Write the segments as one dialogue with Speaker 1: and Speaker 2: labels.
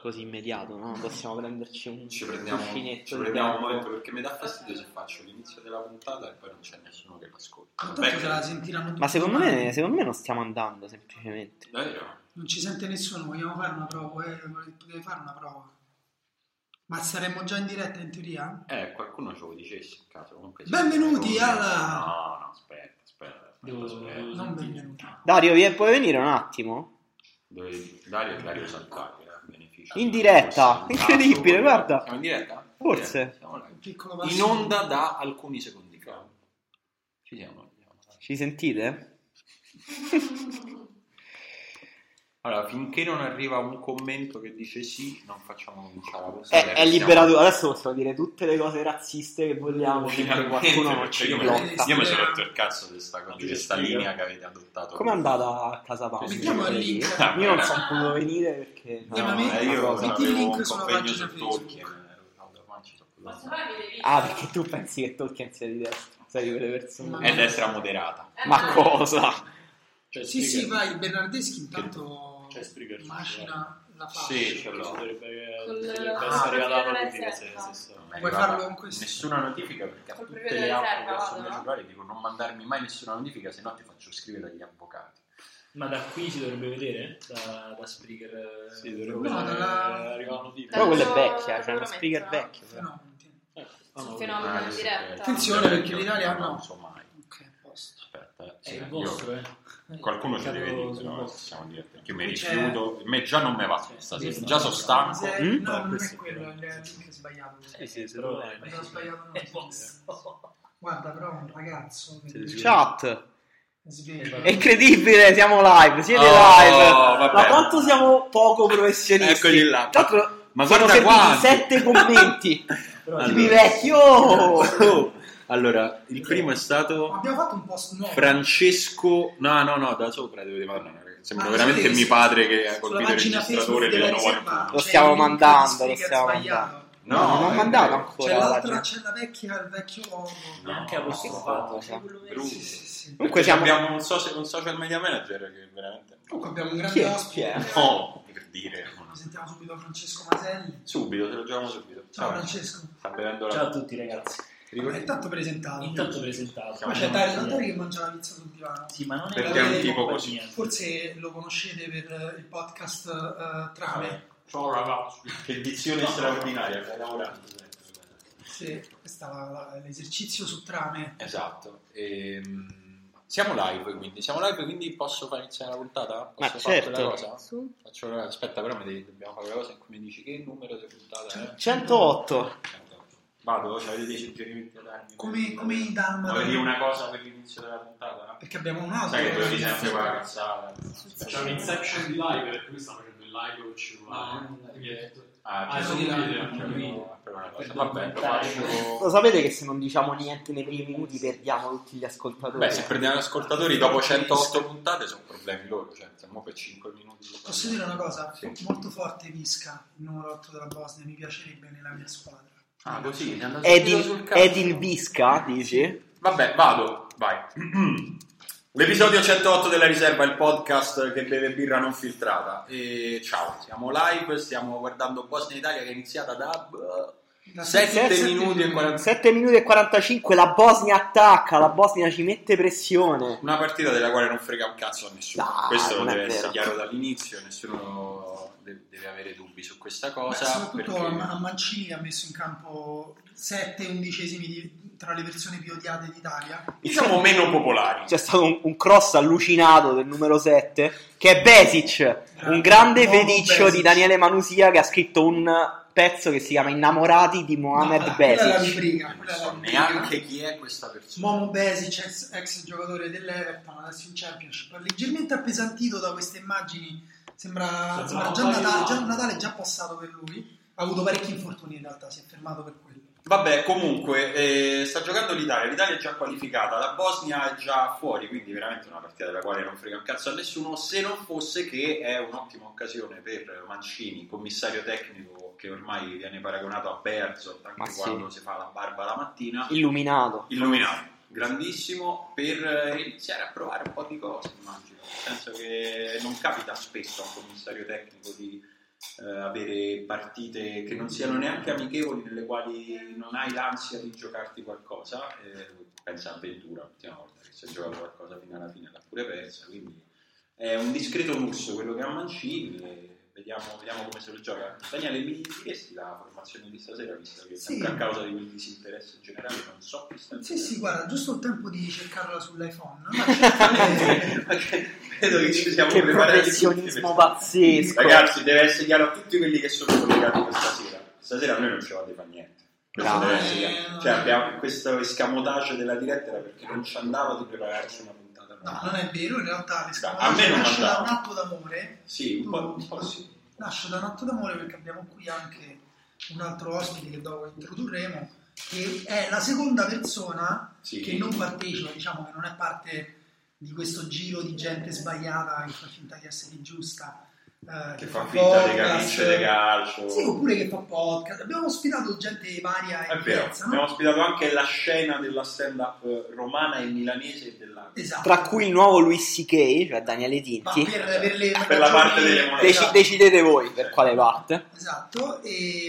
Speaker 1: così immediato, no? Possiamo prenderci un
Speaker 2: Ci prendiamo,
Speaker 1: cuscinetto
Speaker 2: ci
Speaker 1: di
Speaker 2: prendiamo un
Speaker 1: tempo.
Speaker 2: momento perché mi dà fastidio se faccio l'inizio della puntata e poi non c'è nessuno che l'ascolta.
Speaker 3: Ah, Tanto
Speaker 2: Vabbè,
Speaker 3: se la sentiranno tutti.
Speaker 1: Ma secondo me,
Speaker 3: domani.
Speaker 1: secondo me non stiamo andando semplicemente.
Speaker 2: Davvero?
Speaker 3: Non ci sente nessuno, vogliamo fare una prova, eh? potete fare una prova. Ma saremmo già in diretta in teoria?
Speaker 2: Eh, qualcuno ce lo dicesse in caso. Comunque, sì.
Speaker 3: Benvenuti alla-
Speaker 2: No, no, aspetta, aspetta, aspetta,
Speaker 4: Devo-
Speaker 2: aspetta.
Speaker 3: Non benvenuti.
Speaker 1: Dario, vi- puoi venire un attimo?
Speaker 2: Dove Dario e Dario saltare beneficio.
Speaker 1: In diretta, incredibile,
Speaker 2: Ah,
Speaker 1: guarda.
Speaker 2: Siamo in diretta?
Speaker 1: Forse.
Speaker 2: In diretta, siamo live.
Speaker 3: Un piccolo
Speaker 2: In
Speaker 3: passo.
Speaker 2: onda da alcuni secondi fa. Ci siamo. ci siamo.
Speaker 1: Ci sentite?
Speaker 2: Allora, finché non arriva un commento che dice sì, non facciamo cominciare la
Speaker 1: È,
Speaker 2: puntata.
Speaker 1: è liberato, adesso possiamo dire tutte le cose razziste che vogliamo, finché qualcuno non ci
Speaker 2: io mi-
Speaker 1: blocca.
Speaker 2: Io mi sono rotto il cazzo di questa, cosa, di
Speaker 4: Sì,
Speaker 2: questa
Speaker 4: sì.
Speaker 2: linea che avete adottato.
Speaker 1: Com'è andata a casa Paolo?
Speaker 3: Mettiamo il link.
Speaker 2: Cioè,
Speaker 1: Io non sono potuto venire perché...
Speaker 3: Andiamo a
Speaker 2: No,
Speaker 3: me-
Speaker 2: eh, io
Speaker 3: metti il
Speaker 2: avevo
Speaker 3: link
Speaker 2: un
Speaker 3: sulla
Speaker 2: convegno
Speaker 3: pagina
Speaker 2: su
Speaker 3: Facebook.
Speaker 2: Tolkien, ero- no, ormai ci sono più
Speaker 5: Posso
Speaker 2: da-
Speaker 5: farvi le video?
Speaker 1: Ah, perché tu pensi che Tolkien sia di destra? Sei di quelle persone...
Speaker 3: Ma-
Speaker 2: È destra moderata.
Speaker 5: Eh,
Speaker 1: Ma cosa?
Speaker 4: C'è
Speaker 3: Sì, sì,
Speaker 4: Springer.
Speaker 3: vai, Bernardeschi intanto
Speaker 2: Cioè,
Speaker 4: C'è Springer.
Speaker 3: macina la faccia.
Speaker 2: Sì, ce l'ho.
Speaker 4: Dovrebbe, eh,
Speaker 5: Col-
Speaker 4: dovrebbe
Speaker 5: ah,
Speaker 4: essere
Speaker 5: perché
Speaker 4: arrivata
Speaker 5: non è
Speaker 4: la notifica se,
Speaker 5: certo.
Speaker 4: se so.
Speaker 2: Non è
Speaker 3: Puoi
Speaker 2: arrivata
Speaker 3: farlo con questo.
Speaker 2: Nessuna notifica perché a
Speaker 5: Col
Speaker 2: tutte
Speaker 5: periodo
Speaker 2: le
Speaker 5: di
Speaker 2: app
Speaker 5: riserva,
Speaker 2: che sono
Speaker 5: vado, no?
Speaker 2: giocare dico non mandarmi mai nessuna notifica, se no ti faccio scrivere agli avvocati.
Speaker 4: Ma da qui si dovrebbe vedere? Da, da Springer? eh,
Speaker 2: Sì, dovrebbe
Speaker 4: no,
Speaker 3: vedere.
Speaker 4: dalla- arriva la notifica.
Speaker 1: Però
Speaker 5: quello
Speaker 1: quella
Speaker 5: Tanto
Speaker 1: è vecchia, cioè
Speaker 5: lo
Speaker 1: uno
Speaker 5: metto,
Speaker 1: speaker
Speaker 5: no?
Speaker 1: vecchio. però.
Speaker 3: Fenomeno.
Speaker 4: Eh,
Speaker 5: Sul
Speaker 4: no,
Speaker 5: fenomeno.
Speaker 4: eh,
Speaker 5: in
Speaker 2: questo
Speaker 5: diretta.
Speaker 2: è-
Speaker 3: Attenzione, perché
Speaker 2: io
Speaker 3: l'Italia
Speaker 2: Non
Speaker 3: no.
Speaker 2: lo uso mai.
Speaker 3: Ok, a posto.
Speaker 2: Aspetta,
Speaker 4: È
Speaker 2: sì,
Speaker 4: il
Speaker 2: io-
Speaker 4: vostro, eh?
Speaker 2: Qualcuno ci
Speaker 4: Cado
Speaker 2: deve dire,
Speaker 4: sul
Speaker 2: no,
Speaker 4: vostro.
Speaker 2: siamo in diretta. Perché mi
Speaker 3: C'è-
Speaker 2: rifiuto, a me già non me va stasera, già sono stanco.
Speaker 3: Se-
Speaker 1: Mm?
Speaker 3: No,
Speaker 4: Ah,
Speaker 3: non
Speaker 4: questo
Speaker 3: è
Speaker 4: è
Speaker 3: quello,
Speaker 4: vero.
Speaker 3: il link è sbagliato.
Speaker 4: Sì, sì, se
Speaker 3: Però-
Speaker 4: lo è.
Speaker 3: Ho sbagliato
Speaker 2: Eh,
Speaker 3: uno
Speaker 4: È il
Speaker 3: stupido.
Speaker 4: vostro.
Speaker 3: Guarda, però un ragazzo che
Speaker 4: Siete sicuri?
Speaker 1: Chat!
Speaker 3: sveglia.
Speaker 1: È incredibile, siamo live, siete
Speaker 2: Oh,
Speaker 1: live.
Speaker 2: vabbè.
Speaker 1: Ma quanto siamo poco professionisti.
Speaker 2: Eccoli là.
Speaker 1: Tra l'altro
Speaker 2: Ma
Speaker 1: sono
Speaker 2: guarda
Speaker 1: serviti
Speaker 2: quanti.
Speaker 1: sette commenti.
Speaker 4: Però
Speaker 2: Allora.
Speaker 1: Tipi vecchi, oh!
Speaker 2: Oh, allora, il primo è stato
Speaker 3: Abbiamo fatto un post nuovo.
Speaker 2: Francesco. No, no, no, da sopra dovete parlare. Sembra
Speaker 3: Ah,
Speaker 2: veramente
Speaker 3: sì, sì.
Speaker 2: mio padre che ha
Speaker 3: Sulla
Speaker 2: colpito il
Speaker 3: pagina
Speaker 2: registratore della
Speaker 3: Facebook della
Speaker 2: nuova
Speaker 3: riserva
Speaker 1: Lo
Speaker 3: c'è
Speaker 1: stiamo
Speaker 3: il link
Speaker 1: mandando,
Speaker 3: di Springer
Speaker 1: lo stiamo
Speaker 3: sbagliato.
Speaker 1: non ho
Speaker 2: eh,
Speaker 1: mandato
Speaker 3: C'è
Speaker 1: ancora la
Speaker 3: l'altra,
Speaker 1: pagina.
Speaker 3: c'è la vecchia, il vecchio logo.
Speaker 2: No,
Speaker 4: Anche apostrofato.
Speaker 1: cosa?
Speaker 2: Brutto.
Speaker 3: Sì, sì,
Speaker 1: Comunque
Speaker 3: sì.
Speaker 2: Comunque
Speaker 1: siamo-
Speaker 2: abbiamo un, soci- un social media manager che veramente.
Speaker 3: Comunque abbiamo un
Speaker 1: Chi
Speaker 3: grande
Speaker 1: è?
Speaker 3: ospite.
Speaker 1: Chi
Speaker 2: No, per dire.
Speaker 3: Presentiamo subito Francesco Maselli.
Speaker 2: Subito, te lo giochiamo subito.
Speaker 3: Ciao Francesco.
Speaker 2: Sta bevendo la.
Speaker 4: Ciao a tutti ragazzi.
Speaker 3: Vabbè, Intanto presentato.
Speaker 4: Intanto presentato. Cioè,
Speaker 3: Poi c'è Dario Tantari che mangia la pizza sul divano.
Speaker 4: Sì, ma non è
Speaker 2: Perché
Speaker 3: è un
Speaker 4: la
Speaker 2: tipo
Speaker 4: compagnia.
Speaker 3: Forse lo conoscete per eh, il podcast eh, Trame.
Speaker 2: Ciao ragazzi. Che dizione straordinaria, stai lavorando.
Speaker 3: Sì, questo è l'esercizio su Trame.
Speaker 2: Esatto. Ehm, siamo live quindi, siamo live quindi posso far iniziare la puntata? Posso
Speaker 1: Ma
Speaker 2: fare
Speaker 1: certo.
Speaker 2: quella cosa? Faccio quella- Aspetta, però mi devi- dobbiamo fare quella cosa in cui mi dici che numero di puntata è.
Speaker 1: 108.
Speaker 2: Vado, cioè, avete dei suggerimenti da darmi?
Speaker 3: Come, come i
Speaker 2: Vuoi dire
Speaker 3: Dalmati.
Speaker 2: una cosa per l'inizio della puntata?
Speaker 3: Perché abbiamo un altro.
Speaker 2: Sai che tu devi sempre quella cazzata.
Speaker 4: C'è
Speaker 5: C'è
Speaker 4: un
Speaker 5: un'inception
Speaker 4: di live, perché lui
Speaker 6: sta facendo il live o ci
Speaker 2: Ah,
Speaker 3: Ah,
Speaker 2: c'è
Speaker 3: di là,
Speaker 2: un
Speaker 4: di
Speaker 2: video.
Speaker 4: là.
Speaker 2: Però una cosa.
Speaker 4: Per
Speaker 2: Vabbè, lo
Speaker 4: documentare.
Speaker 1: Lo
Speaker 2: faccio.
Speaker 1: sapete che se non diciamo niente nei primi minuti perdiamo tutti gli ascoltatori?
Speaker 2: Beh, se prendiamo ascoltatori dopo 108 puntate sono problemi loro, cioè siamo per 5 minuti.
Speaker 3: Posso dire una cosa?
Speaker 2: Sì.
Speaker 3: Molto forte Visca, il numero 8 della Bosnia, mi piacerebbe nella mia squadra.
Speaker 2: Ah, così, sei andato subito sul
Speaker 1: Edil,
Speaker 2: cazzo.
Speaker 1: Edil Visca, dici?
Speaker 2: Vabbè, vado, vai. L'episodio 108 della riserva, il podcast che beve birra non filtrata. E ciao, siamo live, stiamo guardando Bosnia Italia che è iniziata da
Speaker 3: Da
Speaker 2: 7
Speaker 3: sette-
Speaker 2: minuti e 40
Speaker 1: 7 minuti e 45, la Bosnia attacca, la Bosnia ci mette pressione.
Speaker 2: Una partita della quale non frega un cazzo a nessuno.
Speaker 1: Dai,
Speaker 2: Questo
Speaker 1: non è
Speaker 2: deve essere
Speaker 1: vero.
Speaker 2: chiaro dall'inizio, nessuno de- deve avere dubbi su questa
Speaker 3: Beh,
Speaker 2: cosa.
Speaker 3: soprattutto
Speaker 2: perché-
Speaker 3: a Ma- a Mancini che ha messo in campo 7 undicesimi di- tra le persone più odiate d'Italia.
Speaker 2: Diciamo meno popolari.
Speaker 1: C'è stato un, un cross allucinato del numero 7 che è Besic, un grande
Speaker 3: Nuovo
Speaker 1: feticcio
Speaker 3: Besic.
Speaker 1: di Daniele Manusia che ha scritto un pezzo che si chiama Innamorati di Mohamed
Speaker 3: No, Quella è la
Speaker 1: Besic.
Speaker 3: rubrica,
Speaker 2: non
Speaker 3: quella è la
Speaker 2: so
Speaker 3: rubrica.
Speaker 2: neanche chi è questa persona.
Speaker 3: Momo Besic, ex, ex giocatore dell'Everton, adesso in Championship, leggermente appesantito da queste immagini, sembra,
Speaker 6: Sembra
Speaker 3: sembra
Speaker 6: un
Speaker 3: già,
Speaker 6: paio di
Speaker 3: Natale,
Speaker 6: anni.
Speaker 3: già Natale è già passato per lui, ha avuto parecchi infortuni in realtà, si è fermato per quello.
Speaker 2: Vabbè, comunque, eh, sta giocando l'Italia. L'Italia è già qualificata, la Bosnia è già fuori, quindi veramente una partita della quale non frega un cazzo a nessuno. Se non fosse che è un'ottima occasione per Mancini, commissario tecnico che ormai viene paragonato a Berzot anche
Speaker 1: Ma sì.
Speaker 2: quando si fa la barba la mattina,
Speaker 1: Illuminato.
Speaker 2: illuminato. Grandissimo per eh, iniziare a provare un po' di cose, immagino. Nel senso che non capita spesso a un commissario tecnico di eh, avere partite che non siano neanche amichevoli, nelle quali non hai l'ansia di giocarti qualcosa. eh, pensa a Ventura, l'ultima volta che si è giocato qualcosa fino alla fine, l'ha pure persa. Quindi è un discreto lusso quello che ha Mancini. e Vediamo, vediamo come se lo gioca. Daniele, mi chiesti la formazione di stasera, visto che
Speaker 3: Sì.
Speaker 2: sempre a causa di quel disinteresse generale non so chi sta
Speaker 3: Sì, sì, guarda, giusto il tempo di cercarla sull'iPhone. Ma certamente-
Speaker 2: Perché credo che ci siamo
Speaker 1: Che
Speaker 2: preparati
Speaker 1: professionismo
Speaker 2: tutti per-
Speaker 1: pazzesco.
Speaker 2: Ragazzi, deve essere chiaro a tutti quelli che sono collegati questa sera. Stasera noi non ci vado a fare niente. Questo
Speaker 1: Bravo.
Speaker 2: deve essere chiaro. Cioè, abbiamo questo escamotage della diretta era perché non ci andava di prepararci una puntata.
Speaker 3: No,
Speaker 2: nuova.
Speaker 3: non è vero, in
Speaker 2: A
Speaker 3: realtà
Speaker 2: me
Speaker 3: l'escalation
Speaker 2: non
Speaker 3: nasce da un
Speaker 2: andava.
Speaker 3: atto d'amore.
Speaker 2: Sì, un po', un po' sì.
Speaker 3: Nasce da un atto d'amore perché abbiamo qui anche un altro ospite che dopo introdurremo, che è la seconda persona
Speaker 2: Sì.
Speaker 3: che non partecipa, diciamo che non è parte di questo giro di gente sbagliata che fa finta di essere giusta. eh,
Speaker 2: Che fa finta di
Speaker 3: podcast.
Speaker 2: camicie di calcio.
Speaker 3: Sì, oppure che fa podcast. Abbiamo ospitato gente varia
Speaker 2: È
Speaker 3: e
Speaker 2: vero,
Speaker 3: diversa, no?
Speaker 2: abbiamo ospitato anche la scena della stand-up eh, romana e milanese della
Speaker 3: Esatto.
Speaker 1: Tra cui il nuovo Luis C.K., cioè Daniele
Speaker 3: Ma
Speaker 1: Tinti.
Speaker 3: per, per le
Speaker 2: Per la parte delle monete.
Speaker 1: Deci-
Speaker 3: Esatto.
Speaker 1: decidete voi per quale parte.
Speaker 3: Esatto, e,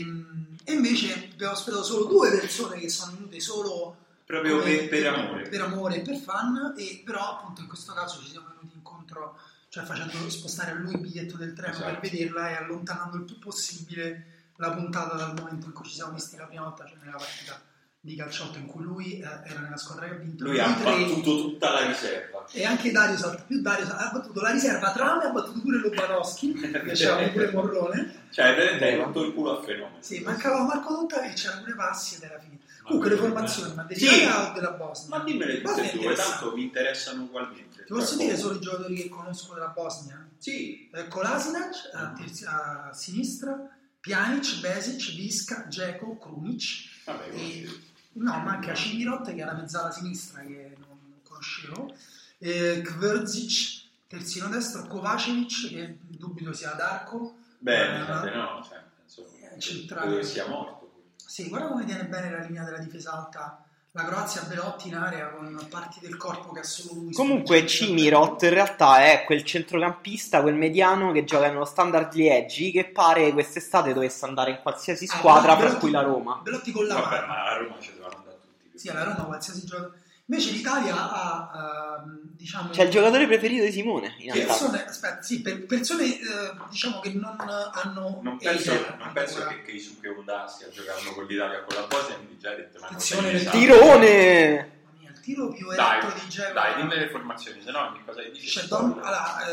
Speaker 3: e invece abbiamo ospitato solo due persone che sono venute solo
Speaker 2: proprio per, per amore.
Speaker 3: per amore e per fan, e però appunto in questo caso ci siamo venuti incontro, cioè facendo spostare a lui il biglietto del treno
Speaker 2: Esatto.
Speaker 3: per vederla e allontanando il più possibile la puntata dal momento in cui ci siamo visti la prima volta, cioè nella partita di calciotto in cui lui eh, era nella squadra che ha vinto.
Speaker 2: Lui ha
Speaker 3: Noi tre-
Speaker 2: battuto tutta la riserva.
Speaker 3: e anche Dario Salt, più Dario Salt- ha battuto la riserva Trame, ha battuto pure Lobanowski, che
Speaker 2: Diciamo
Speaker 3: c'era pure Morrone.
Speaker 2: Cioè, veramente hai rotto il culo a fenomeno.
Speaker 3: Sì, mancava Marco Dotta e c'era pure Passi ed era finita.
Speaker 2: Ma-
Speaker 3: Comunque le
Speaker 4: Eh,
Speaker 3: formazioni, ma
Speaker 2: Sì.
Speaker 3: dell'Italia o della Bosnia?
Speaker 2: Ma dimmele
Speaker 3: Bosnia
Speaker 2: tutte e
Speaker 3: è
Speaker 2: due,
Speaker 3: interessante.
Speaker 2: tanto mi interessano ugualmente.
Speaker 3: Ti posso
Speaker 2: Cioè,
Speaker 3: dire solo i giocatori che conosco della Bosnia?
Speaker 2: Sì,
Speaker 3: Eh, Kolasinac
Speaker 2: Ah.
Speaker 3: a, terzi- a sinistra, Pjanic, Besic, Visca, Dzeko, Krunic.
Speaker 2: vabbè,
Speaker 3: E-
Speaker 2: così.
Speaker 3: no, ma anche Cimirot che era mezzala sinistra che non conoscevo, eh, Kverzic, terzino destro, Kovacevic che dubito sia ad arco.
Speaker 2: Bene,
Speaker 3: Eh,
Speaker 2: fate no, cioè,
Speaker 3: Eh,
Speaker 2: insomma,
Speaker 3: centrale.
Speaker 2: credo che sia morto.
Speaker 3: Sì, guarda come tiene bene la linea della difesa alta. La Croazia Belotti in area con parti del corpo che ha solo lui.
Speaker 1: Comunque Cimirot in realtà è quel centrocampista, quel mediano che gioca nello standard Liegi che pare quest'estate dovesse andare in qualsiasi
Speaker 3: Ah,
Speaker 1: squadra,
Speaker 3: Belotti-
Speaker 1: tra cui la Roma.
Speaker 3: Belotti con la
Speaker 2: Vabbè,
Speaker 3: mano.
Speaker 2: ma a Roma ci dovevano andare tutti.
Speaker 3: Sì, alla Roma qualsiasi gioco. Invece l'Italia ha, ehm, diciamo...
Speaker 1: C'è il giocatore preferito di Simone, in realtà.
Speaker 3: Persone, aspetta, sì, per- persone eh, diciamo che non hanno
Speaker 2: Non penso,
Speaker 3: idea
Speaker 2: non penso
Speaker 3: ancora.
Speaker 2: che Keisuke Honda stia giocando con l'Italia con la Bosnia, mi già hai detto una cosa
Speaker 3: Attenzione,
Speaker 2: inesatto.
Speaker 1: Tirone!
Speaker 3: Mamma mia, il tiro più
Speaker 2: Dai,
Speaker 3: eletto di Geo
Speaker 2: Dai, dimmi le formazioni, se no ogni cosa che dici...
Speaker 3: C'è
Speaker 2: è
Speaker 3: Don-
Speaker 2: folle.
Speaker 3: allora,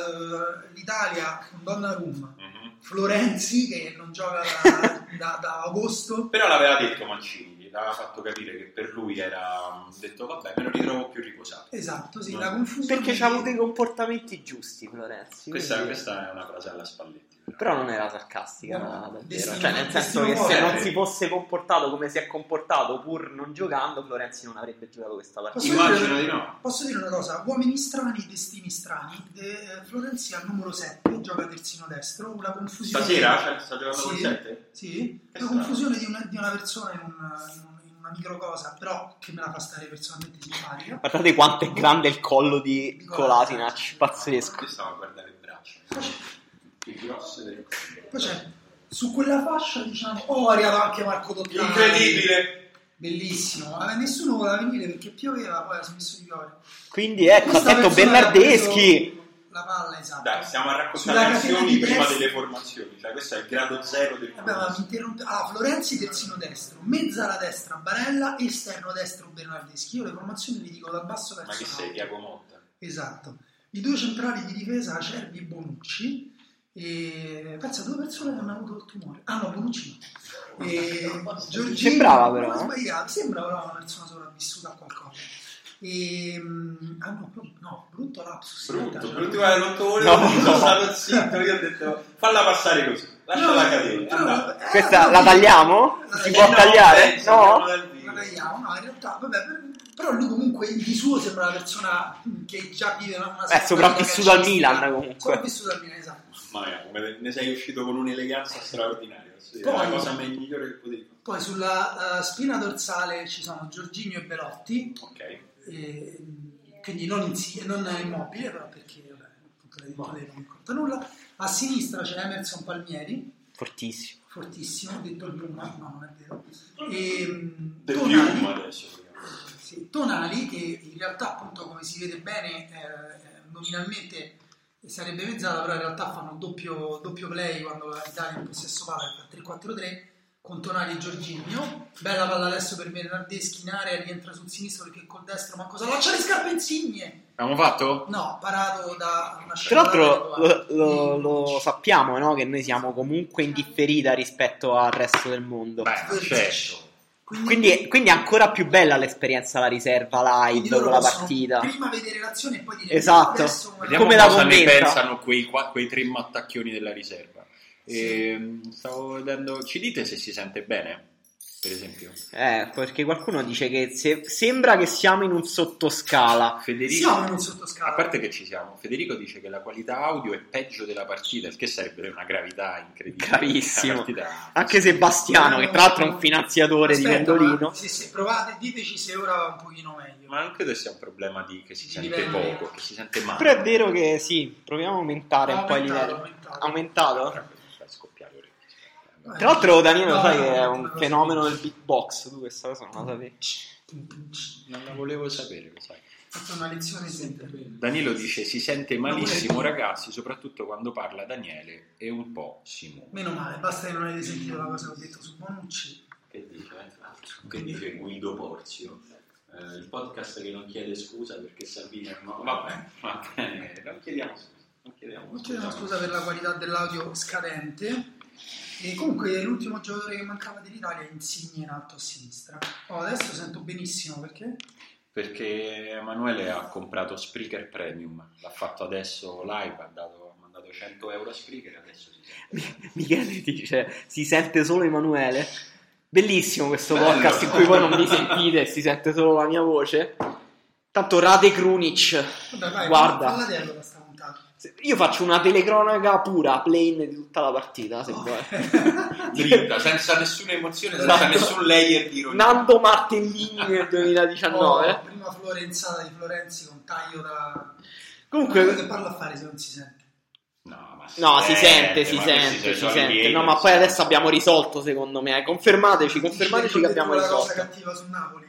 Speaker 3: eh, l'Italia con Donnarumma
Speaker 2: Mhm.
Speaker 3: Florenzi che non gioca da, da- da agosto
Speaker 2: Però l'aveva detto Mancini, gli aveva fatto capire che per lui era... mm, detto vabbè, me lo ritrovo più riposato.
Speaker 3: esatto sì
Speaker 2: No.
Speaker 3: la confusione
Speaker 1: Perché c'ha avuto i comportamenti giusti, Florenzi.
Speaker 2: Questa,
Speaker 1: quindi-
Speaker 2: questa è una frase alla Spalletti. però.
Speaker 1: Però non era sarcastica,
Speaker 3: No,
Speaker 1: davvero.
Speaker 3: destino-
Speaker 1: cioè, nel senso
Speaker 3: destino
Speaker 1: che se
Speaker 3: vuole.
Speaker 1: non si fosse comportato come si è comportato, pur non giocando, Florenzi non avrebbe giocato questa partita.
Speaker 3: Posso
Speaker 2: Immagino
Speaker 3: dire-
Speaker 2: di no.
Speaker 3: posso dire una cosa uomini strani destini strani De- eh, Florenzi al numero 7 gioca terzino destro una confusione
Speaker 2: Stasera cioè, sta giocando con
Speaker 3: Sì.
Speaker 2: 7?
Speaker 3: Sì,
Speaker 2: Che
Speaker 3: la
Speaker 2: strano.
Speaker 3: confusione di una, di una persona in una, in un- in una micro cosa, però che me la fa stare personalmente simpatica.
Speaker 1: Guardate quanto è grande il collo di Colasinac, pazzesco.
Speaker 2: Io stavo a guardare il braccio. Il grosso del
Speaker 3: Poi c'è su quella fascia, diciamo, oh, è arrivato anche Marco Dottani.
Speaker 2: Incredibile!
Speaker 3: Bellissimo, Vabbè, nessuno voleva venire perché pioveva, poi ha smesso di piovere.
Speaker 1: Quindi ecco,
Speaker 3: Questa
Speaker 1: attento
Speaker 3: persona
Speaker 1: Bernardeschi.
Speaker 3: che ha preso La palla, esatto.
Speaker 2: Dai, stiamo a
Speaker 3: Sulla
Speaker 2: raccontare
Speaker 3: catena
Speaker 2: le azioni
Speaker 3: di
Speaker 2: prima
Speaker 3: testa.
Speaker 2: delle formazioni. Cioè, questo è il grado zero del
Speaker 3: Vabbè, ma mi
Speaker 2: calcio.
Speaker 3: interrompe- Ah, Florenzi terzino destro, mezza alla destra Barella, esterno destro Bernardeschi. Io le formazioni le dico da basso verso
Speaker 2: Ma che sei,
Speaker 3: alto.
Speaker 2: Tiago Motta?
Speaker 3: Esatto. I due centrali di difesa, Acerbi e Bonucci. E... Pensa, due persone che hanno avuto il tumore. Ah no, Bonucci no. E... Giorgini,
Speaker 1: Sembrava però,
Speaker 3: non ho
Speaker 1: eh.
Speaker 3: sbagliato. Sembra però una persona sopravvissuta a qualcosa. E... mm, Ah no, proprio- no, brutto lapsus.
Speaker 2: Brutto,
Speaker 3: Guarda,
Speaker 2: brutto,
Speaker 3: cioè-
Speaker 2: guarda, non te volevo
Speaker 1: No.
Speaker 2: io sono stato zitto, io ho detto falla passare così, lasciala
Speaker 3: No,
Speaker 2: cadere.
Speaker 3: però-
Speaker 2: andate.
Speaker 3: eh,
Speaker 1: Questa
Speaker 3: no,
Speaker 1: la
Speaker 3: sì.
Speaker 1: tagliamo?
Speaker 3: La
Speaker 1: Si può
Speaker 3: tagliamo.
Speaker 2: Eh no,
Speaker 1: tagliare?
Speaker 2: penso,
Speaker 1: No?
Speaker 2: andiamo dal vivo.
Speaker 3: La tagliamo, no, in realtà, vabbè, per- però lui comunque di suo sembra una persona che già vive una... una
Speaker 1: È sopravvissuto al
Speaker 3: calcistica.
Speaker 1: Milan comunque.
Speaker 3: Sopravvissuto al Milan, esatto.
Speaker 2: Mamma mia, come ne sei uscito con un'eleganza straordinaria. Sì, è
Speaker 3: Poi-
Speaker 2: la cosa migliore che potevi fare.
Speaker 3: Poi sulla eh, spina dorsale ci sono Giorginio e Belotti,
Speaker 2: Ok.
Speaker 3: eh, quindi non, insi- non
Speaker 1: Boh.
Speaker 3: immobile, però perché vabbè, appunto l'ha detto lei non mi conta nulla. A sinistra c'è Emerson Palmieri,
Speaker 1: fortissimo.
Speaker 3: fortissimo, ho detto il Puma, ma non è vero. E,
Speaker 7: Del
Speaker 3: Tonali-
Speaker 7: Pium adesso. praticamente.
Speaker 3: sì, Tonali, che in realtà, appunto, come si vede bene, eh, nominalmente sarebbe mezzala, però in realtà fanno un doppio, doppio play quando la Italia è in possesso palla fa 3-4-3 con Tonali e Giorginio. Bella palla adesso per Bernardeschi in area, rientra sul sinistro perché col destro, ma cosa faccia le scarpe insigne?
Speaker 2: Abbiamo fatto?
Speaker 3: No, parato da una
Speaker 1: Tra l'altro lo, lo- lo sappiamo no? che noi siamo comunque in differita rispetto al resto del mondo.
Speaker 2: Beh, certo.
Speaker 1: Quindi, quindi è ancora più bella l'esperienza la riserva
Speaker 3: Quindi
Speaker 1: live
Speaker 3: loro
Speaker 1: con la
Speaker 3: possono
Speaker 1: partita.
Speaker 3: Prima vedere l'azione e poi dire
Speaker 1: Esatto.
Speaker 3: adesso guarda-
Speaker 2: Vediamo
Speaker 1: Come la
Speaker 2: cosa ne
Speaker 1: commenta?
Speaker 2: pensano quei, qua- quei tre mattacchioni della riserva. Ehm, stavo vedendo, ci dite se si sente bene, per esempio.
Speaker 1: Eh, perché qualcuno dice che se- sembra che siamo in un sottoscala.
Speaker 2: Federico,
Speaker 3: siamo in un
Speaker 2: a
Speaker 3: sottoscala.
Speaker 2: parte che ci siamo, Federico dice che la qualità audio è peggio della partita, il che sarebbe una gravità incredibile.
Speaker 1: Gravissimo.
Speaker 2: La partita-
Speaker 1: Anche Sebastiano, che tra l'altro è un finanziatore di
Speaker 3: Aspetta,
Speaker 1: Pendolino.
Speaker 3: ma se, se provate, diteci se ora va un pochino meglio.
Speaker 2: Ma anche se sia un problema di che si
Speaker 3: Di
Speaker 2: sente
Speaker 3: livello.
Speaker 2: poco, che si sente male.
Speaker 1: Però è vero che sì, proviamo a aumentare un po' il
Speaker 3: Aumentato,
Speaker 1: livello.
Speaker 3: aumentato. Eh,
Speaker 1: Aumentato?
Speaker 2: Fa cioè, scoppiare le orecchie.
Speaker 1: Tra l'altro, Danilo,
Speaker 3: No,
Speaker 1: sai
Speaker 3: no,
Speaker 1: che è
Speaker 3: no,
Speaker 1: un
Speaker 3: no, no.
Speaker 1: fenomeno del beatbox. Tu questa cosa non la sapevi.
Speaker 2: Non la volevo sapere, lo sai.
Speaker 3: Fatto una lezione sempre.
Speaker 2: Danilo dice si sente malissimo ragazzi, soprattutto quando parla Daniele e un po' Simone.
Speaker 3: Meno male, basta che non avete sentito la cosa che ho detto su Bonucci.
Speaker 7: Che dice, eh? Che dice Guido Porzio? Eh, il podcast che non chiede scusa perché Salvini è no. Vabbè, va bene, non chiediamo scusa. Non chiediamo
Speaker 3: Non chiedo scusa per la qualità dell'audio scadente. E comunque l'ultimo giocatore che mancava dell'Italia è Insigne in alto a sinistra. Oh, adesso sento benissimo perché
Speaker 2: Perché Emanuele ha comprato Spreaker Premium, l'ha fatto adesso live, ha, dato- ha mandato 100 euro a Spreaker e adesso si sente.
Speaker 1: Michele dice: Si sente solo Emanuele. Bellissimo questo
Speaker 7: Bello.
Speaker 1: podcast in cui voi non mi sentite e si sente solo la mia voce. Tanto Rade Krunic.
Speaker 3: Vabbè, vai,
Speaker 1: Guarda.
Speaker 3: falla dietro questa puntata.
Speaker 1: Se- Io faccio una telecronaca pura, plain di tutta la partita. Se vuoi.
Speaker 3: Eh,
Speaker 2: Dritta, senza nessuna emozione,
Speaker 1: Esatto.
Speaker 2: layer di ironia.
Speaker 1: Nando Martellini nel 2019.
Speaker 3: Oh, prima Florenzata di Florenzi con taglio da... Quello che
Speaker 1: Comunque,
Speaker 3: parla a fare se non si sente.
Speaker 2: No, ma si
Speaker 1: no, si sente,
Speaker 2: sente,
Speaker 1: si
Speaker 2: Eh, ma questi
Speaker 1: sente,
Speaker 2: sono
Speaker 1: si
Speaker 2: i
Speaker 1: sente.
Speaker 2: livelli,
Speaker 1: No, ma
Speaker 2: si
Speaker 1: poi
Speaker 2: sente.
Speaker 1: adesso abbiamo risolto, secondo me. Confermateci, confermateci
Speaker 3: Dice
Speaker 1: che
Speaker 3: ho detto
Speaker 1: abbiamo
Speaker 3: la cosa
Speaker 1: risolto.
Speaker 3: cattiva su Napoli.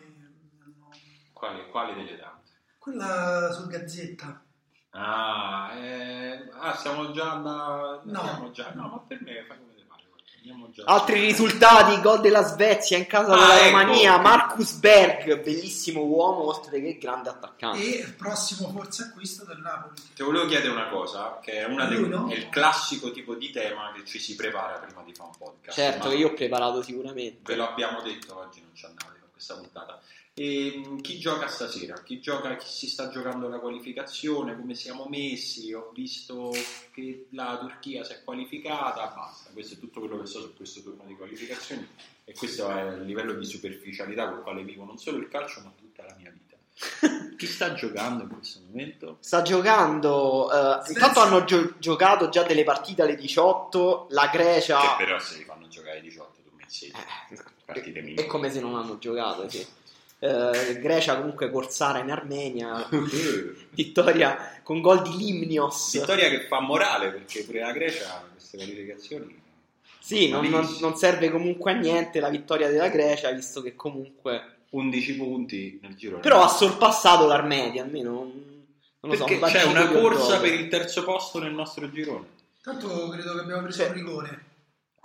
Speaker 2: Quale, quale delle tante?
Speaker 3: Quella su Gazzetta.
Speaker 2: Ah, eh, ah, siamo già da...
Speaker 3: No.
Speaker 2: andiamo già- no, ma per me fai come te pare. guarda, andiamo già-
Speaker 1: Altri risultati, gol della Svezia in casa
Speaker 2: Ah,
Speaker 1: della
Speaker 2: ecco.
Speaker 1: Romania, Marcus Berg, bellissimo uomo, oltre che grande attaccante.
Speaker 3: E il prossimo forse acquisto del Napoli.
Speaker 2: Te volevo chiedere una cosa, che è, una
Speaker 3: Lui,
Speaker 2: dei-
Speaker 3: no?
Speaker 2: è il classico tipo di tema che ci si prepara prima di fare un podcast.
Speaker 1: Certo
Speaker 2: ma
Speaker 1: che io ho preparato sicuramente.
Speaker 2: Ve lo abbiamo detto oggi, non ci andate con questa puntata. E, mh, chi gioca stasera? Chi gioca? Chi si sta giocando la qualificazione? Come siamo messi? Ho visto che la Turchia si è qualificata. Basta, questo è tutto quello che so su questo turno di qualificazioni e questo è il livello di superficialità col quale vivo non solo il calcio ma tutta la mia vita. chi sta giocando in questo momento?
Speaker 1: Sta giocando, eh, intanto hanno gio- giocato già delle partite alle 18, la Grecia...
Speaker 2: Che però se li fanno giocare 18 tu mi insegni. Partite minori.
Speaker 1: Eh, È come se non hanno giocato, sì. Eh, Grecia comunque corsara in Armenia,
Speaker 2: Eh,
Speaker 1: vittoria con gol di Limnios.
Speaker 2: Vittoria che fa morale perché pure la Grecia ha queste qualificazioni.
Speaker 1: Sì, non, non- non serve comunque a niente la vittoria della Grecia, visto che comunque...
Speaker 2: 11 punti nel giro.
Speaker 1: Però ha sorpassato l'Armenia, almeno... Non lo so,
Speaker 2: perché
Speaker 1: un
Speaker 2: c'è
Speaker 1: bacino
Speaker 2: una
Speaker 1: di orgoglio.
Speaker 2: corsa per il terzo posto nel nostro girone.
Speaker 3: Tanto credo che abbiamo preso
Speaker 1: Sì.
Speaker 3: un rigore.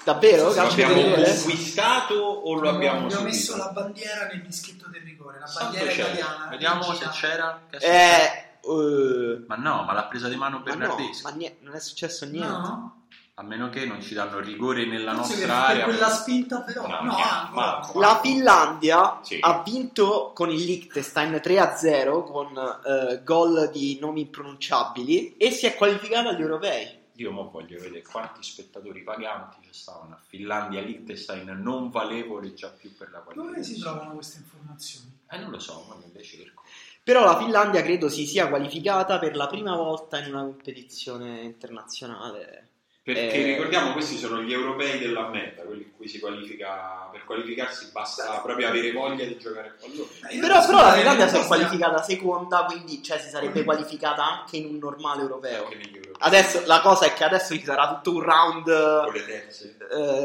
Speaker 1: Davvero?
Speaker 3: Sì,
Speaker 2: Lo
Speaker 1: Calcio di eh.
Speaker 2: abbiamo
Speaker 3: rigore?
Speaker 2: conquistato o lo abbiamo subito?
Speaker 3: messo la bandiera nel dischetto del rigore, la
Speaker 2: Santo
Speaker 3: bandiera
Speaker 2: cielo.
Speaker 3: italiana.
Speaker 2: Vediamo se
Speaker 3: Regina.
Speaker 2: c'era.
Speaker 1: Eh... eh,
Speaker 2: Ma no, ma l'ha presa di mano
Speaker 1: ma no,
Speaker 2: Bernardeschi.
Speaker 1: ma nie- non è successo niente.
Speaker 3: No,
Speaker 2: A meno che non ci danno rigore nella
Speaker 3: forse per-
Speaker 2: nostra
Speaker 3: per
Speaker 2: area.
Speaker 3: quella spinta però.
Speaker 2: No,
Speaker 3: No,
Speaker 2: niente,
Speaker 3: ancora.
Speaker 2: manco.
Speaker 1: La Finlandia
Speaker 2: Sì.
Speaker 1: ha vinto con il Liechtenstein 3-0 con eh, gol di nomi impronunciabili e si è qualificata agli europei.
Speaker 2: Io mo voglio vedere quanti spettatori paganti ci stavano a Finlandia, Liechtenstein, non valevole già più per la
Speaker 3: Dove si
Speaker 2: qualificazione.
Speaker 3: trovano queste informazioni?
Speaker 2: Eh non lo so, ma invece cerco.
Speaker 1: Però la Finlandia credo si sia qualificata per la prima volta in una competizione internazionale.
Speaker 2: Perché
Speaker 1: Eh.
Speaker 2: ricordiamo questi sono gli europei della merda, quelli in cui si qualifica, per qualificarsi basta proprio avere voglia di giocare a pallone.
Speaker 3: Beh, io
Speaker 1: Però,
Speaker 3: penso
Speaker 1: però la
Speaker 3: che
Speaker 1: Finlandia si è
Speaker 3: questa-
Speaker 1: qualificata seconda, quindi cioè, si sarebbe qualificata anche in un normale europeo.
Speaker 2: Anche negli europei.
Speaker 1: Adesso, la cosa è che adesso ci sarà tutto un round
Speaker 2: Con le terze.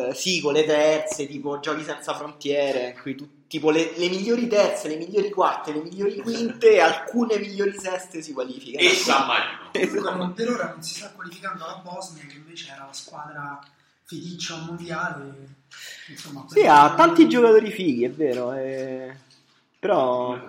Speaker 1: eh, sì, con le terze, tipo giochi senza frontiere, in cui tu- tipo le, le migliori terze, le migliori quarte, le migliori quinte e alcune migliori seste si qualificano.
Speaker 8: E San Marino.
Speaker 1: Esatto.
Speaker 3: Comunque, per ora non si sta qualificando la Bosnia, che invece era la squadra feticcia al mondiale. Insomma, Eh,
Speaker 1: Sì,
Speaker 3: per-
Speaker 1: ha tanti giocatori fighi, è vero, eh, però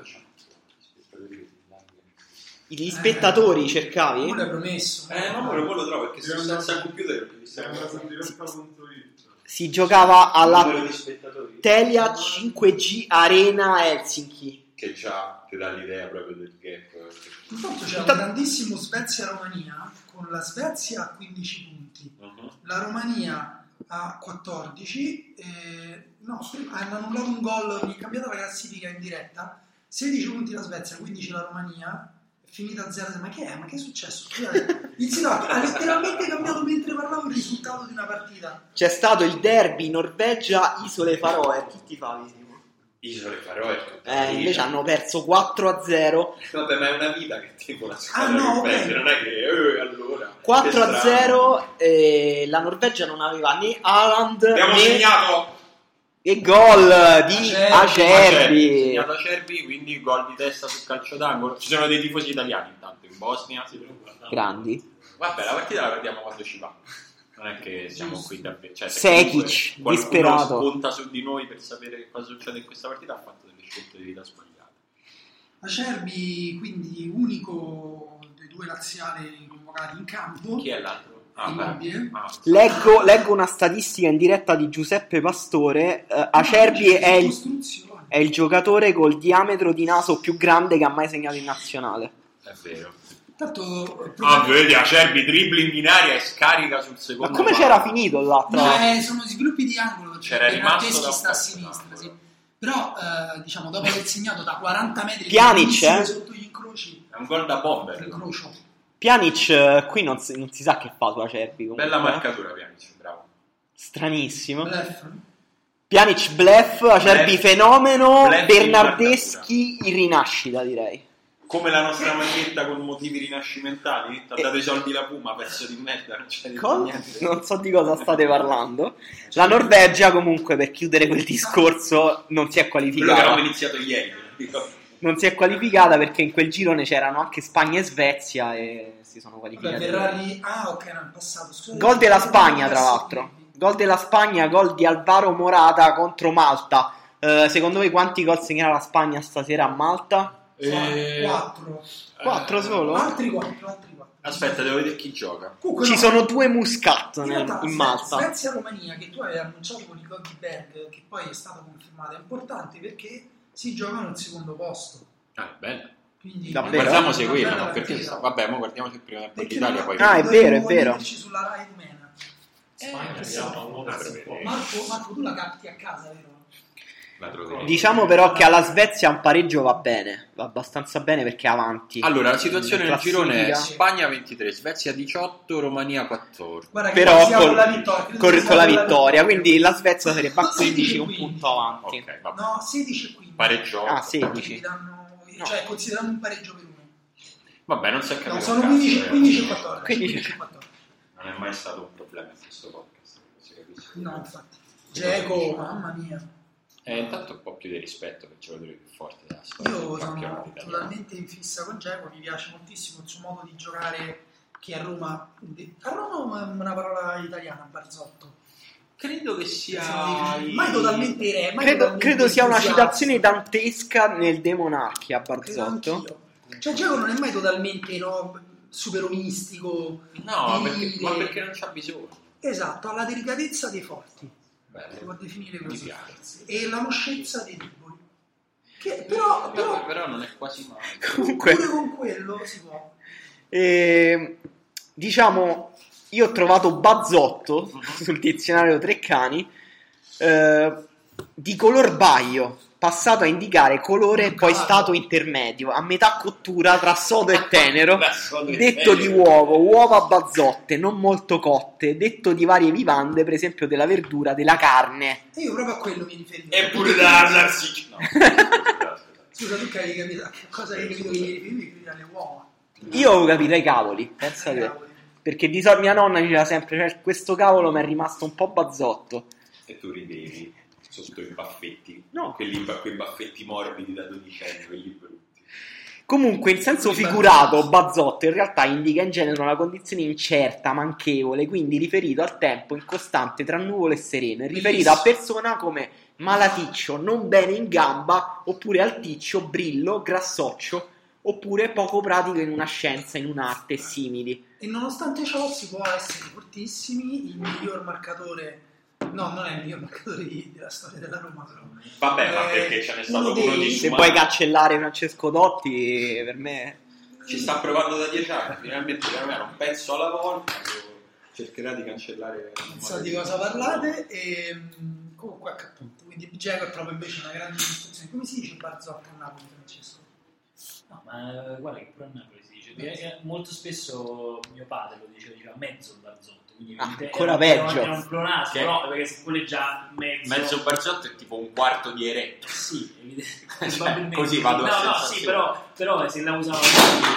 Speaker 1: gli spettatori cercavi?
Speaker 3: Quello è promesso.
Speaker 8: Eh, ma ora poi lo trovo perché sono senza computer. quindi
Speaker 9: Siamo
Speaker 8: stiamo-
Speaker 9: andati diretta.it.
Speaker 1: Si giocava alla
Speaker 2: numero di spettatori.
Speaker 1: Telia 5G Arena Helsinki.
Speaker 8: Che già ti dà l'idea proprio del gap.
Speaker 3: Intanto c'è un
Speaker 1: Intanto-
Speaker 3: grandissimo Svezia-Romania con la Svezia a 15 punti,
Speaker 2: Mhm.
Speaker 3: la Romania a 14. eh, no, prima hanno annullato un gol, è cambiata la classifica in diretta. 16 punti la Svezia, 15 la Romania. è Finita a 0, ma che è? Ma che è successo? Scusate, Il Sinop ha letteralmente cambiato mentre parlavo il risultato di una partita.
Speaker 1: C'è stato il derby Norvegia-Isole Faroe. Chi ti fa, Visimo?
Speaker 8: Isole Faroe.
Speaker 1: Eh, invece hanno perso 4-0.
Speaker 8: Vabbè, ma è una vita che tipo la
Speaker 3: Ah,
Speaker 8: squadra
Speaker 3: no,
Speaker 8: che perde,
Speaker 3: ok.
Speaker 8: non è che eh, allora. che strano.
Speaker 1: 4-0 eh, la Norvegia non aveva né Haaland
Speaker 8: Abbiamo
Speaker 1: né
Speaker 8: segnato
Speaker 1: e gol di
Speaker 2: Acerbi,
Speaker 1: Acerbi.
Speaker 2: segnato Acerbi, quindi gol di testa sul calcio d'angolo. Ci sono dei tifosi italiani intanto in Bosnia.
Speaker 1: Grandi.
Speaker 2: Vabbè, la partita la perdiamo quando ci va. Non è che siamo
Speaker 3: Giusto.
Speaker 2: qui davvero. Cioè, se
Speaker 1: Sekic,
Speaker 2: comunque qualcuno
Speaker 1: disperato.
Speaker 2: conta su di noi per sapere cosa succede in questa partita. Ha fatto delle scelte di vita sbagliate.
Speaker 3: Acerbi, quindi unico dei due laziali convocati in campo. eh.
Speaker 2: Chi è l'altro? Ah,
Speaker 3: Immobile.
Speaker 2: beh. Ah.
Speaker 1: Leggo, leggo una statistica in diretta di Giuseppe Pastore. eh, Acerbi è il
Speaker 3: Costruzione.
Speaker 1: è il giocatore col diametro di naso più grande che ha mai segnato in nazionale.
Speaker 2: È vero.
Speaker 3: Tanto
Speaker 2: Ah, vedi, Acerbi dribbling in aria e scarica sul secondo.
Speaker 1: Ma come
Speaker 2: palo.
Speaker 1: c'era finito là? tra l'altro?
Speaker 3: No, eh, sono sviluppi di angolo perché
Speaker 2: C'era rimasto
Speaker 3: Bernardeschi
Speaker 2: da un
Speaker 3: sta a
Speaker 2: po'
Speaker 3: sinistra, sì.
Speaker 2: d'angolo.
Speaker 3: Però eh, diciamo dopo aver segnato da 40 metri
Speaker 1: Pjanic,
Speaker 3: bellissimo
Speaker 1: eh?
Speaker 3: sotto gli incroci,
Speaker 2: È un gol da bomber.
Speaker 3: l'incrocio.
Speaker 1: Pianic eh, qui non si, non si sa che fa su Acerbi comunque.
Speaker 2: Bella
Speaker 1: eh.
Speaker 2: marcatura, Pianic, bravo.
Speaker 1: Stranissimo.
Speaker 3: Bluff.
Speaker 1: Pianic bluff, Acerbi
Speaker 2: Bluff.
Speaker 1: fenomeno,
Speaker 2: Bluff in
Speaker 1: Bernardeschi in rinascita direi.
Speaker 2: Come la nostra maglietta con motivi rinascimentali,
Speaker 1: Eh.
Speaker 2: ti ha dato i soldi la Puma, pezzo di merda, non c'è
Speaker 1: Col-
Speaker 2: niente.
Speaker 1: Non so di cosa state parlando. La Norvegia comunque per chiudere quel discorso non si è
Speaker 2: Quello che avevamo
Speaker 1: qualificata.
Speaker 2: iniziato ieri. dico.
Speaker 1: Non si è qualificata perché in quel girone c'erano anche Spagna e Svezia e si sono
Speaker 3: Vabbè,
Speaker 1: qualificati.
Speaker 3: Ferrari. Ah, ok, era in passato. Scusate.
Speaker 1: Gol della Spagna, tra l'altro. Gol della Spagna, gol di Alvaro Morata contro Malta. Eh, secondo voi quanti gol segnerà la Spagna stasera a Malta?
Speaker 2: Eh,
Speaker 3: 4.
Speaker 1: Quattro solo?
Speaker 3: Altri 4, altri 4.
Speaker 2: Aspetta, devo vedere chi gioca.
Speaker 3: Comunque,
Speaker 1: Ci
Speaker 3: no,
Speaker 1: sono due Muscat
Speaker 3: in,
Speaker 1: nel-
Speaker 3: realtà
Speaker 1: in
Speaker 3: Sve-
Speaker 1: Malta.
Speaker 3: Svezia-Romania che tu avevi annunciato con il gol di Berg, che poi è stata confermata, è importante perché si giocano al secondo posto.
Speaker 2: Ah, è bello.
Speaker 3: Quindi
Speaker 1: Davvero?
Speaker 2: Guardiamo
Speaker 1: Guardiamo
Speaker 2: se
Speaker 3: Una
Speaker 2: quella,
Speaker 3: bella
Speaker 2: no? Perché,
Speaker 3: partita.
Speaker 2: vabbè, mo guardiamo se prima del
Speaker 3: Perché
Speaker 2: d'Italia
Speaker 3: non-
Speaker 2: poi...
Speaker 1: Ah, è
Speaker 3: dovremmo
Speaker 1: vero, è vero.
Speaker 3: metterci sulla Rai Eh, Mena.
Speaker 4: Spagna,
Speaker 3: chissà.
Speaker 4: abbiamo un cazzo di po'.
Speaker 3: Marco, Marco, tu la capti a casa, vero?
Speaker 2: la troveremo.
Speaker 1: Diciamo però che alla Svezia un pareggio va bene, va abbastanza bene perché è avanti.
Speaker 2: Allora, la situazione nel
Speaker 1: Classifica.
Speaker 2: girone è Spagna 23, Svezia 18, Romania 14.
Speaker 3: Guarda che
Speaker 1: Però
Speaker 3: sia
Speaker 1: col-
Speaker 3: con la vittoria. credo
Speaker 1: Con,
Speaker 3: sia
Speaker 1: con la
Speaker 3: con
Speaker 1: vittoria, quindi la Svezia sarebbe a
Speaker 3: 16,
Speaker 1: 15, un punto avanti.
Speaker 2: Ok, vabbè.
Speaker 3: No, 16 e 15.
Speaker 2: Pareggio.
Speaker 1: Ah,
Speaker 3: Quindi
Speaker 1: 16.
Speaker 3: danno-
Speaker 1: No.
Speaker 3: Cioè, considerando un pareggio per uno.
Speaker 2: Vabbè, non si è capito.
Speaker 3: No,
Speaker 2: un
Speaker 3: sono
Speaker 2: cazzo,
Speaker 3: 15,
Speaker 2: eh.
Speaker 3: 15 e 14.
Speaker 1: 15.
Speaker 3: 15 e 14.
Speaker 2: Non è mai stato un problema in questo podcast. si capisce.
Speaker 3: No, infatti. Geco, mamma mia.
Speaker 2: Eh, intanto un po' più di rispetto per il giocatore più forte della storia.
Speaker 3: Io
Speaker 2: del campionato
Speaker 3: sono
Speaker 2: italiano.
Speaker 3: totalmente in fissa con Geco, mi piace moltissimo il suo modo di giocare che a Roma... A Roma è una parola italiana, Barzotto.
Speaker 2: Credo che
Speaker 3: Sono
Speaker 2: sia...
Speaker 3: dei- mai totalmente re, mai
Speaker 1: Credo,
Speaker 3: totalmente
Speaker 1: credo sia una
Speaker 3: entusiasta.
Speaker 1: citazione dantesca nel Demonarchia
Speaker 3: Credo
Speaker 2: Esatto.
Speaker 1: Barzotto.
Speaker 3: anch'io. Cioè, Giacomo non è mai totalmente no, superomistico.
Speaker 2: No,
Speaker 3: di-
Speaker 2: perché, ma perché non c'ha bisogno?
Speaker 3: Esatto, ha la delicatezza dei forti, si può
Speaker 2: Bello.
Speaker 3: definire
Speaker 2: Eh, Mi
Speaker 3: così.
Speaker 2: piace.
Speaker 3: E la moscezza dei deboli. Che però,
Speaker 2: Vabbè,
Speaker 3: però
Speaker 2: però non è quasi mai.
Speaker 1: Comunque,
Speaker 3: pure con quello si può.
Speaker 1: E, diciamo, io ho trovato Bazzotto sul dizionario Treccani eh, di color baio, passato a indicare colore poi stato intermedio, a metà cottura tra sodo e tenero, detto di uovo, uova bazzotte, non molto cotte, detto di varie vivande, per esempio della verdura, della carne.
Speaker 3: E io proprio a quello mi riferivo.
Speaker 2: Eppure da narcisico. No.
Speaker 3: Scusa, tu che avevi capito a che cosa avevi capito che mi riferivo? Mi riferivo alle uova.
Speaker 1: Io ho capito i cavoli, pensa te.
Speaker 3: Cavoli.
Speaker 1: Perché di solito mia nonna diceva sempre: cioè, questo cavolo mi è rimasto un po' bazzotto.
Speaker 2: E tu ridevi sotto i baffetti.
Speaker 1: No.
Speaker 2: Quelli, quei baffetti morbidi da 12 anni, quelli brutti.
Speaker 1: Comunque, in senso figurato, bazzotto in realtà indica in genere una condizione incerta, manchevole, quindi riferito al tempo incostante tra nuvole e sereno, e riferito a persona come malaticcio, non bene in gamba, oppure alticcio, brillo, grassoccio, oppure poco pratico in una scienza, in un'arte e simili.
Speaker 3: E nonostante ciò si può essere fortissimi, il miglior marcatore... No, non è il miglior marcatore di- della storia della Roma, però.
Speaker 2: Vabbè, ma
Speaker 3: Eh,
Speaker 2: perché ce n'è stato
Speaker 3: uno
Speaker 2: uno
Speaker 3: dei-
Speaker 2: di
Speaker 1: Se
Speaker 2: Schumacher?
Speaker 1: puoi cancellare Francesco Dotti, per me
Speaker 3: mm.
Speaker 2: Ci sta provando da 10 anni, finalmente era un pezzo alla volta. Cercherà di cancellare.
Speaker 3: non so di cosa parlate e mm, comunque ecco, appunto quindi Dzeko è proprio invece una grande dimostrazione come si dice Barzotto a Napoli Francesco?
Speaker 4: No, ma eh, guarda che pure a Napoli si dice. Eh, eh, Molto spesso mio padre lo diceva, diceva mezzo barzotto. Quindi
Speaker 1: Ah,
Speaker 4: veramente
Speaker 1: ancora
Speaker 4: era- era-
Speaker 1: peggio.
Speaker 4: Era un pleonasmo,
Speaker 5: Che-
Speaker 4: no? Perché se quello è già mezzo.
Speaker 5: Mezzo barzotto è tipo un quarto di eretto.
Speaker 4: Sì, evidente-
Speaker 5: Cioè,
Speaker 4: probabilmente.
Speaker 5: così vado a
Speaker 4: No, no,
Speaker 5: sensazione.
Speaker 4: sì, però, però se la usavano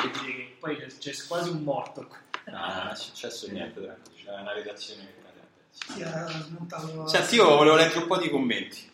Speaker 4: tutti, vuol dire che poi c'è, c'è quasi un morto. qua.
Speaker 2: No, Ah, non è successo niente, tranquillo. C'è la navigazione che cade a
Speaker 3: si era smontato
Speaker 2: testa. Senti, Cioè, io volevo leggere un po' di commenti.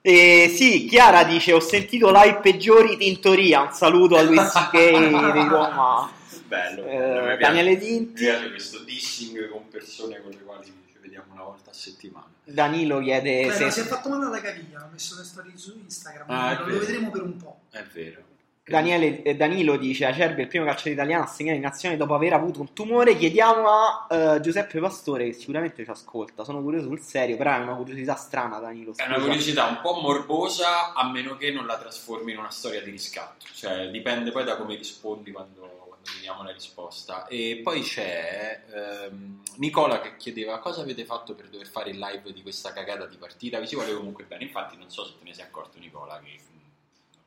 Speaker 1: Eh, sì, Chiara dice: Ho sentito live peggiori Tintoria. Un saluto a Luis C.K. di Roma.
Speaker 2: Bello.
Speaker 1: Eh,
Speaker 2: Mi piace.
Speaker 1: Daniele
Speaker 2: Mi
Speaker 1: Tinti.
Speaker 2: piace questo dissing con persone con le quali ci vediamo una volta a settimana.
Speaker 1: Danilo
Speaker 2: Eh,
Speaker 1: chiede
Speaker 3: Guarda, Eh, si è
Speaker 1: se
Speaker 3: fatto male alla caviglia l'ha messo le storie su Instagram
Speaker 2: Ah, è
Speaker 3: non
Speaker 2: vero.
Speaker 3: lo vedremo per un po'
Speaker 2: È vero.
Speaker 1: Daniele- eh, Danilo dice: Acerbi è il primo calciatore italiano a segnare in azione dopo aver avuto un tumore. Chiediamo a eh, Giuseppe Pastore, che sicuramente ci ascolta. Sono curioso sul serio, però è una curiosità strana, Danilo.
Speaker 5: È una
Speaker 1: scusa.
Speaker 5: curiosità un po' morbosa a meno che non la trasformi in una storia di riscatto, cioè dipende poi da come rispondi quando, quando vediamo la risposta. E poi c'è ehm, Nicola che chiedeva cosa avete fatto per dover fare il live di questa cagata di partita, vi si vuole comunque bene, infatti non so se te ne sei accorto Nicola che mm,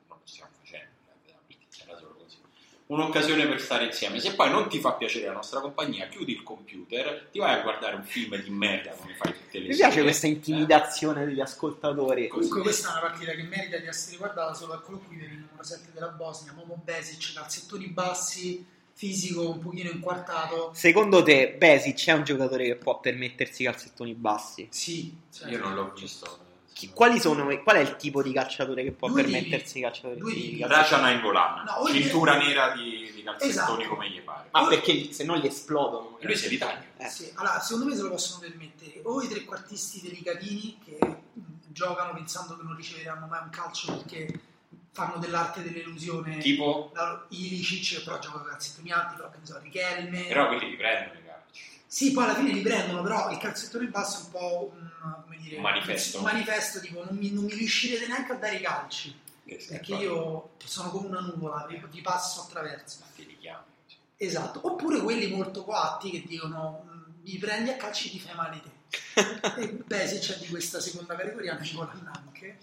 Speaker 5: non lo stiamo facendo, il live della partita, era solo così.
Speaker 2: Un'occasione per stare insieme. Se poi non ti fa piacere la nostra compagnia, chiudi il computer, ti vai a guardare un film di merda come fai tutte le
Speaker 1: Mi piace
Speaker 2: sere.
Speaker 1: questa intimidazione degli ascoltatori.
Speaker 2: Così.
Speaker 3: comunque questa è una partita che merita di essere guardata solo eccolo qui per il numero 7 della Bosnia Momo Besic calzettoni bassi fisico un pochino inquartato
Speaker 1: Secondo te, Besic c'è un giocatore che può permettersi calzettoni bassi?
Speaker 3: sì cioè,
Speaker 5: Io non l'ho visto.
Speaker 1: Chi- quali sono, qual è il tipo di calciatore che può
Speaker 3: Lui-
Speaker 1: permettersi i calciatori?
Speaker 3: lui-
Speaker 1: di- di-
Speaker 2: Dacia Nainggolan,
Speaker 3: No, oggi-
Speaker 2: cintura nera di, di calzettoni
Speaker 3: Esatto.
Speaker 2: come gli pare.
Speaker 1: Ma perché gli- se no gli esplodono?
Speaker 5: E lui se li taglia.
Speaker 1: Eh.
Speaker 3: Sì, allora, secondo me se lo possono permettere o i trequartisti delicatini che mh, giocano pensando che non riceveranno mai un calcio perché fanno dell'arte dell'illusione.
Speaker 5: Tipo,
Speaker 3: La- Ilicic che però gioca con calzettoni alti, però che ne so, Richelme.
Speaker 5: però quelli li prendono i calci.
Speaker 3: Sì, poi alla fine li prendono, però il calzettone basso è un po' un, come dire,
Speaker 5: Un manifesto.
Speaker 3: Un manifesto, tipo non mi, non mi riuscirete neanche a dare i calci,
Speaker 5: Che se-
Speaker 3: perché io sono come una nuvola, vi, vi passo attraverso.
Speaker 5: Ma te li chiami.
Speaker 3: Esatto, oppure quelli molto coatti che dicono "Mm, mi prendi a calci ti fai male te. E beh, se c'è di questa seconda categoria, non ci vuole anche.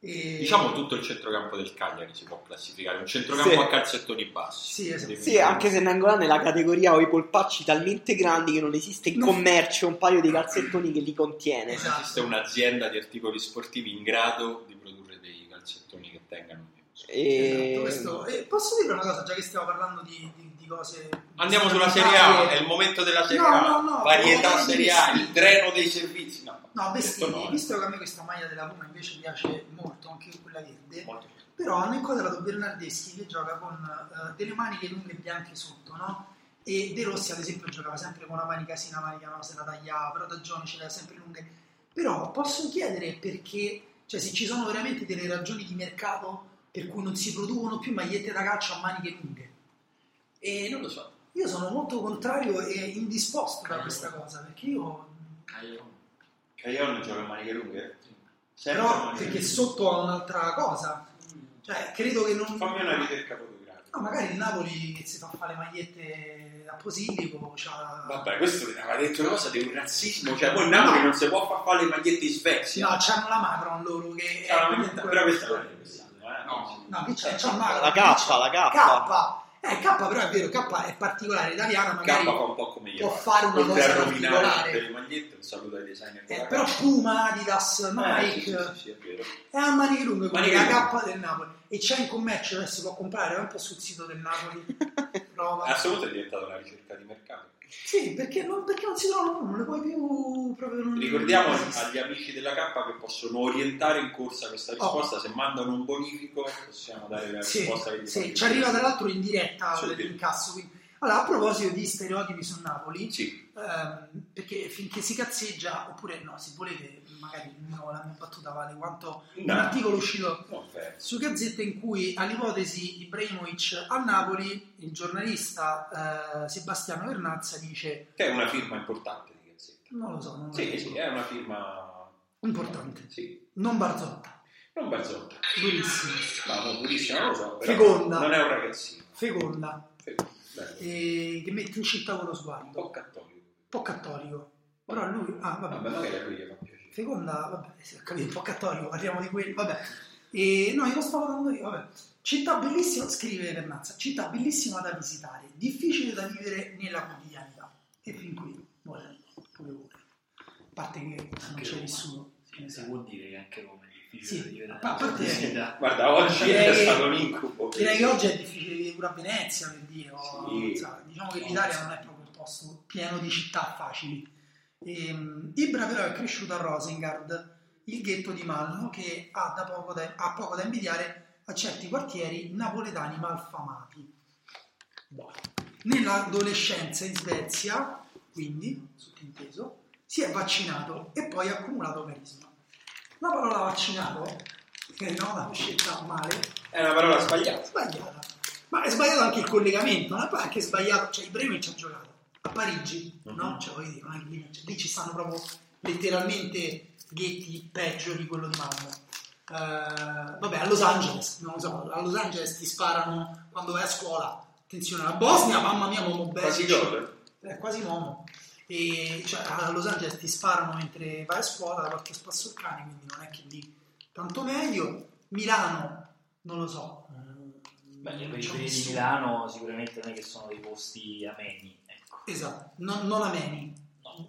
Speaker 3: E-
Speaker 2: Diciamo tutto il centrocampo del Cagliari si può classificare, un centrocampo
Speaker 1: Sì.
Speaker 2: a calzettoni bassi.
Speaker 3: Sì, esatto.
Speaker 2: Devi-
Speaker 1: Sì, anche se Nangolan è la categoria o i polpacci talmente grandi che non esiste in
Speaker 3: No.
Speaker 1: commercio un paio di calzettoni che li contiene.
Speaker 3: Esatto.
Speaker 2: Non esiste un'azienda di articoli sportivi in grado di produrre dei calzettoni che tengano.
Speaker 1: E...
Speaker 3: Esatto, questo- e posso dire una cosa, già che stiamo parlando di, di- di cose...
Speaker 2: Andiamo sulla Serie A,
Speaker 3: Eh,
Speaker 2: è il momento della Serie
Speaker 3: No,
Speaker 2: A.
Speaker 3: no, no.
Speaker 2: Varietà
Speaker 3: No,
Speaker 2: Serie A, il treno dei servizi. No,
Speaker 3: No, vestiti,
Speaker 2: Questo no, eh.
Speaker 3: visto che a me questa maglia della Roma invece piace molto, anche quella verde,
Speaker 2: molto
Speaker 3: però hanno inquadrato Bernardeschi che gioca con eh, delle maniche lunghe e bianche sotto, no? E De Rossi, ad esempio, giocava sempre con una manica sì, una manica no, se la tagliava, però da giovane ce l'aveva sempre lunghe. Però posso chiedere perché, cioè se ci sono veramente delle ragioni di mercato per cui non si producono più magliette da calcio a maniche lunghe.
Speaker 5: E non lo so.
Speaker 3: Io sono molto contrario e indisposto da questa cosa, perché io
Speaker 2: Caion gioca a maniche lunghe? Sempre a
Speaker 3: però
Speaker 2: maniche
Speaker 3: perché
Speaker 2: lunghe.
Speaker 3: sotto ha un'altra cosa cioè credo che non
Speaker 2: Fammi una ricerca fotografica.
Speaker 3: No, magari il Napoli che si fa fare le magliette a Posillipo c'ha...
Speaker 2: Vabbè, questo aveva detto una cosa di un razzismo, cioè poi Napoli non si può far fare le magliette in Svezia.
Speaker 3: no c'hanno la Macron loro che
Speaker 2: Cioè, la maglietta-
Speaker 3: comunque-
Speaker 2: però questa non è questa, eh?
Speaker 5: No.
Speaker 3: no che c'è c'ha Macron
Speaker 1: La K, la K.
Speaker 3: K eh K però è vero K è particolare italiana
Speaker 2: K
Speaker 3: magari
Speaker 2: fa un po' come gli
Speaker 3: può
Speaker 2: va.
Speaker 3: fare una
Speaker 2: Oltre
Speaker 3: cosa
Speaker 2: a rovinare
Speaker 3: particolare.
Speaker 2: delle magliette, un saluto ai designer.
Speaker 3: eh,
Speaker 2: della
Speaker 3: però
Speaker 2: K.
Speaker 3: Puma Adidas
Speaker 2: Eh, sì,
Speaker 3: Nike
Speaker 2: sì, sì, sì, è vero.
Speaker 3: è a maniche lunghe quindi
Speaker 2: Maniche
Speaker 3: la K del Napoli e c'è in commercio adesso si può comprare va un po' sul sito del Napoli prova
Speaker 2: Eh. Assolutamente è diventata una ricerca di mercato.
Speaker 3: Sì, perché non, perché non si trovano più, non le puoi più proprio... Non...
Speaker 2: Ricordiamo
Speaker 3: non esiste.
Speaker 2: agli amici della K che possono orientare in corsa questa risposta. Se mandano un bonifico, possiamo dare la
Speaker 3: Oh. Sì,
Speaker 2: risposta che gli
Speaker 3: sì,
Speaker 2: fa
Speaker 3: ci arriva tra l'altro in diretta
Speaker 2: Sì, sì.
Speaker 3: l'incasso. Quindi. Allora, a proposito di stereotipi su Napoli,
Speaker 2: Sì,
Speaker 3: ehm, perché finché si cazzeggia, oppure no, se volete, magari no, la mia battuta vale quanto
Speaker 2: No.
Speaker 3: un articolo uscito
Speaker 2: non fermo.
Speaker 3: su Gazzetta in cui all'ipotesi Ibrahimovic a Napoli il giornalista eh, Sebastiano Vernazza dice
Speaker 2: Che è una firma importante di Gazzetta.
Speaker 3: non lo so, non lo
Speaker 2: Sì,
Speaker 3: so.
Speaker 2: sì, è una firma
Speaker 3: importante,
Speaker 2: Sì.
Speaker 3: non Barzotta,
Speaker 2: Non Barzotta.
Speaker 3: durissimo,
Speaker 2: No, non purissima, non lo so. però
Speaker 3: Feconda.
Speaker 2: Non è un ragazzino.
Speaker 3: feconda,
Speaker 2: Feconda, bello.
Speaker 3: Eh. e che mette in città con lo
Speaker 2: Un
Speaker 3: sguardo,
Speaker 2: po'
Speaker 3: un
Speaker 2: cattolico.
Speaker 3: po' cattolico, però lui, ah
Speaker 2: Vabbè, magari a lui gli fa piacere.
Speaker 3: Feconda, vabbè, se ho capito, un po' cattolico, parliamo di quello, vabbè. E, no, io lo stavo dando io, vabbè. Città bellissima, scrive Vernazza, città bellissima da visitare, difficile da vivere nella quotidianità. E fin qui, buona, pure voi. A parte che non
Speaker 4: Anche
Speaker 3: c'è
Speaker 4: Roma.
Speaker 3: nessuno.
Speaker 4: Sì, si può dire che anche Roma è difficile
Speaker 3: Sì,
Speaker 4: da diventare.
Speaker 3: a parte-
Speaker 4: Sì,
Speaker 2: Guarda, oggi
Speaker 3: Direi-
Speaker 2: è stato un incubo.
Speaker 3: Direi che oggi è difficile vivere pure a Venezia, per dire, o-
Speaker 2: Sì.
Speaker 3: sa, diciamo che l'Italia non è proprio un posto pieno di città facili. Ehm, Ibra però è cresciuto a Rosengard, il ghetto di Malmo, che ha, da poco da, ha poco da invidiare a certi quartieri napoletani malfamati. Boh. Nell'adolescenza in Svezia, quindi, sottinteso, si è vaccinato e poi ha accumulato carisma. La parola vaccinato, che no, l'ho scelta male,
Speaker 2: È una parola sbagliata.
Speaker 3: sbagliata. Ma è sbagliato anche il collegamento, non è anche sbagliato, cioè Ibrahimovic ci ha giocato a Parigi, no?
Speaker 2: Mhm.
Speaker 3: Cioè, voglio dire, non è che lì, cioè, lì ci stanno proprio letteralmente ghetti peggio di quello di Malmo. Eh, vabbè, a Los Angeles, non lo so, a Los Angeles ti sparano quando vai a scuola. Attenzione, alla Bosnia, mamma mia, uomo bello.
Speaker 2: Quasi gol.
Speaker 3: È Eh, quasi un uomo. E cioè, a Los Angeles ti sparano mentre vai a scuola, qualche spasso al cane, quindi non è che lì tanto meglio. Milano, non lo so.
Speaker 4: Mm,
Speaker 3: Diciamo
Speaker 4: Beh, le
Speaker 3: Non c'è
Speaker 4: periferie di
Speaker 3: nessuno.
Speaker 4: Milano sicuramente non è che sono dei posti ameni, ecco.
Speaker 3: Esatto, non, non ameni.
Speaker 4: No.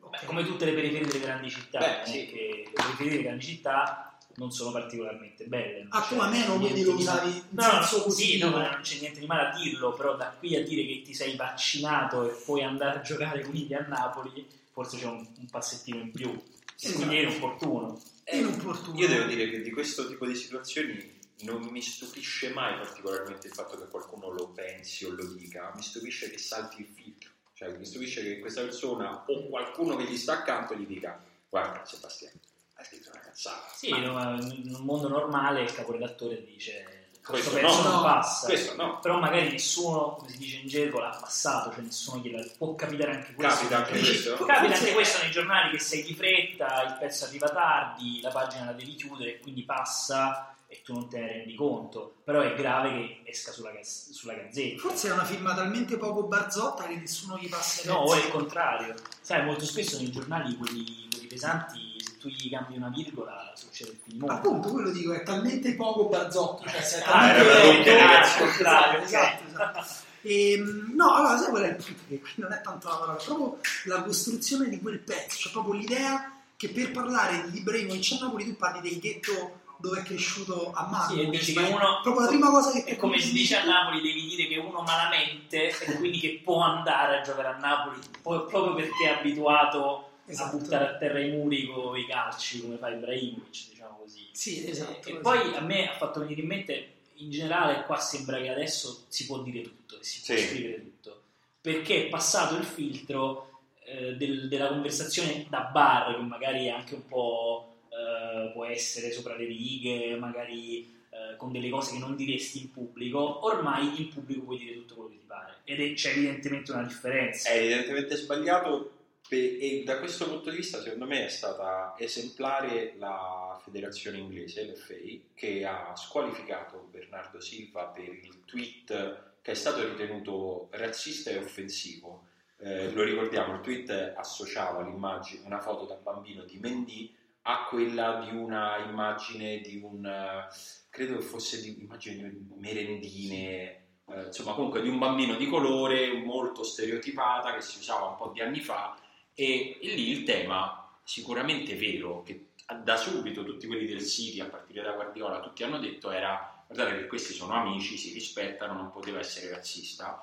Speaker 3: Ok.
Speaker 4: Beh, come tutte le periferie delle grandi città,
Speaker 2: Beh,
Speaker 4: non è
Speaker 2: sì.
Speaker 4: che le periferie delle grandi città non sono particolarmente belle. non
Speaker 3: Ah,
Speaker 4: c'è
Speaker 3: tu ameno
Speaker 4: niente
Speaker 3: quindi lo
Speaker 4: di-
Speaker 3: usavi in
Speaker 4: No, no,
Speaker 3: senso
Speaker 4: no, sì,
Speaker 3: positivo.
Speaker 4: no, ma non c'è niente di male a dirlo, però da qui a dire che ti sei vaccinato e puoi andare a giocare quindi a Napoli, forse c'è un, un passettino in più.
Speaker 3: Sì,
Speaker 4: Quindi è opportuno.
Speaker 3: Inopportuno.
Speaker 2: Io devo dire che di questo tipo di situazioni non mi stupisce mai particolarmente il fatto che qualcuno lo pensi o lo dica, mi stupisce che salti il filtro, cioè mi stupisce che questa persona o qualcuno che gli sta accanto gli dica guarda Sebastiano, hai scritto una cazzata.
Speaker 4: Sì,
Speaker 2: Ma
Speaker 4: no, ma in un mondo normale il caporedattore dice questo,
Speaker 2: Questo
Speaker 4: pezzo
Speaker 3: no.
Speaker 4: non passa.
Speaker 2: Questo no,
Speaker 4: Però magari nessuno, come si dice in gergo, l'ha passato, cioè nessuno gliela può capitare anche questo.
Speaker 2: capita anche
Speaker 3: Dici,
Speaker 2: questo.
Speaker 3: tu-
Speaker 4: Capita
Speaker 3: Forse-
Speaker 4: anche questo nei giornali che sei di fretta, il pezzo arriva tardi, la pagina la devi chiudere, quindi passa e tu non te ne rendi conto. Però è grave che esca sulla, gaz- sulla gazzetta.
Speaker 3: Forse è una firma talmente poco barzotta che nessuno gli passa
Speaker 4: No, o è
Speaker 3: pezzi.
Speaker 4: il contrario. Sai, molto spesso nei giornali quelli, quelli pesanti, se tu gli cambi una virgola, succede il finimondo.
Speaker 3: Appunto, quello dico, è talmente poco barzotto, cioè sei
Speaker 4: Ah,
Speaker 3: talmente
Speaker 2: era
Speaker 3: lento.
Speaker 2: veramente, ragazzi,
Speaker 4: al contrario, Eh,
Speaker 3: Esatto, esatto, esatto. Ehm, no, allora, sai qual è il punto? Che qui non è tanto la parola, è proprio la costruzione di quel pezzo, cioè proprio l'idea che per parlare di Ibrahimovic a Napoli tu parli del ghetto dove è cresciuto a Malmo.
Speaker 4: Sì, e
Speaker 3: per
Speaker 4: dici
Speaker 3: sbaglio.
Speaker 4: che uno-
Speaker 3: Proprio la prima cosa che...
Speaker 4: E come si dice a Napoli, devi dire che uno malamente e quindi che può andare a giocare a Napoli po- proprio perché è abituato
Speaker 3: Esatto.
Speaker 4: a buttare a terra i muri con i calci come fa Ibrahimovic, diciamo così.
Speaker 3: Sì, esatto.
Speaker 4: e
Speaker 3: esatto.
Speaker 4: poi a me ha fatto venire in mente, in generale, qua sembra che adesso si può dire tutto, e si può
Speaker 2: Sì.
Speaker 4: scrivere tutto, perché è passato il filtro eh, del- della conversazione da bar, che magari è anche un po' eh, può essere sopra le righe, magari eh, con delle cose che non diresti in pubblico, ormai in pubblico puoi dire tutto quello che ti pare, ed è- c'è evidentemente una differenza.
Speaker 2: È evidentemente sbagliato pe- e da questo punto di vista secondo me è stata esemplare la federazione inglese, l'FA, che ha squalificato Bernardo Silva per il tweet che è stato ritenuto razzista e offensivo. Eh, lo ricordiamo, il tweet associava l'immagine, una foto da bambino di Mendy a quella di una immagine di un, eh, credo che fosse di immagine di merendine, eh, insomma comunque di un bambino di colore molto stereotipata che si usava un po' di anni fa e, e lì il tema sicuramente vero che da subito tutti quelli del City a partire da Guardiola tutti hanno detto era guardate che questi sono amici, si rispettano, non poteva essere razzista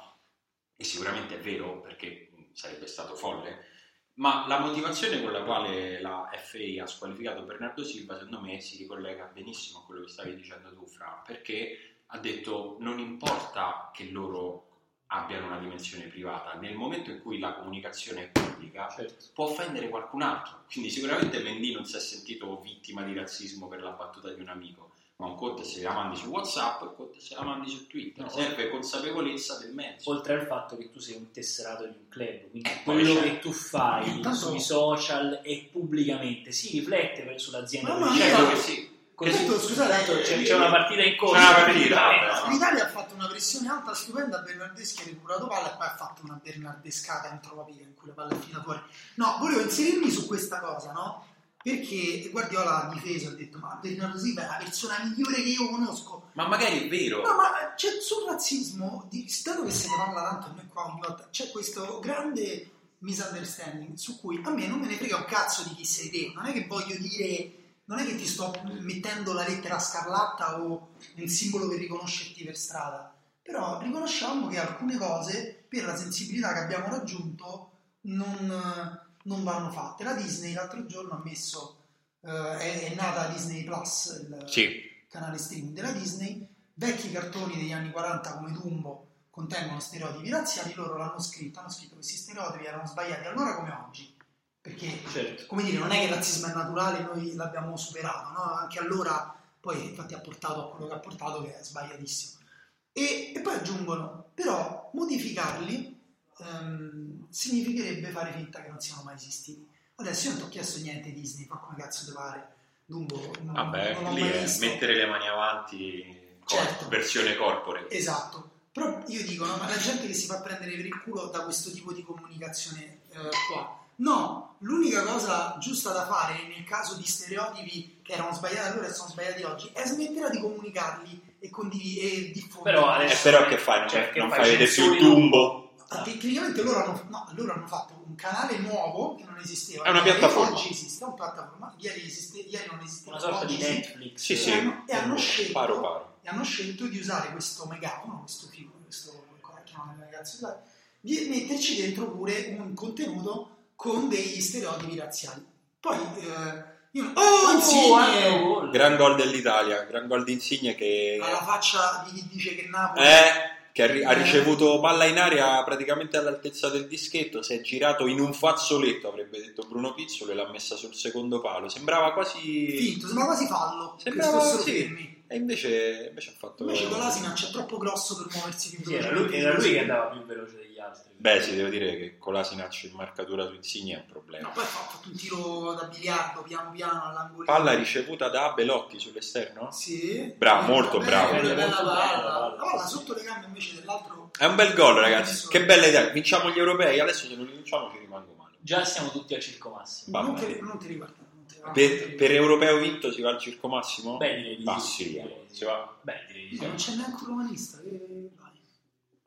Speaker 2: e sicuramente è vero perché mh, sarebbe stato folle. Ma la motivazione con la quale la FA ha squalificato Bernardo Silva, secondo me, si ricollega benissimo a quello che stavi dicendo tu, Fra, perché ha detto non importa che loro abbiano una dimensione privata, nel momento in cui la comunicazione è pubblica
Speaker 4: Certo.
Speaker 2: può offendere qualcun altro. Quindi sicuramente Mendy non si è sentito vittima di razzismo per la battuta di un amico, ma un conto è se la mandi su Whatsapp, un conto è se la mandi su Twitter.
Speaker 4: No.
Speaker 2: Serve consapevolezza del mezzo.
Speaker 4: Oltre al fatto che tu sei un tesserato di un club, quindi
Speaker 2: Eh, poi
Speaker 5: certo.
Speaker 4: quello
Speaker 2: c'è-
Speaker 4: che tu fai
Speaker 3: Intanto-
Speaker 4: sui social e pubblicamente si riflette per- sull'azienda.
Speaker 3: Ma-
Speaker 4: che
Speaker 3: ma-
Speaker 4: c'è.
Speaker 2: Certo
Speaker 3: io-
Speaker 2: che sì.
Speaker 4: Cioè, Così-
Speaker 3: Detto, scusate,
Speaker 4: tanto c'è,
Speaker 3: eh,
Speaker 4: c'è una partita in corso.
Speaker 5: Ah,
Speaker 2: C'è una partita,
Speaker 4: quindi-
Speaker 2: vabbè.
Speaker 3: L'Italia ha fatto una pressione alta stupenda, Bernardeschi ha recuperato palla e poi ha fatto una Bernardescata entro la piega in cui la palla è finita fuori. No, volevo inserirmi su questa cosa, no? Perché Guardiola ha difeso, ha detto, ma Bernardo Silva è la persona migliore che io conosco.
Speaker 2: Ma magari è vero.
Speaker 3: No, ma c'è sul razzismo, di, dato che se ne parla tanto a me qua ogni volta, c'è questo grande misunderstanding su cui a me non me ne frega un cazzo di chi sei te, non è che voglio dire, non è che ti sto mettendo la lettera scarlatta o un simbolo per riconoscerti per strada, però riconosciamo che alcune cose, per la sensibilità che abbiamo raggiunto, non, eh, non vanno fatte. La Disney l'altro giorno ha messo, eh, è, è nata Disney Plus, il,
Speaker 2: Sì.
Speaker 3: canale streaming della Disney, vecchi cartoni degli anni 40 come Dumbo contengono stereotipi razziali, loro l'hanno scritto, hanno scritto che questi stereotipi erano sbagliati allora come oggi, perché
Speaker 4: Certo.
Speaker 3: come dire, non è che il razzismo è naturale, noi l'abbiamo superato, no? anche allora poi infatti ha portato a quello che ha portato che è sbagliatissimo. E, e poi aggiungono, però modificarli ehm, significherebbe fare finta che non siano mai esistiti. Adesso io non ti ho chiesto niente Disney, fa come cazzo ti pare. Dumbo, non, non
Speaker 2: Vabbè,
Speaker 3: l'ho
Speaker 2: lì
Speaker 3: mai
Speaker 2: è
Speaker 3: visto.
Speaker 2: mettere le mani avanti, cor-
Speaker 3: Certo.
Speaker 2: versione corpore.
Speaker 3: Esatto. Però io dico, no, ma la gente che si fa prendere per il culo da questo tipo di comunicazione eh, qua. No, l'unica cosa giusta da fare nel caso di stereotipi che erano sbagliati allora e sono sbagliati oggi è smetterla di comunicarli e, condivi- e diffonderli.
Speaker 4: Però
Speaker 9: Eh,
Speaker 2: Eh,
Speaker 4: adesso- Cioè, che fai? Censuri
Speaker 2: Dumbo?
Speaker 3: Ah, tecnicamente loro hanno, no, loro hanno fatto un canale nuovo che non esisteva.
Speaker 2: È una
Speaker 3: Ieri-
Speaker 2: piattaforma.
Speaker 3: Oggi esiste, è una piattaforma. Ieri, esiste- ieri non esisteva.
Speaker 4: Una sorta
Speaker 3: oggi
Speaker 4: di
Speaker 3: esiste.
Speaker 4: Netflix.
Speaker 2: Sì, sì.
Speaker 3: E hanno- e hanno scelto
Speaker 2: Paro paro.
Speaker 3: e hanno scelto di usare questo megafono, questo film, questo come chiamano i ragazzi, dai, di metterci dentro pure un contenuto con degli stereotipi razziali. Poi eh, io oh,
Speaker 4: Oh, anche un
Speaker 3: Insigne
Speaker 4: gol.
Speaker 5: Gran gol dell'Italia, gran gol di Insigne che,
Speaker 3: alla faccia di chi dice che Napoli
Speaker 5: eh, che ha, ri- ha ricevuto palla in aria praticamente all'altezza del dischetto, si è girato in un fazzoletto, avrebbe detto Bruno Pizzolo, e l'ha messa sul secondo palo. Sembrava
Speaker 3: è
Speaker 5: quasi...
Speaker 3: finto, sembra quasi fallo,
Speaker 5: Sembrava-
Speaker 3: Sembrava solo
Speaker 5: sì.
Speaker 3: fermi.
Speaker 5: E invece, invece ha fatto...
Speaker 3: Invece Colasina c'è troppo grosso per muoversi più
Speaker 4: Sì, era, lui, era lui che andava più veloce degli altri.
Speaker 5: Beh, sì, devo dire che con l'Asinaccio in marcatura su Insigne è un problema.
Speaker 3: No, poi ha fatto un tiro da biliardo piano piano all'angolino.
Speaker 5: Palla ricevuta da Belotti sull'esterno?
Speaker 3: Sì.
Speaker 5: Bravo, molto
Speaker 3: Beh,
Speaker 5: bravo.
Speaker 3: Una bella
Speaker 4: Molto bella
Speaker 3: palla.
Speaker 4: palla.
Speaker 3: La palla sotto le gambe invece dell'altro
Speaker 5: È un bel gol, ragazzi. Che bella idea. Vinciamo gli europei, adesso se non li vinciamo ci rimango male.
Speaker 4: Già siamo tutti al circo massimo.
Speaker 5: Va
Speaker 3: non
Speaker 5: bene.
Speaker 3: ti, non ti riguarda. non ti- non ti
Speaker 5: Per, per
Speaker 3: riguarda.
Speaker 5: europeo vinto si va al circo massimo?
Speaker 4: Beh, direi di
Speaker 5: Ma
Speaker 4: sì,
Speaker 5: sì,
Speaker 4: direi di
Speaker 5: si va.
Speaker 4: Beh, direi di
Speaker 3: No, non
Speaker 4: sì.
Speaker 3: c'è neanche un romanista. che- vai.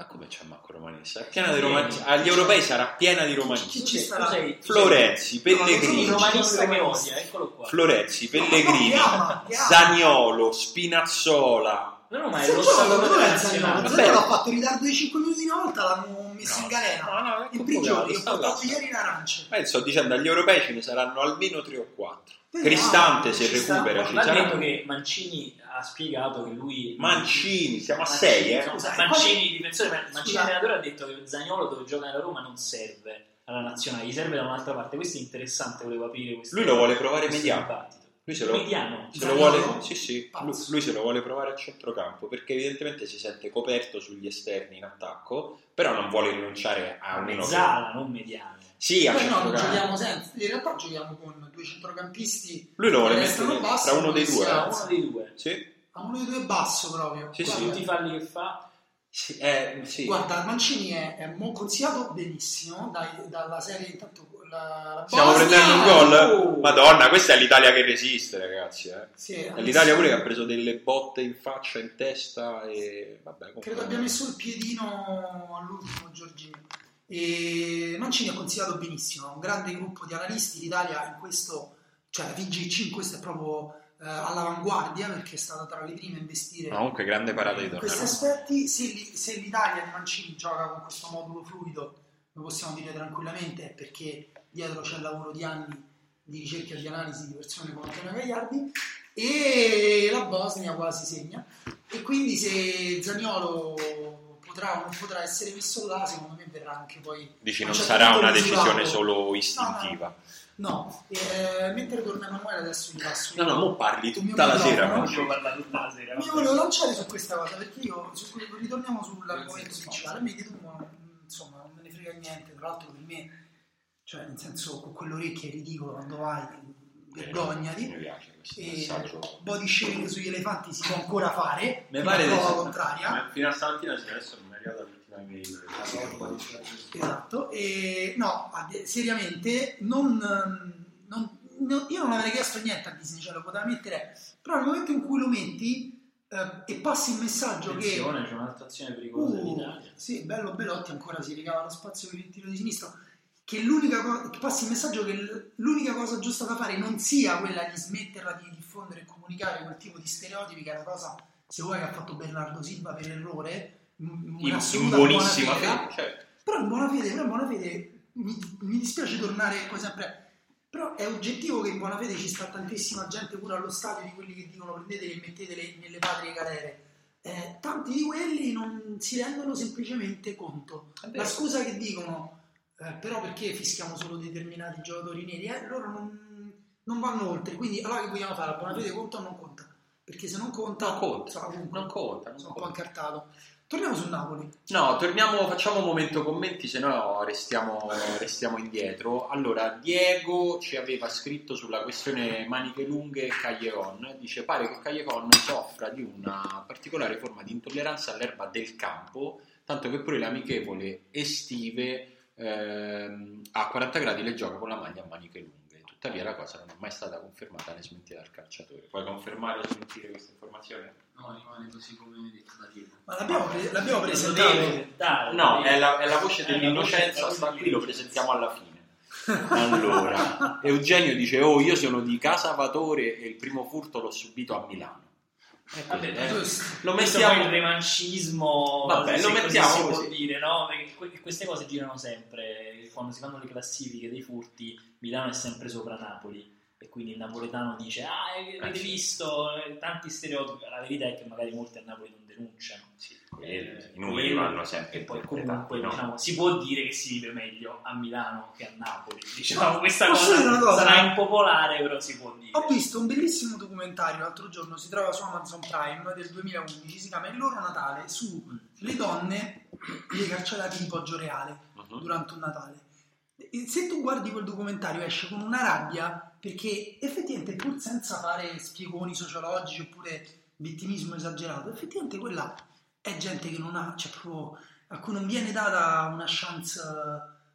Speaker 5: Ma come c'è Marco Romanista? È piena di romanisti. Agli europei sarà piena di romanisti.
Speaker 3: Chi ci
Speaker 4: Cioè, Tu
Speaker 3: sarà?
Speaker 5: cioè,
Speaker 4: sei- tu sei-
Speaker 5: Florenzi,
Speaker 4: sei un
Speaker 5: Pellegrini,
Speaker 3: No, ma
Speaker 4: romanista che odia, eccolo qua.
Speaker 5: Florenzi, Pellegrini,
Speaker 3: No, no, chi ama?
Speaker 5: Zaniolo, Spinazzola.
Speaker 4: No, no, ma è
Speaker 3: Se
Speaker 4: lo
Speaker 3: gioca
Speaker 4: stato
Speaker 3: con
Speaker 4: della
Speaker 3: Lorenzo,
Speaker 4: nazionale.
Speaker 3: Lorenzo
Speaker 5: Vabbè.
Speaker 3: l'ha fatto in ritardo di 5 minuti una volta, l'hanno messo in galera.
Speaker 5: No, no,
Speaker 3: In
Speaker 5: ecco
Speaker 3: prigione,
Speaker 5: Pogacar,
Speaker 3: gli ho
Speaker 5: sta là,
Speaker 3: portato
Speaker 5: sta là.
Speaker 3: ieri in arancia.
Speaker 5: Eh, sto dicendo, agli europei ce ne saranno almeno 3 o 4.
Speaker 3: Vediamo,
Speaker 5: Cristante se
Speaker 3: ci sta.
Speaker 5: recupera ci
Speaker 4: Ma ha detto
Speaker 5: sarà.
Speaker 4: che Mancini ha spiegato che lui...
Speaker 5: Mancini, siamo a
Speaker 4: Mancini,
Speaker 5: 6, eh.
Speaker 4: insomma,
Speaker 3: Scusa,
Speaker 4: Mancini, difensore, ma- Mancini
Speaker 3: Scusa.
Speaker 4: allenatore ha detto che Zagnolo dove gioca nella Roma non serve alla nazionale, gli serve da un'altra parte. Questo è interessante, volevo aprire questo
Speaker 5: Lui lo vuole provare
Speaker 4: questo
Speaker 5: mediano.
Speaker 4: dibattito.
Speaker 5: Lui se lo,
Speaker 4: Mediano.
Speaker 5: se lo
Speaker 3: Zaniolo?
Speaker 5: vuole, sì, sì, lui,
Speaker 3: Pazzo.
Speaker 5: lui se lo vuole provare a centrocampo perché evidentemente si sente coperto sugli esterni in attacco, però non vuole rinunciare a uno che...
Speaker 4: Mezzala, non mediano.
Speaker 5: Sì, a
Speaker 3: Poi no, non
Speaker 5: centrocampo.
Speaker 3: giochiamo senza. In realtà giochiamo con due centrocampisti,
Speaker 5: Lui lo vuole
Speaker 3: Destro
Speaker 5: mettere
Speaker 3: basso,
Speaker 5: tra uno dei
Speaker 3: sì,
Speaker 5: due.
Speaker 4: Sarà
Speaker 5: eh.
Speaker 4: uno dei due.
Speaker 5: Sì,
Speaker 3: a uno dei due basso proprio.
Speaker 5: Sì,
Speaker 3: Guarda,
Speaker 5: sì.
Speaker 4: Tutti i falli che fa,
Speaker 5: sì, eh, sì.
Speaker 3: Guarda, Mancini è, è mo- consigliato benissimo dai- dalla serie. Intanto la, la
Speaker 5: Stiamo
Speaker 3: Bosnia-
Speaker 5: prendendo un gol.
Speaker 3: Oh!
Speaker 5: Madonna, questa è l'Italia che resiste, ragazzi. eh.
Speaker 3: Sì,
Speaker 5: È l'Italia pure che ha preso delle botte in faccia, in testa e vabbè. comunque-
Speaker 3: Credo abbia messo il piedino all'ultimo Giorgino. E Mancini ha consigliato benissimo, ha un grande gruppo di analisti, l'Italia in questo, cioè la VGC in questo è proprio eh, all'avanguardia perché è stata tra le prime a investire
Speaker 5: Ma comunque grande parata di
Speaker 3: in questi
Speaker 5: Donnarumma.
Speaker 3: aspetti. Se, li- se l'Italia di Mancini gioca con questo modulo fluido lo possiamo dire tranquillamente, è perché dietro c'è il lavoro di anni di ricerca di analisi di persone come Antonio Gagliardi e la Bosnia quasi segna e quindi se Zagnolo potrà o non potrà essere messo là secondo me verrà anche poi
Speaker 9: Dici,
Speaker 3: a
Speaker 9: non
Speaker 3: un certo
Speaker 9: sarà
Speaker 3: punto
Speaker 9: una
Speaker 3: misurato.
Speaker 9: decisione solo istintiva.
Speaker 3: no eh, mentre torna Emanuele adesso mi passo
Speaker 9: No, no, mo parli
Speaker 3: Il mio
Speaker 9: tutta la
Speaker 3: microfono,
Speaker 9: sera.
Speaker 3: no?
Speaker 9: guarda.
Speaker 4: Io parlo tutta la sera.
Speaker 3: Io volevo lanciare su questa cosa perché io su cui- ritorniamo sull'argomento
Speaker 4: Grazie,
Speaker 3: principale. A me di Dumbo, mh, insomma, non me ne frega niente. Tra l'altro, per me, cioè, nel senso, con quelle orecchie è ridicolo quando vai,
Speaker 2: Eh,
Speaker 3: vergognati.
Speaker 9: Mi piace questo
Speaker 3: E
Speaker 9: messaggio.
Speaker 3: body shaming sugli elefanti si può ancora fare,
Speaker 2: Mi
Speaker 3: una
Speaker 2: pare di eh,
Speaker 3: prova
Speaker 2: sì.
Speaker 3: contraria.
Speaker 9: Ma Fino a stamattina sì, adesso non mi è arrivata l'ultima email.
Speaker 3: Esatto, e no, ad- seriamente, non, ehm, non- no, io non avrei chiesto niente a Disney, cioè lo poteva mettere, però nel momento in cui lo metti eh, e passi il messaggio che
Speaker 4: Attenzione, c'è un'altra azione pericolosa
Speaker 3: Uh,
Speaker 4: dell'Italia.
Speaker 3: Sì, bello Belotti ancora si ricava lo spazio per il tiro di sinistra. Che l'unica cosa, che passi il messaggio che l- l'unica cosa giusta da fare non sia quella di smetterla di diffondere e comunicare quel tipo di stereotipi, che è una cosa, se vuoi, che ha fatto Bernardo Silva per errore, m-
Speaker 9: In, in
Speaker 3: un'assoluta
Speaker 9: buonissima
Speaker 3: buona
Speaker 9: fede, certo.
Speaker 3: Però in buona fede, però in buona fede mi, mi dispiace tornare come sempre. Però è oggettivo che in buona fede ci sta tantissima gente pure allo stadio di quelli che dicono prendetele e mettetele nelle patrie galere. Eh, tanti di quelli non si rendono semplicemente conto la scusa che dicono eh, però perché fischiamo solo determinati giocatori neri eh, loro non, non vanno oltre quindi allora che vogliamo fare la buona fede conta o non conta perché se non conta
Speaker 2: Non conta,
Speaker 3: so, comunque,
Speaker 2: non conta, non
Speaker 3: sono un po'
Speaker 2: conta.
Speaker 3: incartato torniamo su Napoli
Speaker 2: No, torniamo, facciamo un momento commenti, se no restiamo, restiamo indietro. Allora, Diego ci aveva scritto sulla questione maniche lunghe e Callejon, dice pare che Callejon soffra di una particolare forma di intolleranza all'erba del campo, tanto che pure le amichevole estive ehm, a 40 gradi le gioca con la maglia a maniche lunghe. Tuttavia la cosa non è mai stata confermata né smentita dal calciatore. Puoi confermare o smentire questa informazione?
Speaker 10: No, rimane così come detto da Diego.
Speaker 3: ma l'abbiamo, pre- l'abbiamo presa
Speaker 4: Lo devo
Speaker 3: Dave.
Speaker 4: presentare,
Speaker 2: No,
Speaker 4: perché-
Speaker 2: è la, è la voce
Speaker 4: È Eh, la
Speaker 2: dell'innocenza,
Speaker 4: voce-
Speaker 2: sta qui, lo presentiamo alla fine. Allora, Eugenio dice, oh, io sono di Casa Vatore e il primo furto l'ho subito a Milano. Ecco,
Speaker 4: Vabbè,
Speaker 2: eh,
Speaker 3: Giusto.
Speaker 2: lo
Speaker 4: Questo poi il
Speaker 2: mettiamo...
Speaker 4: revanchismo,
Speaker 2: Vabbè,
Speaker 4: se
Speaker 2: lo
Speaker 4: così
Speaker 2: mettiamo
Speaker 4: si
Speaker 2: così.
Speaker 4: può dire, no? Perché que- queste cose girano sempre. Quando si fanno le classifiche dei furti, Milano è sempre sopra Napoli. E quindi il napoletano dice: Ah, eh, avete
Speaker 2: Eh, sì.
Speaker 4: visto? Eh, Tanti stereotipi. La verità è che magari molti a Napoli non denunciano.
Speaker 9: Quelli-
Speaker 4: Eh,
Speaker 9: I numeri
Speaker 4: quello-
Speaker 9: vanno sempre.
Speaker 4: E
Speaker 2: Eh,
Speaker 4: poi
Speaker 9: interpretati,
Speaker 4: comunque
Speaker 9: no?
Speaker 4: diciamo, si può dire che si vive meglio a Milano che a Napoli. Diciamo, questa
Speaker 3: Posso dire una
Speaker 4: cosa,
Speaker 3: cosa?
Speaker 4: sarà impopolare, però si può dire.
Speaker 3: ho visto un bellissimo documentario l'altro giorno si trova su Amazon Prime del 2011 si chiama Il loro Natale sulle donne dei carcerati di Poggio Reale
Speaker 2: Mhm.
Speaker 3: durante un Natale. E Se tu guardi quel documentario esce con una rabbia perché effettivamente pur senza fare spiegoni sociologici oppure vittimismo esagerato, effettivamente quella è gente che non ha, cioè proprio a cui non viene data una chance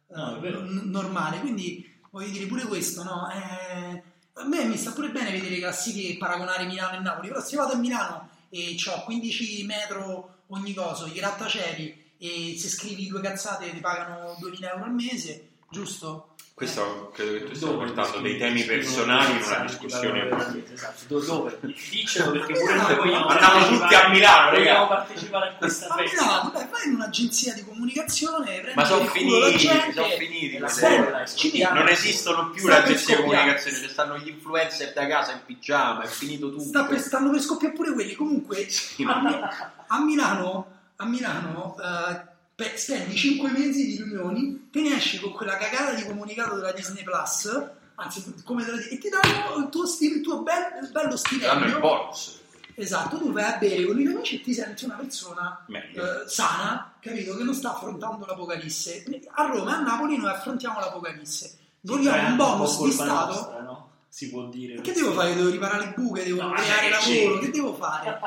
Speaker 3: eh,
Speaker 4: No, è vero.
Speaker 3: n- normale. Quindi voglio dire pure questo, no? Eh, a me mi sta pure bene vedere le classifiche e paragonare Milano e Napoli, però se vado a Milano e ho 15 metro ogni coso, i grattacieli e se scrivi due cazzate ti pagano 2000 euro al mese, giusto? Eh.
Speaker 9: Questo credo che tu stia
Speaker 4: Dove
Speaker 9: portando dei
Speaker 4: discuti-
Speaker 9: temi
Speaker 4: discuti-
Speaker 9: personali in una
Speaker 4: esatto,
Speaker 9: discussione.
Speaker 4: esatto, esatto. Do- dove? Diccelo perché pure noi vogliamo
Speaker 9: Andiamo tutti a Milano,
Speaker 4: vogliamo
Speaker 9: ragazzi.
Speaker 4: partecipare a questa
Speaker 3: Ma
Speaker 4: festa.
Speaker 3: Milano, Ah, dai, vai in un'agenzia di comunicazione, prendi
Speaker 2: Ma sono
Speaker 3: il culo la
Speaker 2: finiti,
Speaker 3: gente,
Speaker 2: sono finiti.
Speaker 4: la
Speaker 2: quelle-
Speaker 4: scuola, è
Speaker 3: ci
Speaker 4: scoppiata.
Speaker 2: Non esistono più
Speaker 3: Sta
Speaker 2: le
Speaker 3: per
Speaker 2: agenzie di
Speaker 3: scoppiare.
Speaker 2: comunicazione, ci stanno gli influencer da casa in pigiama, è finito tutto.
Speaker 3: sta per- stanno per scoppiare pure quelli. Comunque a, Mi- a Milano, a Milano eh, pe- spendi 5 mesi di riunioni, te ne esci con quella cagata di comunicato della Disney Plus, anzi come te la dico, e ti danno il tuo, stile, il tuo bel- bello
Speaker 2: Danno il
Speaker 3: stipendio.
Speaker 2: bonus.
Speaker 3: Esatto, tu vai a bere con i tuoi amici e ti senti una persona
Speaker 2: Meglio.
Speaker 3: eh, sana, capito? Che non sta affrontando l'Apocalisse. A Roma e a Napoli noi affrontiamo l'Apocalisse. Vogliamo
Speaker 2: eh,
Speaker 4: Eh,
Speaker 3: un bonus di Stato?
Speaker 4: Si può dire.
Speaker 3: Che devo fare? Devo riparare le buche, devo
Speaker 4: No,
Speaker 3: creare
Speaker 4: ma c'è
Speaker 3: lavoro,
Speaker 4: gente.
Speaker 3: che devo fare?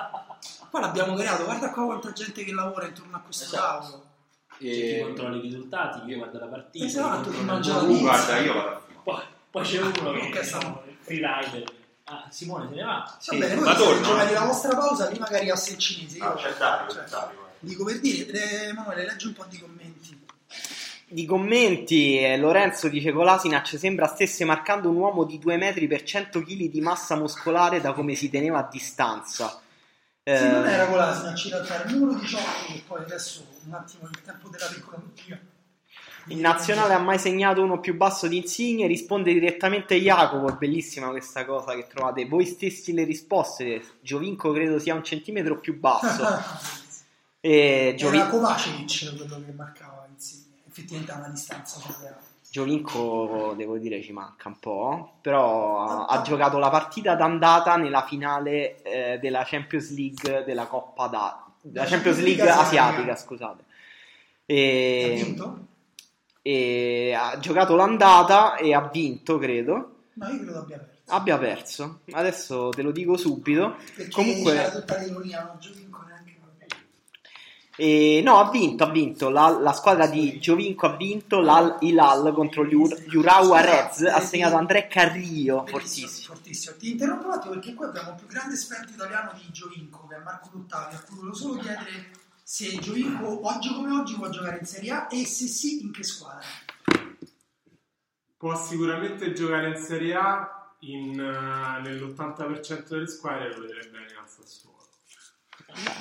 Speaker 3: Qua l'abbiamo creato, guarda qua quanta gente che lavora intorno a questo
Speaker 2: Esatto.
Speaker 3: tavolo.
Speaker 4: C'è chi
Speaker 2: E-
Speaker 4: controlla i risultati, chi guarda la partita.
Speaker 3: Esatto,
Speaker 4: chi
Speaker 3: chi
Speaker 4: controlla-
Speaker 3: mangia la
Speaker 9: Tu guarda, io vado a fumare.
Speaker 4: Poi, poi c'è uno che
Speaker 3: Ok,
Speaker 4: è
Speaker 3: stavo-
Speaker 4: free rider. Ah, Simone se ne va.
Speaker 3: Va bene,
Speaker 2: ma
Speaker 3: voi siete
Speaker 2: torna. certo,
Speaker 3: giocati la vostra pausa, prima che arrivasse il cinese.
Speaker 9: Ah,
Speaker 3: Io-
Speaker 9: c'è Dario,
Speaker 3: cioè,
Speaker 9: c'è Dario.
Speaker 3: Dico per dire, eh, Emanuele, leggi un po' di commenti.
Speaker 1: Di commenti, eh, Lorenzo dice Colasinac sembra stesse marcando un uomo di 2 metri per 100 kg di massa muscolare da come si teneva a distanza. Eh,
Speaker 3: Se non era con la sinacina, c'era il numero 18, che poi adesso un attimo il tempo della tecnologia.
Speaker 1: In nazionale ha mai segnato uno più basso di Insigne? Risponde direttamente Jacopo. È bellissima questa cosa che trovate voi stessi le risposte. Giovinco credo sia un centimetro più basso. E
Speaker 3: Era
Speaker 1: Giovi-
Speaker 3: Kovacic quello che marcava Insigne, effettivamente a una distanza superiore.
Speaker 1: Giovinco, devo dire, ci manca un po'. Però ha, ha giocato la partita d'andata nella finale eh, della Champions League della Coppa da, della Champions League asiatica. Scusate.
Speaker 3: E...
Speaker 1: E...
Speaker 3: Ha vinto?
Speaker 1: e ha giocato l'andata e ha vinto, credo.
Speaker 3: No, io credo abbia perso.
Speaker 1: Abbia perso. Adesso te lo dico subito.
Speaker 3: Perché
Speaker 1: comunque-
Speaker 3: c'era tutta l'ironia, non giovinco neanche con me.
Speaker 1: E, no, ha vinto, ha vinto. La, la squadra di Giovinco ha vinto. L'Al Hilal contro gli Ur- gli Urawa Reds. Ha segnato Andrea Carrillo,
Speaker 3: Bellissimo,
Speaker 1: fortissimo.
Speaker 3: fortissimo. Ti interrompo un attimo perché qua abbiamo il più grande esperto italiano di Giovinco, che è Marco Tuttavia, a cui volevo solo chiedere se Giovinco oggi come oggi può giocare in Serie A e se sì in che squadra.
Speaker 11: Può sicuramente giocare in Serie A, in, eh, nell'80% delle squadre lo vedrei bene al Sassuolo.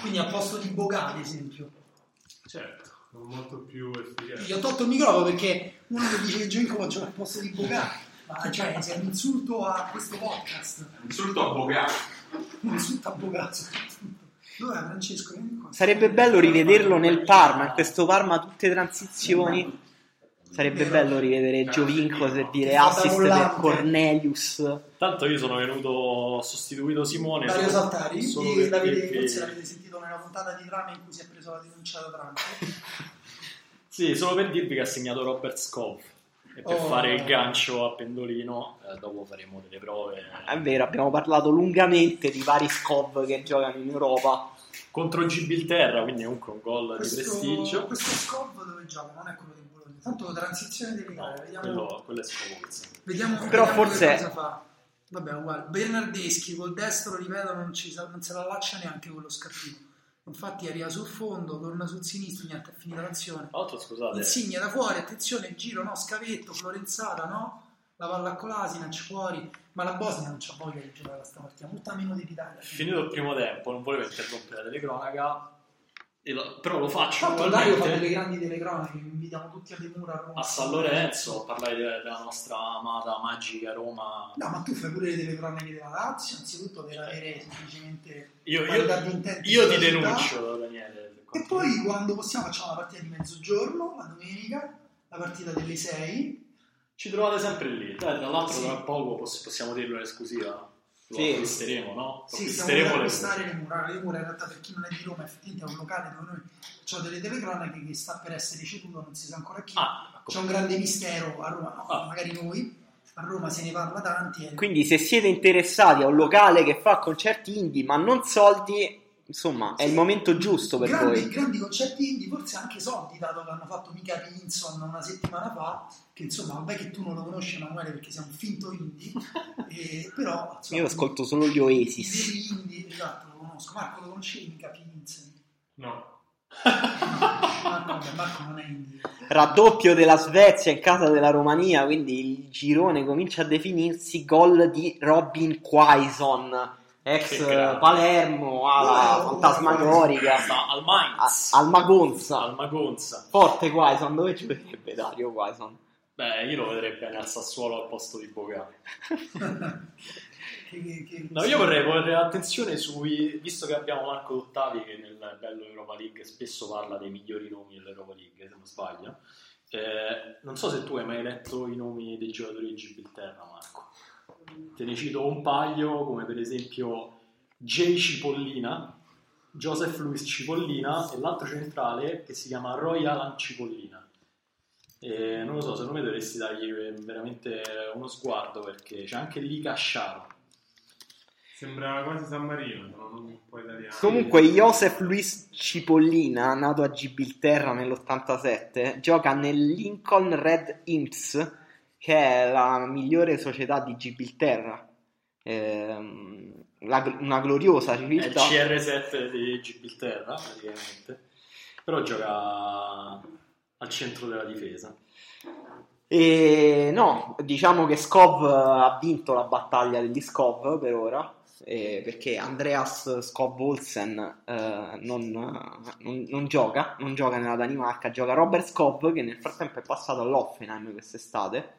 Speaker 3: Quindi al posto di Boga, ad esempio.
Speaker 11: Certo, molto più efficace.
Speaker 3: Gli ho tolto il microfono perché uno che dice che Giovinco può giocare al posto di Boga, ma cioè se è un insulto a questo podcast,
Speaker 12: Insulto a Boga.
Speaker 3: un insulto a Boga. soprattutto. Dov'è Francesco? Vieni qua.
Speaker 1: Sarebbe bello rivederlo nel Parma, in questo Parma tutte transizioni. Sarebbe bello rivedere Giovinco servire assist per Cornelius.
Speaker 4: Tanto io sono venuto, ho sostituito Simone.
Speaker 3: Dario
Speaker 4: solo-
Speaker 3: Saltari,
Speaker 4: solo
Speaker 3: di-
Speaker 4: per
Speaker 3: l'avete-
Speaker 4: dirvi-
Speaker 3: forse l'avete sentito nella puntata di Trame in cui si è preso la denuncia da Trump.
Speaker 4: Sì, solo per dirvi che ha segnato Robert Scov. E per
Speaker 3: Oh.
Speaker 4: fare il gancio a Pendolino, eh, dopo faremo delle prove.
Speaker 3: Ah,
Speaker 1: È vero, abbiamo parlato lungamente di vari scov che giocano in Europa.
Speaker 4: Contro Gibilterra, quindi comunque un gol di
Speaker 3: Questo,
Speaker 4: prestigio.
Speaker 3: questo scopo dove gioca non è quello di Bologna. Tanto transizione di
Speaker 4: No,
Speaker 3: Ligare, eh, vediamo,
Speaker 4: quello, quello è scovolso.
Speaker 3: vediamo,
Speaker 1: Però
Speaker 3: vediamo
Speaker 1: forse-
Speaker 3: che cosa fa. Vabbè, uguale. Bernardeschi col destro, ripeto, non, ci sa- non se la lascia neanche quello scattino. Infatti arriva sul fondo, torna sul sinistro, niente, è finita l'azione.
Speaker 4: Tra l'altro, scusate,
Speaker 3: Insigne da fuori, attenzione, giro no, scavetto, Florenzata no, la palla con l'Asinac fuori, ma la Bosnia non c'ha voglia di giocare a sta partita, molta meno dell'Italia.
Speaker 4: finito il primo tempo, non volevo interrompere la telecronaca, e lo- però lo faccio
Speaker 3: Tanto Dario fa
Speaker 4: ugualmente.
Speaker 3: delle grandi telecronache, invitiamo tutti alle mura a Roma.
Speaker 4: a San Lorenzo, parlare de- della nostra amata magica Roma.
Speaker 3: No, ma tu fai pure le telecronache della Lazio, anzitutto per avere semplicemente
Speaker 4: Io, io-
Speaker 3: qualità di intento
Speaker 4: io ti
Speaker 3: della città.
Speaker 4: denuncio, Daniele.
Speaker 3: E poi quando possiamo facciamo la partita di mezzogiorno, la domenica, la partita delle 6.
Speaker 4: ci trovate sempre lì. Dai, tra l'altro,
Speaker 3: Sì.
Speaker 4: tra poco poss- possiamo dirlo in esclusiva. Lo
Speaker 1: Sì.
Speaker 4: acquisteremo, no?
Speaker 3: Sì, stiamo per
Speaker 4: Acquisteremo le-
Speaker 3: acquistare le mura. Le mura in realtà per chi non è di Roma effettivamente è un locale dove noi c'ho delle telecronache che sta per essere ceduto, non si sa ancora chi.
Speaker 4: Ah, ecco.
Speaker 3: C'è un grande mistero a Roma, no,
Speaker 4: Ah.
Speaker 3: magari noi, a Roma se ne parla tanti. eh. e-
Speaker 1: Quindi se siete interessati a un locale che fa concerti indie ma non soldi, insomma, è il momento giusto per
Speaker 3: grandi,
Speaker 1: voi.
Speaker 3: grandi concerti indie, forse anche soldi, dato che hanno fatto Mica Pinson una settimana fa, che insomma, vabbè che tu non lo conosci Emanuele perché sei un finto indie, eh, però insomma,
Speaker 1: Io ascolto solo gli
Speaker 3: i
Speaker 1: Oasis.
Speaker 3: veri indie, esatto, lo conosco. Marco lo conoscevi Mica Pinson?
Speaker 11: No,
Speaker 3: Marco, vabbè, Marco non è indie.
Speaker 1: Raddoppio della Svezia in casa della Romania, quindi il girone comincia a definirsi gol di Robin Quaison, ex
Speaker 4: Che grande.
Speaker 1: Palermo, alla
Speaker 3: Oh,
Speaker 1: fantasmagorica,
Speaker 4: Sta al
Speaker 1: a-
Speaker 4: Mainz,
Speaker 1: al Magonza.
Speaker 4: al Magonza.
Speaker 1: Forte Quaison, dove giocherebbe Dario Quaison?
Speaker 4: Beh, io lo vedrei bene al Sassuolo al posto di Boga.
Speaker 3: Che- che- che-
Speaker 4: No, io vorrei porre attenzione sui. Visto che abbiamo Marco Ottavi che nel bello Europa League spesso parla dei migliori nomi dell'Europa League, se non sbaglio. Eh, non so se tu hai mai letto i nomi dei giocatori di Gibilterra, Marco. Te ne cito un paio, come per esempio Jay Cipollina, Joseph Luis Cipollina e l'altro centrale che si chiama Roy Alan Cipollina. Eh, non lo so, secondo me dovresti dargli veramente uno sguardo perché c'è anche lì Casciaro.
Speaker 11: sembra quasi San Marino, sono nomi un po' italiani.
Speaker 1: Comunque, Joseph Luis Cipollina, nato a Gibilterra nell'87, gioca nel Lincoln Red Imps, che è la migliore società di Gibilterra. Ehm, la gl- una gloriosa
Speaker 4: È il
Speaker 1: civiltà.
Speaker 4: CR7 di Gibilterra praticamente però gioca al centro della difesa
Speaker 1: E no, diciamo che Skov eh, ha vinto la battaglia degli Skov per ora, eh, perché Andreas Skov Olsen eh, non, non- non gioca, non gioca nella Danimarca, gioca Robert Skov che nel frattempo è passato all'Offenheim quest'estate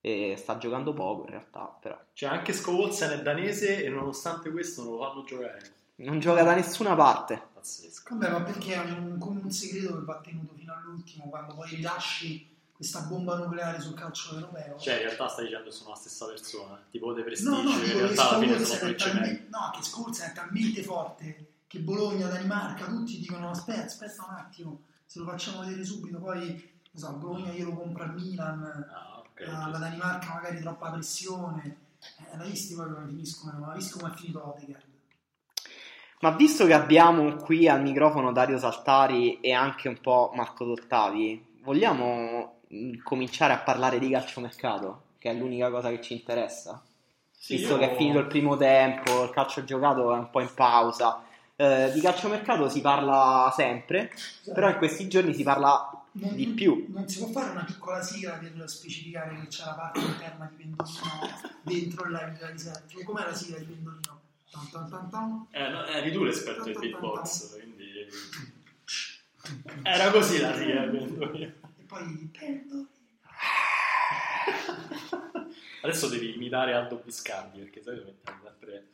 Speaker 1: e sta giocando poco in realtà, però
Speaker 13: Cioè, anche Scovolsen è danese e nonostante questo non lo fanno giocare.
Speaker 1: non gioca da nessuna parte.
Speaker 13: Pazzesco.
Speaker 3: Vabbè, ma perché è un, come un segreto che va tenuto fino all'ultimo quando poi rilasci questa bomba nucleare sul calcio europeo?
Speaker 13: Cioè, in realtà stai dicendo che sono la stessa persona. Tipo De Prestige,
Speaker 3: no, no,
Speaker 13: che in
Speaker 3: dico che
Speaker 13: realtà alla fine sono
Speaker 3: Scorsese
Speaker 13: due
Speaker 3: è
Speaker 13: gemelli.
Speaker 3: talmente, no, che Scorsese è talmente forte che Bologna, Danimarca, tutti dicono aspetta, aspetta un attimo, se lo facciamo vedere subito, poi non so, Bologna io lo compro al Milan, eh,
Speaker 13: Ah, ok.
Speaker 3: la, la Danimarca magari troppa pressione. Eh, l'hai visto poi come finiscono, ma visto come è finito Odegaard?
Speaker 1: Ma visto che abbiamo qui al microfono Dario Saltari e anche un po' Marco Dottavi, vogliamo mh, cominciare a parlare di calciomercato, che è l'unica cosa che ci interessa?
Speaker 13: Sì,
Speaker 1: visto
Speaker 13: io-
Speaker 1: che è finito il primo tempo, il calcio giocato è un po' in pausa. Eh, di calciomercato si parla sempre, però in questi giorni si parla
Speaker 3: Non-
Speaker 1: di più.
Speaker 3: Non si può fare una piccola sigla per specificare che c'è la parte interna di Pendolino dentro il live della riserva. Cioè, com'è la sigla di Pendolino? Tan tan tan tan.
Speaker 13: Eh, no, eri tu l'esperto del beatbox, quindi... Era così la sigla, quindi.
Speaker 3: E poi Pendolino.
Speaker 13: Adesso devi imitare Aldo Biscardi, perché sai dove mettiamo altre...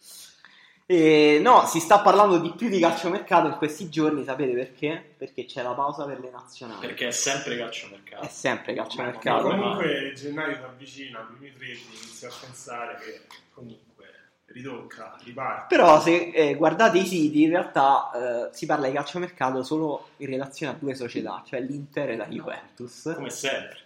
Speaker 1: E no, si sta parlando di più di calciomercato in questi giorni, sapete perché? Perché c'è la pausa per le nazionali.
Speaker 13: Perché è sempre calcio
Speaker 1: È
Speaker 13: mercato.
Speaker 1: sempre
Speaker 11: Ma
Speaker 1: calciomercato.
Speaker 11: comunque gennaio si avvicina, i primi freddi, inizio a pensare che comunque ridocca, riparte.
Speaker 1: Però se eh, guardate i siti, in realtà eh, si parla di calciomercato solo in relazione a due società, cioè l'Inter e la Juventus.
Speaker 13: Come sempre.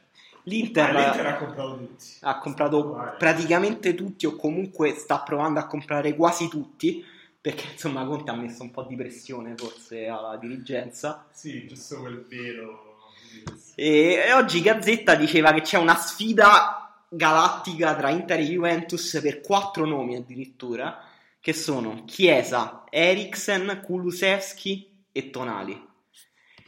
Speaker 1: L'Inter,
Speaker 11: Ah, L'Inter ha comprato tutti.
Speaker 1: ha comprato praticamente tutti o comunque sta provando a comprare quasi tutti, perché insomma Conte ha messo un po' di pressione forse alla dirigenza.
Speaker 11: Sì, giusto quel velo. di-
Speaker 1: E, e oggi Gazzetta diceva che c'è una sfida galattica tra Inter e Juventus per quattro nomi addirittura, che sono Chiesa, Eriksen, Kulusevski e Tonali.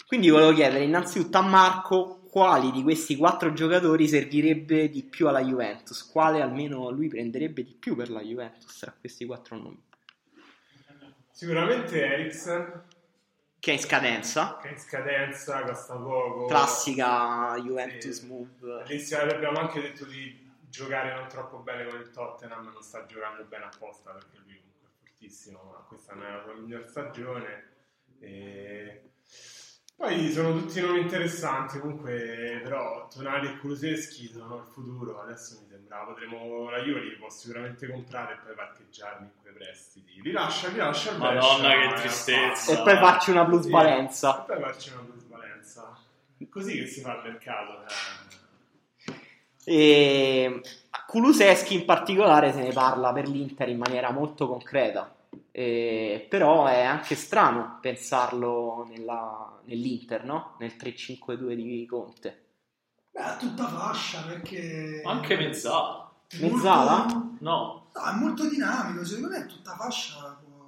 Speaker 1: Quindi volevo chiedere innanzitutto a Marco quali di questi quattro giocatori servirebbe di più alla Juventus, quale almeno lui prenderebbe di più per la Juventus tra questi quattro nomi.
Speaker 11: Sicuramente Eriksen,
Speaker 1: Che è in scadenza,
Speaker 11: che è in scadenza, costa poco.
Speaker 1: classica Juventus
Speaker 11: Sì.
Speaker 1: move.
Speaker 11: All'insieme abbiamo anche detto di giocare non troppo bene con il Tottenham, non sta giocando bene apposta perché lui comunque è fortissimo, ma questa non è la sua miglior stagione. E... Poi sono tutti nomi interessanti, comunque però Tonali e Kuluseschi sono il futuro, adesso mi sembra potremo la Juve li può sicuramente comprare e poi parcheggiarli in quei prestiti. Li lascia, li lascia al Brescia,
Speaker 13: Madonna, che
Speaker 11: ma è
Speaker 13: tristezza.
Speaker 1: E poi faccio una
Speaker 11: affatto.
Speaker 1: plusvalenza.
Speaker 11: E poi farci una plusvalenza. Così che si fa il mercato. eh.
Speaker 1: E Kuluseschi in particolare se ne parla per l'Inter in maniera molto concreta, E- però è anche strano pensarlo nella- nell'Inter, no? Nel 3-5-2 di Conte.
Speaker 3: Beh, a tutta fascia perché.
Speaker 13: Anche mezzala.
Speaker 3: è molto-
Speaker 1: mezzala?
Speaker 13: No,
Speaker 3: No, è molto dinamico. Secondo me, a tutta fascia può,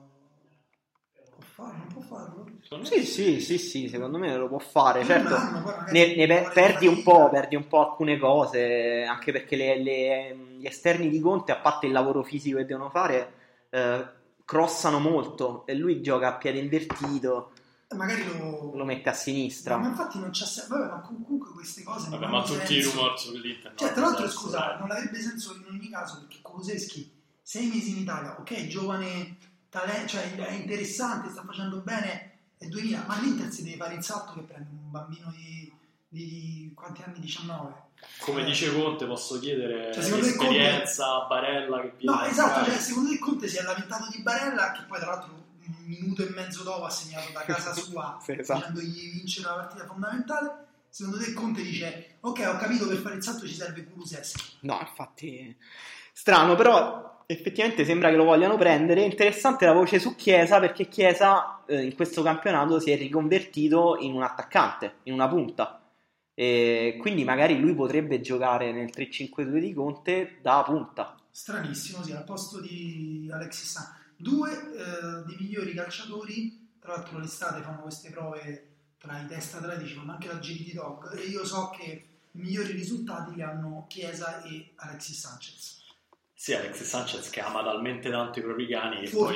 Speaker 3: può farlo. Non può farlo.
Speaker 13: secondo me
Speaker 1: Sì, sì, sì, sì, secondo me lo può fare,
Speaker 3: Un
Speaker 1: certo.
Speaker 3: anno, poi Eh, magari
Speaker 1: Ne, ne pe-
Speaker 3: vuole
Speaker 1: perdi un
Speaker 3: fatica.
Speaker 1: po', perdi un po' alcune cose, anche perché le- le- gli esterni di Conte, a parte il lavoro fisico che devono fare, eh, crossano molto e lui gioca a piede invertito,
Speaker 3: Eh, Magari lo.
Speaker 1: lo mette a sinistra.
Speaker 3: Ma infatti non c'è se- Vabbè, ma comunque queste cose. non
Speaker 13: Vabbè, ma
Speaker 3: hanno
Speaker 13: tutti i
Speaker 3: senso.
Speaker 13: rumori sull'Inter.
Speaker 3: Cioè,
Speaker 13: no,
Speaker 3: tra l'altro,
Speaker 13: senso,
Speaker 3: scusa,
Speaker 13: dai.
Speaker 3: non avrebbe senso in ogni caso perché Kuluseschi sei mesi in Italia, ok, giovane talento, cioè è interessante, sta facendo bene, è 2000, ma l'Inter si deve fare il salto che prende un bambino di, di quanti anni? 19?
Speaker 13: Come dice Conte, posso chiedere
Speaker 3: Cioè, secondo me
Speaker 13: l'esperienza a Barella che viene
Speaker 3: No,
Speaker 13: a
Speaker 3: esatto,
Speaker 13: giocare.
Speaker 3: cioè, secondo te Conte si è lamentato di Barella che poi tra l'altro un minuto e mezzo dopo ha segnato da casa sua
Speaker 1: Sì, esatto.
Speaker 3: facendogli vincere la partita fondamentale. Secondo te Conte dice ok, ho capito per fare il salto ci serve Kuluseschi.
Speaker 1: No, infatti strano, però effettivamente sembra che lo vogliano prendere. Interessante la voce su Chiesa perché Chiesa eh, in questo campionato si è riconvertito in un attaccante, in una punta. E quindi magari lui potrebbe giocare nel 3-5-2 di Conte da punta.
Speaker 3: Stranissimo, sì, al posto di Alexis San. Due eh, dei migliori calciatori, tra l'altro l'estate fanno queste prove tra i test atletici, fanno anche la GD Dog e io so che i migliori risultati che hanno Chiesa e Alexis Sanchez.
Speaker 13: Sì, Alexis Sanchez che ama talmente tanto i propri cani che poi sta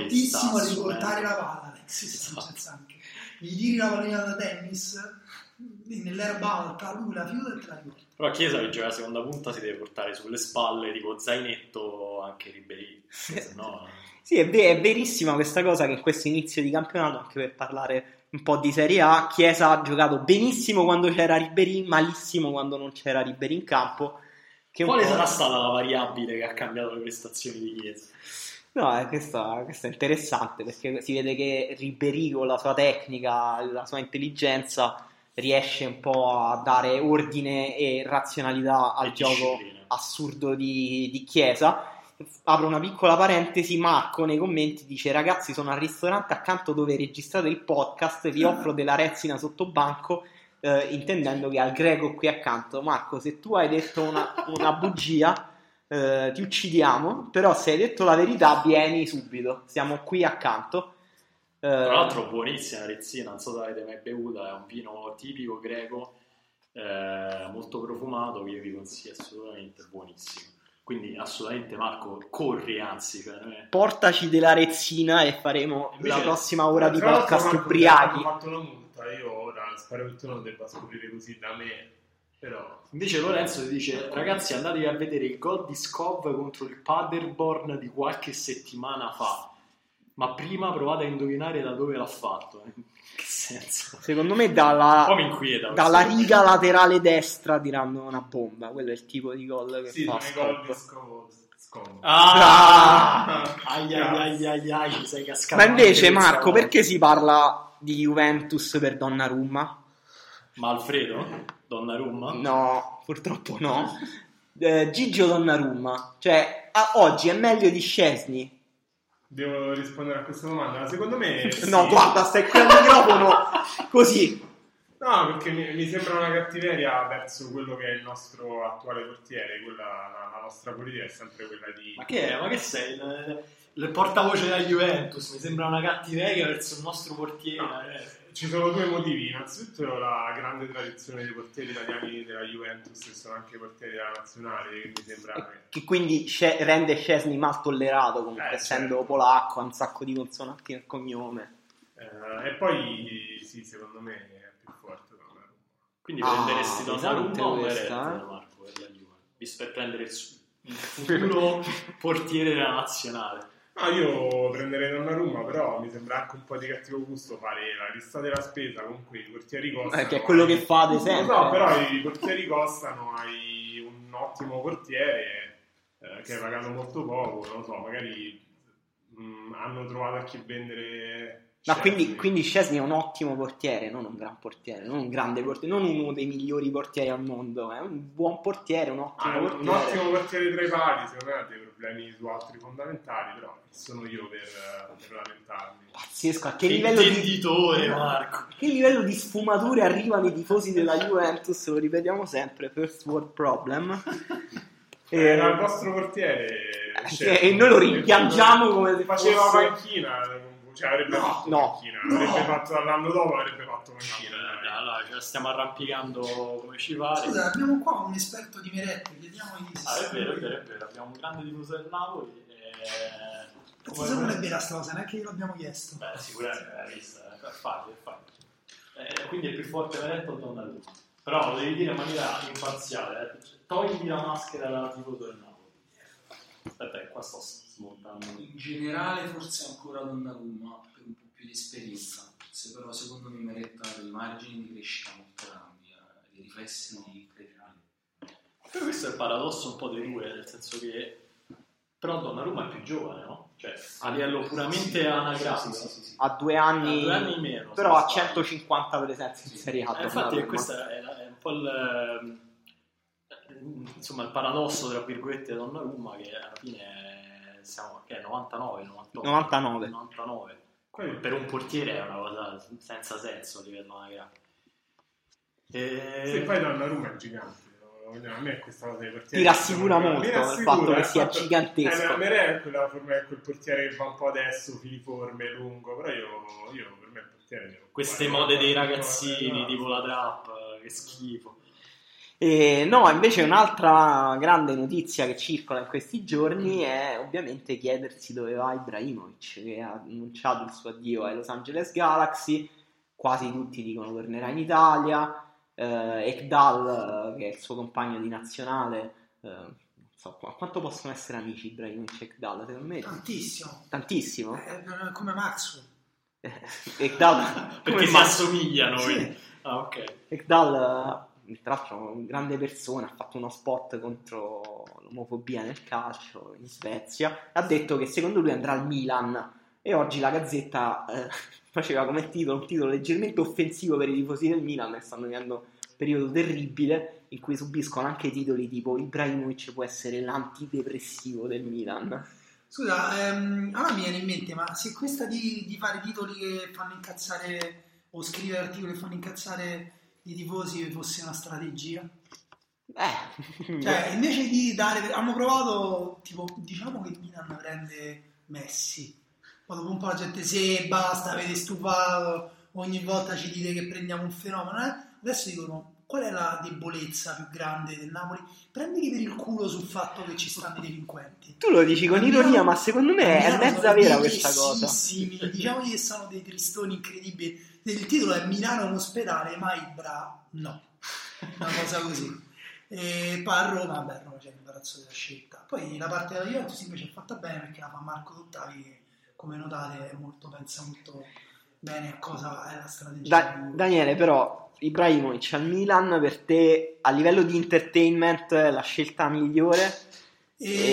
Speaker 3: Fortissimo a
Speaker 13: assumendo-
Speaker 3: riportare la palla, Alexis
Speaker 13: Esatto.
Speaker 3: Sanchez anche. Gli tiri la pallina da tennis nell'erba alta, lui la fiuta e te la riporta.
Speaker 13: Però Chiesa che gioca a seconda punta si deve portare sulle spalle tipo zainetto anche Ribéry, perché sennò
Speaker 1: Sì, è, ve- è verissima questa cosa che in questo inizio di campionato, anche per parlare un po' di Serie A, Chiesa ha giocato benissimo quando c'era Ribery, malissimo quando non c'era Ribery in campo. Che un
Speaker 13: Quale
Speaker 1: po'-
Speaker 13: sarà stata la variabile che ha cambiato le prestazioni di Chiesa?
Speaker 1: No, eh, questo, questo è interessante perché si vede che Ribery con la sua tecnica, la sua intelligenza riesce un po' a dare ordine e razionalità al
Speaker 13: E
Speaker 1: gioco
Speaker 13: disciplina.
Speaker 1: assurdo di, di Chiesa. Apro una piccola parentesi, Marco nei commenti dice ragazzi sono al ristorante accanto dove registrate il podcast, vi offro della rezzina sotto banco, eh, intendendo che al greco qui accanto. Marco, se tu hai detto una, una bugia eh, ti uccidiamo, però se hai detto la verità vieni subito, siamo qui accanto. Eh,
Speaker 13: Tra l'altro buonissima Rezzina, non so se l'avete mai bevuta, è un vino tipico greco, eh, molto profumato, che io vi consiglio assolutamente, buonissimo. Quindi assolutamente Marco, corri anzi, cioè, eh,
Speaker 1: portaci della rezzina e faremo
Speaker 11: Invece- eh,
Speaker 1: la prossima ora di
Speaker 11: Tra l'altro,
Speaker 1: podcast
Speaker 11: Marco,
Speaker 1: ubriachi.
Speaker 11: mi hanno fatto la multa, io ora spero che tu non debba scoprire così da me, però... Eh,
Speaker 13: Invece Lorenzo ti dice, ragazzi andatevi a vedere il gol di Scov contro il Paderborn di qualche settimana fa, ma prima provate a indovinare da dove l'ha fatto. eh. Che senso?
Speaker 1: Secondo me
Speaker 13: Un po'
Speaker 1: dalla,
Speaker 13: mi inquieta.
Speaker 1: dalla
Speaker 13: questo.
Speaker 1: riga laterale destra tirando una bomba, quello è il tipo di gol che
Speaker 11: Sì,
Speaker 1: fa
Speaker 11: sono i gol
Speaker 1: Scott.
Speaker 11: di Scovo. Scovo.
Speaker 13: Ah! Ai ai
Speaker 11: Cazzo.
Speaker 13: ai ai ai, sei cascato.
Speaker 1: Ma invece
Speaker 13: anche questa
Speaker 1: Marco,
Speaker 13: volta.
Speaker 1: perché si parla di Juventus per Donnarumma?
Speaker 13: Ma Alfredo? Donnarumma?
Speaker 1: No, purtroppo no. Eh, Gigio Donnarumma, cioè a- oggi è meglio di Scesni
Speaker 11: Devo rispondere a questa domanda. Secondo me.
Speaker 1: No,
Speaker 11: Eh, sì.
Speaker 1: guarda, stai qui al microfono così.
Speaker 11: No, perché mi, mi sembra una cattiveria verso quello che è il nostro attuale portiere. Quella, la, la nostra politica è sempre quella di.
Speaker 13: Ma che è? Ma che sei? Il, il portavoce della Juventus, mi sembra una cattiveria verso il nostro portiere.
Speaker 11: No,
Speaker 13: eh.
Speaker 11: eh, ci sono due motivi. Innanzitutto la grande tradizione dei portieri italiani della Juventus, che sono anche portieri della nazionale, che mi sembra. che-
Speaker 1: Che quindi sce- rende Scesni mal tollerato, comunque,
Speaker 11: Eh,
Speaker 1: essendo
Speaker 11: certo.
Speaker 1: polacco, ha un sacco di consonanti nel cognome.
Speaker 11: eh, e poi, sì, secondo me è più forte. Donnarumma.
Speaker 13: Quindi
Speaker 1: Ah,
Speaker 13: prenderesti
Speaker 1: pesante
Speaker 13: Donnarumma o
Speaker 1: questa,
Speaker 13: Beretta,
Speaker 1: eh.
Speaker 13: Marco, per la Juve? Visto per prendere il su- il futuro portiere della nazionale.
Speaker 11: No, io prenderei Donnarumma, però mi sembra anche un po' di cattivo gusto fare la lista della spesa, comunque i portieri costano.
Speaker 1: Eh, che è quello che fate sempre.
Speaker 11: No, però i portieri costano, hai un ottimo portiere eh, che è pagato molto poco, non lo so, magari mh, hanno trovato a chi vendere...
Speaker 1: Ma
Speaker 11: Chelsea.
Speaker 1: quindi, quindi Szczesny è un ottimo portiere, non un gran portiere, non un grande portiere, non uno dei migliori portieri al mondo. È un buon portiere, un ottimo
Speaker 11: Ah, un-
Speaker 1: portiere.
Speaker 11: un ottimo portiere tra i pali, secondo me ha dei problemi su altri fondamentali, però chi sono io per, per lamentarmi.
Speaker 1: Pazzesco, a che livello di
Speaker 13: venditore, Marco.
Speaker 1: Che livello di sfumature arrivano i tifosi della Juventus? Lo ripetiamo sempre, first world problem.
Speaker 11: Eh,
Speaker 1: Eh,
Speaker 11: Era il vostro portiere. cioè,
Speaker 1: eh, e noi lo rimpiangiamo come se
Speaker 11: Faceva
Speaker 1: fosse-
Speaker 11: panchina, cioè avrebbe
Speaker 1: No,
Speaker 11: fatto
Speaker 1: no,
Speaker 11: panchina, avrebbe fatto l'anno dopo avrebbe fatto panchina.
Speaker 13: Allora, ce la stiamo arrampicando come ci pare.
Speaker 3: Scusa, abbiamo qua un esperto di Meretti, chiediamogli se
Speaker 13: Ah, è
Speaker 3: sa-
Speaker 13: vero, è vero, è vero. Abbiamo un grande tifoso del Napoli. eh,
Speaker 3: Cazzo,
Speaker 13: come-
Speaker 3: se non è vera sta cosa, neanche glielo abbiamo chiesto.
Speaker 13: Beh, sicuramente l'hai vista, eh, è facile, è facile. Eh, quindi è più forte Veretto o Donnarumma. Però lo devi dire in maniera imparziale, eh. Cioè, togli la maschera dalla tifoso del Napoli. Aspetta, che qua sto smontando.
Speaker 6: In generale forse ancora Donnarumma per un po' più di esperienza, se però secondo me Meretta ha dei margini di crescita molto grandi, ha dei riflessi criminali.
Speaker 13: Però questo è il paradosso un po' dei due, nel senso che... Però Donnarumma è più giovane, no? Cioè, a livello puramente anagrafico.
Speaker 6: Sì, sì, sì, sì.
Speaker 1: ha due
Speaker 13: Ha
Speaker 1: anni,
Speaker 13: due anni in meno.
Speaker 1: però ha
Speaker 13: se non sbaglio.
Speaker 1: 150 presenze in Serie A.
Speaker 13: Eh, infatti
Speaker 1: Donnarumma.
Speaker 13: questo è, è un po' il, eh, insomma, il paradosso tra virgolette di Donnarumma che alla fine siamo che è 99, 98,
Speaker 1: 99.
Speaker 13: 99.
Speaker 11: Quello-
Speaker 13: Per un portiere è una cosa senza senso a livello anagrafico. E...
Speaker 11: Se poi Donnarumma è gigante. no? A me questa cosa dei portieri...
Speaker 1: Ti rassicura
Speaker 11: Mi
Speaker 1: molto il
Speaker 11: rassicura,
Speaker 1: fatto che
Speaker 11: eh,
Speaker 1: sia
Speaker 11: fatto-
Speaker 1: gigantesco.
Speaker 11: Eh, Merè è quella- per me è quel portiere che va un po' adesso, filiforme, lungo, però io, io per me il portiere...
Speaker 13: Queste mode dei ragazzini, tipo la trap, che schifo.
Speaker 1: E no, invece un'altra grande notizia che circola in questi giorni è ovviamente chiedersi dove va Ibrahimovic, che ha annunciato il suo addio ai Los Angeles Galaxy, quasi tutti dicono tornerà in Italia, eh, Ekdal, eh, che è il suo compagno di nazionale, eh, non so qu- quanto possono essere amici Ibrahimovic e Ekdal, secondo me
Speaker 3: Tantissimo.
Speaker 1: tantissimo. Eh,
Speaker 3: Eh, eh, come Maxwell.
Speaker 1: Ekdal, come
Speaker 13: Perché
Speaker 1: si-
Speaker 13: mi assomiglia noi.
Speaker 3: Ah, Sì.
Speaker 13: Ah, ok.
Speaker 1: Ekdal, eh, tra l'altro, è una grande persona, ha fatto uno spot contro l'omofobia nel calcio in Svezia. Ha detto che secondo lui andrà al Milan. E oggi la Gazzetta eh, faceva come titolo un titolo leggermente offensivo per i tifosi del Milan, che stanno vivendo un periodo terribile in cui subiscono anche titoli tipo Ibrahimovic può essere l'antidepressivo del Milan.
Speaker 3: Scusa, ehm, allora mi viene in mente, ma se questa di, di fare titoli che fanno incazzare o scrivere articoli che fanno incazzare i tifosi fosse una strategia?
Speaker 1: Eh,
Speaker 3: Cioè, invece di dare... Hanno provato, tipo, diciamo che il Milan prende Messi. Poi dopo un po' la gente, se basta, avete stufato, ogni volta ci dite che prendiamo un fenomeno. eh?" Adesso dicono, qual è la debolezza più grande del Napoli? Prendili per il culo sul fatto che ci stanno i delinquenti.
Speaker 1: tu lo dici con
Speaker 3: Al
Speaker 1: ironia,
Speaker 3: Milan-
Speaker 1: ma secondo me
Speaker 3: al
Speaker 1: è
Speaker 3: Milano
Speaker 1: mezza
Speaker 3: sono
Speaker 1: vera
Speaker 3: dei
Speaker 1: questa cosa.
Speaker 3: tristissimi, Diciamogli che sono dei tristoni incredibili. Il titolo è Milano è un ospedale, ma Ibra no. Una cosa così. E poi a Roma, beh, a Roma c'è l'imbarazzo della scelta. Poi la parte della Juventus invece è fatta bene perché la fa Marco Dottavi che, come notate, è molto, pensa molto bene a cosa è la strategia.
Speaker 1: Da-
Speaker 3: di-
Speaker 1: Daniele, però, Ibrahimovic al Milan per te a livello di entertainment è la scelta migliore?
Speaker 3: E-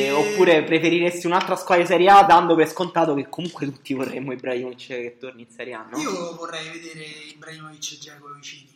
Speaker 1: Eh, oppure preferiresti un'altra squadra di Serie A dando per scontato che comunque tutti vorremmo Ibrahimovic che torni in Serie A, no?
Speaker 3: Io vorrei vedere Ibrahimovic e Giacomo vicini.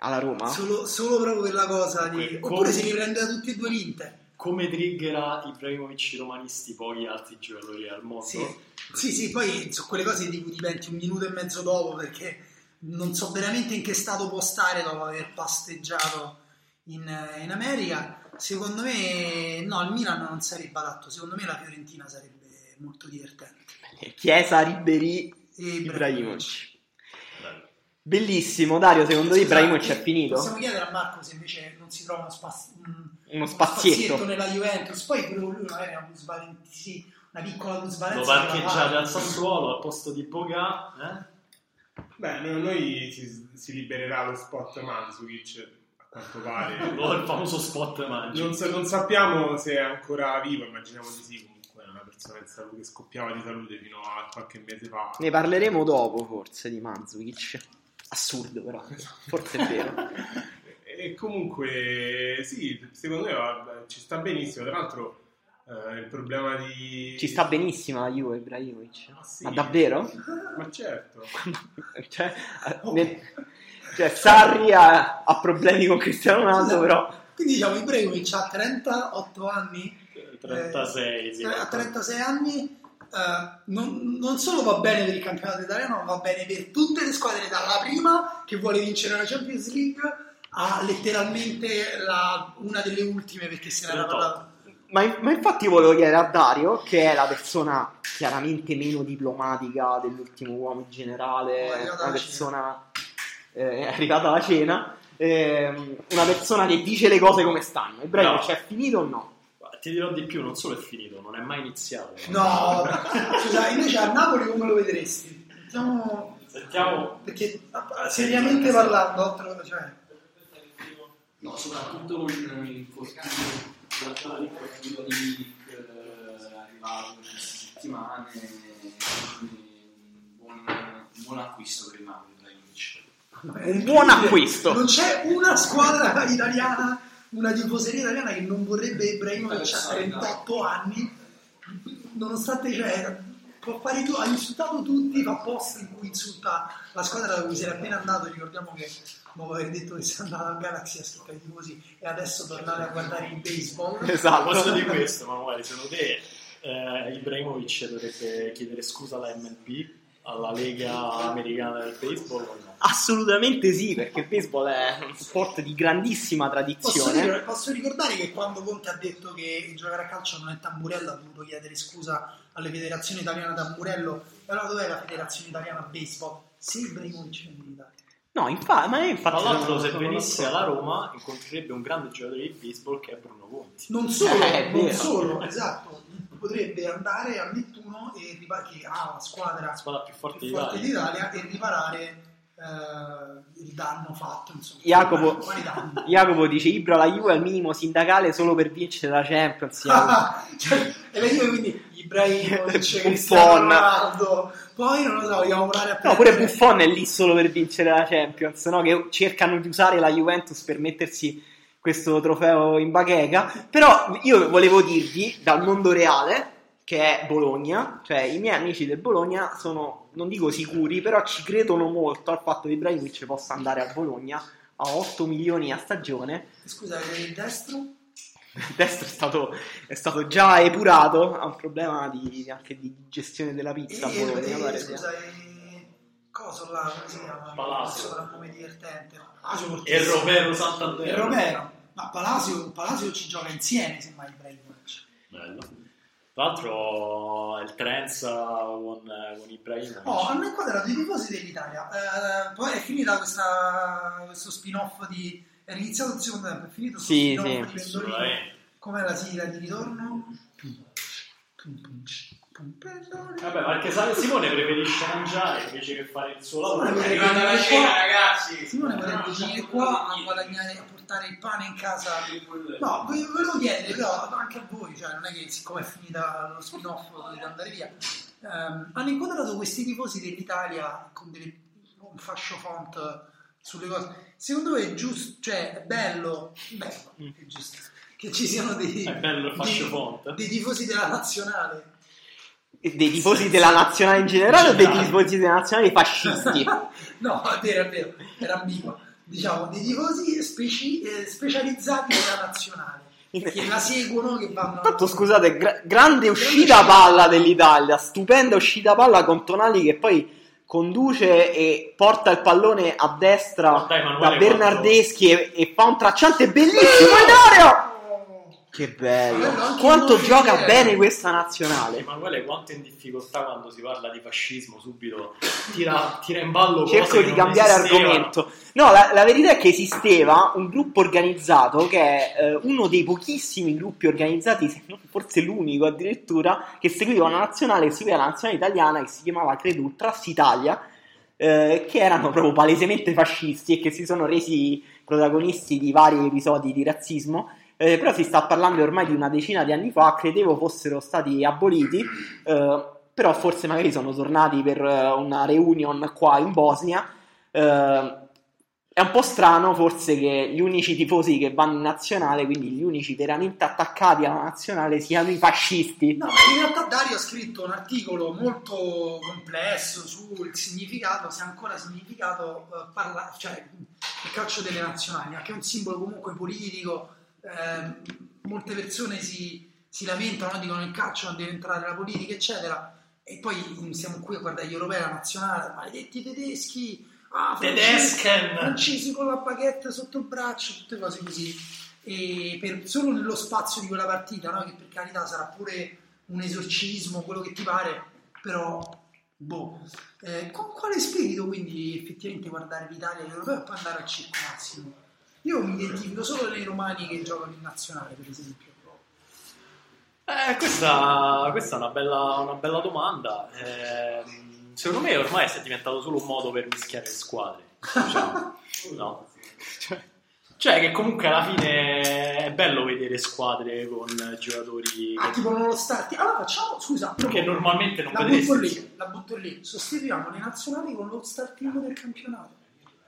Speaker 1: Alla Roma?
Speaker 3: Solo, solo proprio quella cosa di...
Speaker 13: Comunque,
Speaker 3: Oppure
Speaker 13: com-
Speaker 3: si riprende da tutti e due l'Inter.
Speaker 13: Come triggera Ibrahimovic i romanisti, pochi altri giocatori al mondo?
Speaker 3: Sì, sì, sì, poi su quelle cose tipo diventi un minuto e mezzo dopo perché non so veramente in che stato può stare dopo aver pasteggiato in, in America. Secondo me, no, il Milan non sarebbe adatto. Secondo me, la Fiorentina sarebbe molto divertente.
Speaker 1: Chiesa, Ribéry,
Speaker 3: E
Speaker 1: Ibrahimovic. Bellissimo, Dario, secondo te
Speaker 3: Scusa,
Speaker 1: Ibrahimovic
Speaker 3: eh,
Speaker 1: è finito?
Speaker 3: Possiamo chiedere a Marco se invece non si trova uno, spaz- un-
Speaker 1: Uno spazietto.
Speaker 3: nella Juventus. Poi pure lui magari ha una plusvalenza- sì, una piccola
Speaker 13: Lo
Speaker 3: plusvalenza.
Speaker 13: parcheggiate al Sassuolo al posto di Boga?
Speaker 11: Beh, no- noi si, si libererà lo spot Mansukic, a quanto
Speaker 13: Eh?
Speaker 11: pare.
Speaker 13: O il famoso spot magico.
Speaker 11: Non, sa- non sappiamo se è ancora vivo, immaginiamo di sì. Comunque è una persona in salute, che scoppiava di salute fino a qualche mese fa.
Speaker 1: Ne parleremo dopo, forse, di Manzukic. Assurdo, però. Forse è vero.
Speaker 11: E comunque, sì, secondo me va- ci sta benissimo. Tra l'altro, eh, il problema di.
Speaker 1: Ci sta benissimo la Juve, Ibrahimovic.
Speaker 11: Ah, sì?
Speaker 1: Ma davvero?
Speaker 11: Ma certo.
Speaker 1: cioè, ne- cioè, Sarri ha, ha problemi con Cristiano Ronaldo, però
Speaker 3: Quindi diciamo Ibrahimovic ha 38 anni,
Speaker 13: 36, sì.
Speaker 3: Eh,
Speaker 13: certo.
Speaker 3: a 36 anni eh, non, non solo va bene per il campionato italiano, ma va bene per tutte le squadre, dalla prima che vuole vincere la Champions League a letteralmente la- una delle ultime perché se ne era
Speaker 13: 38.
Speaker 3: parlato.
Speaker 1: ma, in- ma infatti io volevo chiedere a Dario, che è la persona chiaramente meno diplomatica dell'ultimo uomo in generale,
Speaker 3: Oh, è arrivata
Speaker 1: una
Speaker 3: la
Speaker 1: persona eh, è arrivata la cena, ehm, una persona che dice le cose come stanno. Ibrahimovic
Speaker 13: No.
Speaker 1: è finito o no?
Speaker 13: Ma Ti dirò di più, non solo è finito, non è mai iniziato.
Speaker 3: No, scusa, invece a Napoli come lo vedresti? Diciamo,
Speaker 13: Sentiamo.
Speaker 3: perché seriamente parlando, altro- cioè,
Speaker 6: No, soprattutto con l'infortunio guardare l'infortunio di Nick eh, arrivato in queste settimane un buon, un buon acquisto per il Napoli Ibrahimovic.
Speaker 1: Un buon acquisto.
Speaker 3: Eh, Non c'è una squadra italiana, una tifoseria italiana che non vorrebbe Ibrahimovic a 38 anni, nonostante cioè, può fare tu, ha insultato tutti, fa post in cui insulta la squadra da cui si era appena andato. Ricordiamo che dopo aver detto che si è andato al Galaxy a scrivere i tifosi e adesso tornare a guardare il baseball.
Speaker 1: Esatto.
Speaker 13: A posto di questo, Manuele, secondo te eh, Ibrahimovic dovrebbe chiedere scusa alla MLB, alla Lega Americana del Baseball o no?
Speaker 1: Assolutamente sì, perché il baseball è uno sport di grandissima
Speaker 3: Posso,
Speaker 1: tradizione.
Speaker 3: dire- posso ricordare che quando Conte ha detto che giocare a calcio non è tamburello, ha dovuto chiedere scusa alle federazioni italiane tamburello. E allora dov'è la federazione italiana baseball? Se Ibrahimovic venne in Italia.
Speaker 1: No, infatti, ma infatti...
Speaker 13: Tra l'altro,
Speaker 1: sono-
Speaker 13: se
Speaker 1: sono
Speaker 13: venisse
Speaker 1: d'accordo.
Speaker 13: alla Roma, incontrerebbe un grande giocatore di baseball che è Bruno Conti.
Speaker 3: Non solo,
Speaker 1: Eh, è
Speaker 3: non
Speaker 1: vero.
Speaker 3: solo, esatto. Potrebbe andare a Nettuno e ripa- che ha la squadra
Speaker 13: La squadra più forte
Speaker 3: più
Speaker 13: di
Speaker 3: forte
Speaker 13: Italia.
Speaker 3: d'Italia e riparare eh, il danno fatto. Insomma,
Speaker 1: Jacopo-
Speaker 3: Quali danni?
Speaker 1: Jacopo dice Ibra la Juve al minimo sindacale solo per vincere la Champions. Jacopo.
Speaker 3: Ah, cioè, e la Juve quindi Ibrahimovic,
Speaker 1: Buffon.
Speaker 3: Cristiano Ronaldo, poi non lo so, vogliamo volare a
Speaker 1: No, pure
Speaker 3: prendere-
Speaker 1: Buffon è lì solo per vincere la Champions, no? che cercano di usare la Juventus per mettersi questo trofeo in bacheca. Però io volevo dirvi, dal mondo reale, che è Bologna, cioè i miei amici del Bologna sono, non dico sicuri, però ci credono molto al fatto che Ibrahimovic possa andare a Bologna a 8 milioni a stagione
Speaker 3: Scusa, il destro?
Speaker 1: il destro è stato, è stato già epurato, ha un problema di- anche di gestione della pizza a
Speaker 3: E-
Speaker 1: Bologna.
Speaker 3: e-
Speaker 1: pare sia.
Speaker 3: scusa, e- coso là, come si chiama?
Speaker 13: Palazzo.
Speaker 3: Il soprannome divertente. Palazzo
Speaker 13: E
Speaker 3: Cortese.
Speaker 13: Romero
Speaker 3: E
Speaker 13: Santander.
Speaker 3: Romero. Ma Palazzo, Palazzo ci gioca insieme, semmai Ibrahimovic.
Speaker 13: Bello. Tra l'altro, il Trenza con, con Ibrahimovic.
Speaker 3: Oh, hanno inquadrato i tifosi dell'Italia. Eh, poi è finita questa, questo spin-off di... Era iniziato il secondo tempo, è finito questo
Speaker 1: Sì,
Speaker 3: spin-off
Speaker 1: sì.
Speaker 3: di Pendolino.
Speaker 13: Assolutamente.
Speaker 3: Com'è la sigla di ritorno? Pum, pum, pum, pum, Pendolino.
Speaker 13: Vabbè, ma anche Sale Simone preferisce mangiare invece che fare il suo lavoro.
Speaker 3: Simone
Speaker 13: Eh,
Speaker 2: Arrivata la cena, ragazzi!
Speaker 3: Simone
Speaker 13: Ah,
Speaker 3: potrebbe venire
Speaker 13: certo.
Speaker 3: qua a guadagnare, a portare il pane in casa. No, ve ve lo chiedere però anche a voi, cioè non è che siccome è finita lo spin-off dovete andare via. Ehm, hanno inquadrato questi tifosi dell'Italia con delle- un fascio font sulle cose. Secondo voi è giusto, cioè è bello, bello, è giusto, che ci siano dei,
Speaker 13: Mm. È bello il fascio
Speaker 3: dei-
Speaker 13: font.
Speaker 3: dei tifosi della nazionale.
Speaker 1: E Dei tifosi della nazionale in generale o dei
Speaker 13: Generale.
Speaker 1: tifosi della nazionale fascisti?
Speaker 3: No, è vero, è vero, era ambigua. Diciamo, dei tifosi speci- eh, specializzati nella nazionale, che la seguono, che vanno...
Speaker 1: Tanto scusate, gra- grande uscita palla dell'Italia, stupenda uscita palla con Tonali che poi conduce e porta il pallone a destra
Speaker 13: Guarda Emanuele
Speaker 1: da Bernardeschi e, e fa un tracciante bellissimo in area! Che
Speaker 3: Bello,
Speaker 1: bello!
Speaker 3: anche
Speaker 1: Quanto
Speaker 3: il
Speaker 1: gioca
Speaker 3: Montiel.
Speaker 1: bene questa nazionale!
Speaker 13: Emanuele quanto è in difficoltà quando si parla di fascismo subito tira, tira in ballo cose
Speaker 1: Cerco
Speaker 13: che
Speaker 1: di
Speaker 13: non
Speaker 1: cambiare
Speaker 13: esistevano.
Speaker 1: argomento. No, la, la verità è che esisteva un gruppo organizzato che è eh, uno dei pochissimi gruppi organizzati, se non forse l'unico addirittura, che seguiva una nazionale, che seguiva la nazionale italiana che si chiamava, credo, Ultras Italia, eh, che erano proprio palesemente fascisti e che si sono resi protagonisti di vari episodi di razzismo. Eh, però si sta parlando ormai di una decina di anni fa, credevo fossero stati aboliti. Eh, però forse magari sono tornati per eh, una reunion qua in Bosnia. Eh, è un po' strano forse che gli unici tifosi che vanno in nazionale, quindi gli unici veramente attaccati alla nazionale, siano i fascisti.
Speaker 3: No, ma in realtà Dario ha scritto un articolo molto complesso sul significato, se ancora significato, eh, parla- cioè il calcio delle nazionali, ma che è un simbolo comunque politico. eh, molte persone si, si lamentano, dicono il calcio deve entrare la politica, eccetera. E poi mm, siamo qui a guardare gli europei, la nazionale, maledetti tedeschi, ah, francesi-
Speaker 13: Tedesken
Speaker 3: francesi con la baguette sotto il braccio, tutte cose così. E per- solo nello spazio di quella partita, no? che per carità sarà pure un esorcismo, quello che ti pare, però boh. Eh, con quale spirito quindi effettivamente guardare l'Italia e l'Europa e poi andare al circo massimo? Io mi identifico solo nei romani che giocano in nazionale, per esempio.
Speaker 13: eh, questa, questa è una bella, una bella domanda Ehm, secondo me ormai è diventato solo un modo per mischiare le squadre diciamo. no? Cioè- cioè che comunque alla fine è bello vedere squadre con giocatori
Speaker 3: Ah,
Speaker 13: che,
Speaker 3: tipo non lo starti. Allora facciamo, scusa,
Speaker 13: che normalmente non
Speaker 3: Ah. la butto
Speaker 13: vedresti
Speaker 3: lì, la butto lì. Sostituiamo le nazionali con lo star team del campionato.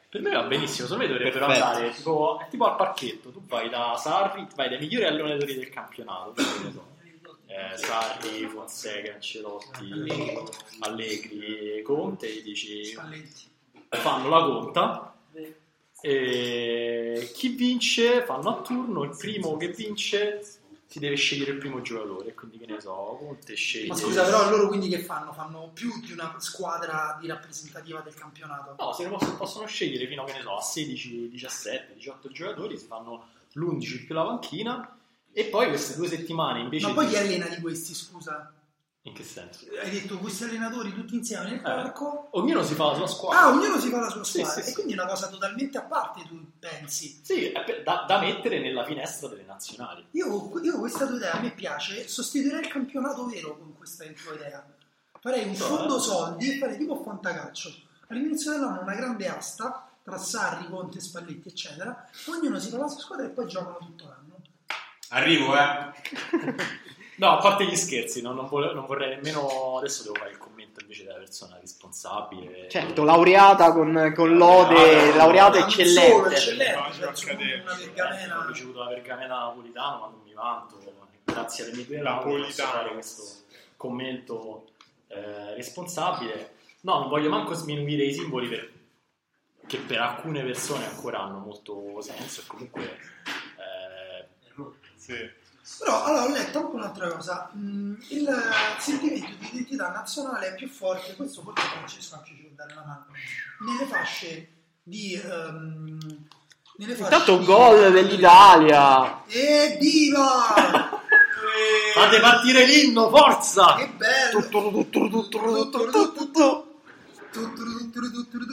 Speaker 13: Per me va benissimo, secondo me dovrebbero
Speaker 1: Perfetto.
Speaker 13: andare tipo, è tipo al parchetto, tu vai da Sarri, vai dai migliori allenatori del campionato, che ne so. Eh, Sarri, Fonseca, Ancelotti, Allegri, Conte, gli dici
Speaker 3: Spalletti.
Speaker 13: fanno la conta e chi vince fanno a turno, il primo che vince si deve scegliere il primo giocatore, quindi che ne so, Conte sceglie...
Speaker 3: Ma scusa, però loro quindi che fanno? Fanno più di una squadra di rappresentativa del campionato.
Speaker 13: No, se ne possono, possono scegliere fino a, che ne so, a 16, 17, 18 giocatori, si fanno l'11 più la panchina e poi queste due settimane invece
Speaker 3: Ma poi
Speaker 13: di-
Speaker 3: chi allena di questi, scusa?
Speaker 13: In che senso?
Speaker 3: Hai detto questi allenatori tutti insieme nel
Speaker 13: Eh.
Speaker 3: parco.
Speaker 13: Ognuno si fa la sua squadra.
Speaker 3: Ah, ognuno si fa la sua
Speaker 13: Sì,
Speaker 3: squadra.
Speaker 13: sì,
Speaker 3: e
Speaker 13: sì.
Speaker 3: quindi è una cosa totalmente a parte, tu pensi.
Speaker 13: Sì, è per- da, da mettere nella finestra delle nazionali.
Speaker 3: Io, io questa tua idea mi piace, sostituirei il campionato vero con questa tua idea. Farei un fondo soldi e farei tipo fantacalcio. All'inizio dell'anno una grande asta tra Sarri, Conte, Spalletti, eccetera. Ognuno si fa la sua squadra e poi giocano tutto l'anno.
Speaker 2: Arrivo, eh.
Speaker 13: No, a parte gli scherzi, no, non, vole- non vorrei nemmeno... Adesso devo fare il commento invece della persona responsabile.
Speaker 1: Certo, laureata con, con lode,
Speaker 13: Ah,
Speaker 1: laureata
Speaker 3: ma non solo,
Speaker 1: Eh, eccellente.
Speaker 3: eccellente,
Speaker 11: Faccio
Speaker 3: penso,
Speaker 11: accadere.
Speaker 3: una
Speaker 13: Eh, Ho
Speaker 3: pergamena.
Speaker 13: ricevuto la pergamena napolitana, ma non mi vanto. Grazie alle mie due lauree posso
Speaker 11: Napolitano.
Speaker 13: fare questo commento eh, responsabile. No, non voglio manco sminuire i simboli per- che per alcune persone ancora hanno molto senso e comunque... eh,
Speaker 11: Sì.
Speaker 3: Però allora ho letto anche un'altra cosa. Mm, il sentimento di identità nazionale è più forte, questo forse Francesco anche ci può dare la mano, nelle fasce di... ehm, nelle fasce
Speaker 1: Intanto
Speaker 3: di-
Speaker 1: gol dell'Italia.
Speaker 3: Evviva!
Speaker 13: Fate partire l'inno, forza!
Speaker 3: che bello!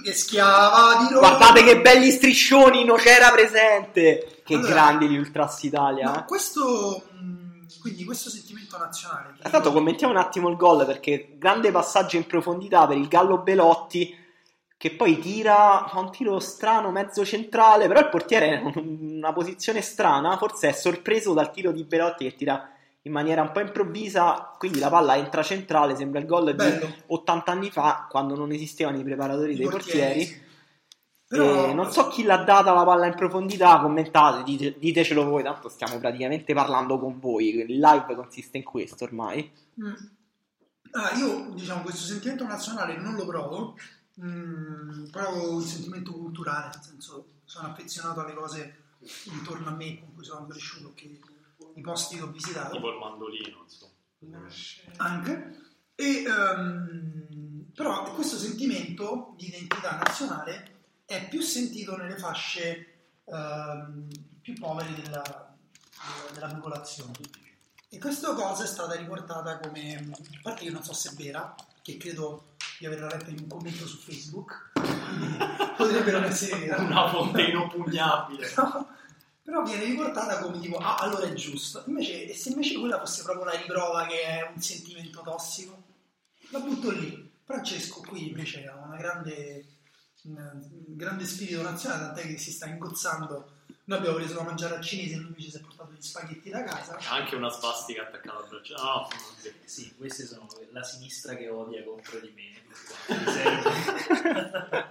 Speaker 3: Che schiava di Roma!
Speaker 1: Guardate che belli striscioni, Nocera presente. Che
Speaker 3: Allora-
Speaker 1: grandi gli Ultras Italia.
Speaker 3: No,
Speaker 1: eh.
Speaker 3: questo, mm, quindi questo sentimento nazionale. che-
Speaker 1: Intanto eh. commentiamo un attimo il gol perché grande passaggio in profondità per il Gallo Belotti che poi tira, fa un tiro strano mezzo centrale, però il portiere è in una posizione strana, forse è sorpreso dal tiro di Belotti che tira in maniera un po' improvvisa, quindi la palla entra centrale, sembra il gol di
Speaker 3: Bello.
Speaker 1: 80 anni fa quando non esistevano i preparatori dei portieri.
Speaker 3: sì. Però
Speaker 1: Eh, non so chi l'ha data la palla in profondità, commentate, dite- ditecelo voi, tanto stiamo praticamente parlando con voi, il live consiste in questo ormai.
Speaker 3: Mm. Ah, io diciamo questo sentimento nazionale non lo provo, mm, provo un sentimento culturale, nel senso sono affezionato alle cose intorno a me con cui sono cresciuto, che- i posti che ho visitato
Speaker 13: Tipo il mandolino, insomma.
Speaker 3: anche. E, ehm, però questo sentimento di identità nazionale è più sentito nelle fasce ehm, più povere della, della popolazione. E questa cosa è stata riportata come, a parte che non so se è vera, che credo di averla letta in un commento su Facebook, quindi potrebbe non essere vera.
Speaker 13: Una fonte inoppugnabile.
Speaker 3: Però- però viene riportata come tipo ah allora è giusto invece e se invece quella fosse proprio la riprova che è un sentimento tossico la butto lì Francesco qui invece ha una grande un grande spirito nazionale tant'è che si sta ingozzando noi abbiamo preso da mangiare al cinese e lui invece si è portato gli spaghetti da casa
Speaker 13: Anche una svastica attaccata al braccio. Ah, No, no, sì.
Speaker 4: Sì, queste sono la sinistra che odia contro di me. Mi serve.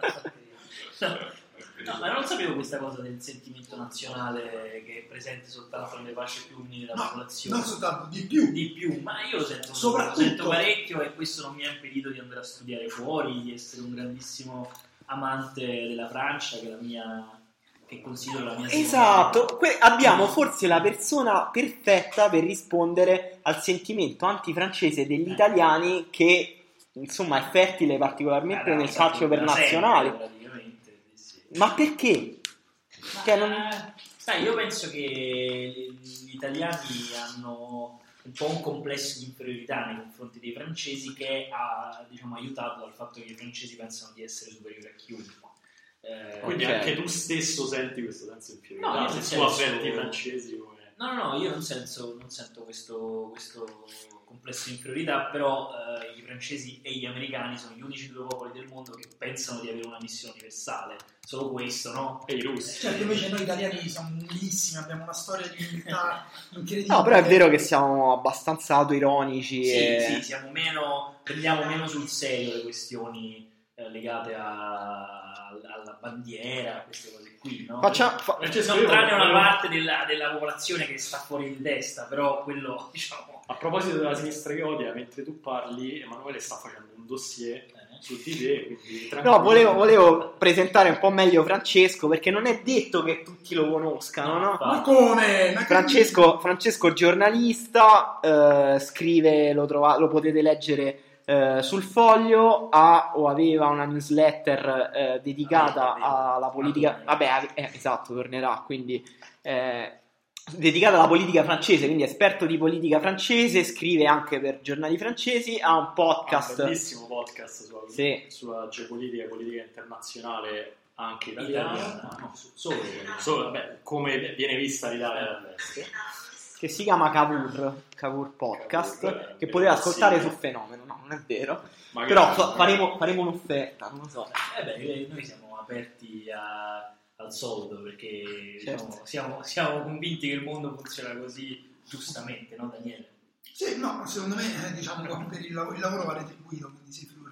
Speaker 4: No, ma non sapevo questa cosa del sentimento nazionale che è presente soltanto nelle fasce più umili della
Speaker 3: No,
Speaker 4: popolazione.
Speaker 3: non soltanto di più
Speaker 4: di più, ma io lo sento,
Speaker 3: Soprattutto-
Speaker 4: lo sento parecchio e questo non mi ha impedito di andare a studiare fuori, di essere un grandissimo amante della Francia, che è la mia che considero la mia seconda-
Speaker 1: Esatto, que- abbiamo forse la persona perfetta per rispondere al sentimento antifrancese degli italiani che insomma è fertile particolarmente
Speaker 4: Eh, no,
Speaker 1: nel
Speaker 4: esatto,
Speaker 1: calcio per
Speaker 4: da sempre,
Speaker 1: nazionale.
Speaker 4: praticamente, sì, sì.
Speaker 1: Ma perché? Cioè, non-
Speaker 4: Ma, sai, io penso che gli italiani hanno un po' un complesso di inferiorità nei confronti dei francesi che ha diciamo, aiutato dal fatto che i francesi pensano di essere superiori a chiunque. Eh,
Speaker 13: Quindi
Speaker 1: Ok.
Speaker 13: anche tu stesso senti questo senso in più.
Speaker 4: No,
Speaker 13: No,
Speaker 4: nel
Speaker 13: se tu
Speaker 4: senso-
Speaker 13: avverti i francesi come...
Speaker 4: No, no, no, io non, senso- non sento questo, questo complesso di inferiorità, però eh, i francesi e gli americani sono gli unici due popoli del mondo che pensano di avere una missione universale, solo questo, no?
Speaker 13: E i russi.
Speaker 4: Cioè,
Speaker 3: certo invece noi italiani siamo umilissimi abbiamo una storia di umiltà incredibile
Speaker 1: No, però è vero che siamo abbastanza autoironici e...
Speaker 4: Sì, sì, siamo meno, prendiamo meno sul serio le questioni eh, legate a- alla bandiera, a queste cose qui, no?
Speaker 1: Faccia- fa-
Speaker 13: Francesco,
Speaker 4: Non
Speaker 13: io
Speaker 4: tranne una
Speaker 13: volevo-
Speaker 4: parte della, della popolazione che sta fuori di testa, però quello, diciamo...
Speaker 13: A proposito della sinistra che odia, mentre tu parli, Emanuele sta facendo un dossier
Speaker 4: eh,
Speaker 13: su di te, quindi tranquillo.
Speaker 1: No, volevo, volevo presentare un po' meglio Francesco perché non è detto che tutti lo
Speaker 4: eh,
Speaker 1: conoscano, no?
Speaker 3: ma come Ma che-
Speaker 1: Francesco, Francesco giornalista, eh, scrive, lo, trova- lo potete leggere eh, sul foglio, ha o aveva una newsletter eh, dedicata
Speaker 4: Aveva, aveva.
Speaker 1: alla politica, ah,
Speaker 4: Tornerà.
Speaker 1: vabbè, eh, esatto, tornerà, quindi eh, dedicato alla politica francese, quindi esperto di politica francese, scrive anche per giornali francesi, ha un
Speaker 13: un
Speaker 1: podcast.
Speaker 13: Ah, bellissimo podcast sulla,
Speaker 1: Sì.
Speaker 13: sulla geopolitica e politica internazionale anche
Speaker 4: Italiana.
Speaker 13: italiana, no, su- solo, solo, vabbè, come viene vista l'Italia dall'estero.
Speaker 1: che si chiama Cavour, Cavour Podcast,
Speaker 13: Cavour, eh,
Speaker 1: che potete ascoltare
Speaker 13: sì.
Speaker 1: su Fenomeno, no, non è vero,
Speaker 13: Magari-
Speaker 1: però fa- faremo, faremo un'offerta, non lo so.
Speaker 4: Eh beh, noi siamo aperti a- al soldo perché
Speaker 1: Certo.
Speaker 4: diciamo, siamo, siamo convinti che il mondo funziona così giustamente, no Daniele?
Speaker 3: Sì, no, ma secondo me eh, diciamo qua per il, lav- il lavoro va retribuito, quindi si figura.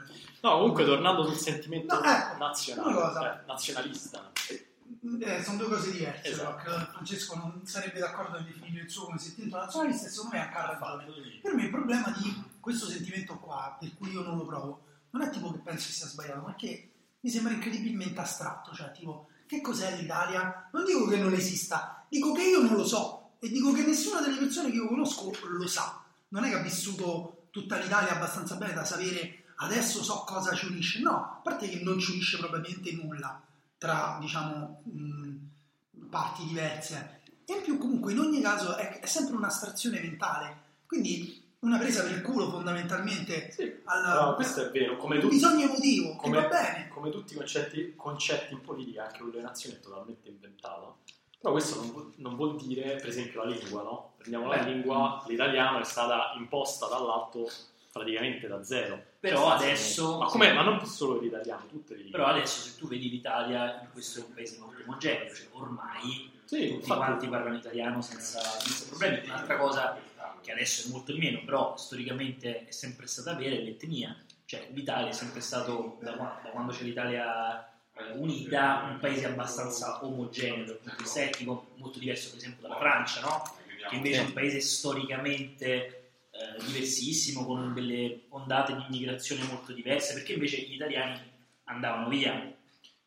Speaker 13: No, comunque tornando sul sentimento
Speaker 3: No, eh,
Speaker 13: nazionale,
Speaker 3: una cosa.
Speaker 13: eh, nazionalista,
Speaker 3: Eh, sono due cose diverse,
Speaker 13: Esatto.
Speaker 3: però, che Francesco non sarebbe d'accordo nel definire il suo come sentimento nazionalista e secondo me ha ragione. Per me il problema di questo sentimento qua, per cui io non lo provo, non è tipo che penso sia sbagliato, ma che mi sembra incredibilmente astratto, cioè tipo che cos'è l'Italia? Non dico che non esista, dico che io non lo so e dico che nessuna delle persone che io conosco lo sa. Non è che ha vissuto tutta l'Italia abbastanza bene da sapere adesso so cosa ci unisce, no, a parte che non ci unisce probabilmente nulla tra diciamo mh, parti diverse. E in più comunque in ogni caso è, è sempre un'astrazione mentale, quindi una presa per il culo fondamentalmente
Speaker 13: Sì.
Speaker 3: alla-
Speaker 13: No, questo è vero, come
Speaker 3: un
Speaker 13: tutti,
Speaker 3: bisogno emotivo, che va
Speaker 13: come,
Speaker 3: bene.
Speaker 13: come tutti i concetti, concetti in politica, anche quello delle nazioni è totalmente inventato. Però questo non vuol, non vuol dire, per esempio, la lingua, no? Prendiamo la
Speaker 4: Beh. mm.
Speaker 13: lingua, l'italiano è stata imposta dall'alto praticamente da zero.
Speaker 4: Però
Speaker 1: Certo.
Speaker 13: Cioè,
Speaker 4: adesso,
Speaker 13: Ma, come, ma non solo l'italiano, tutte le lingue.
Speaker 4: però adesso se tu vedi l'Italia, questo è un paese molto omogeneo, cioè ormai
Speaker 13: sì,
Speaker 4: tutti
Speaker 13: infatti,
Speaker 4: quanti parlano italiano senza, senza problemi. Un'altra cosa che adesso è molto di meno, però storicamente è sempre stata vera, è l'etnia. Cioè l'Italia è sempre stato, da, qua- da quando c'è l'Italia eh, unita, un paese abbastanza omogeneo dal punto di vista etnico, molto diverso per esempio dalla Francia, no? che
Speaker 1: Eh.
Speaker 4: invece è un paese storicamente eh, diversissimo, con delle ondate di immigrazione molto diverse, perché invece gli italiani andavano via.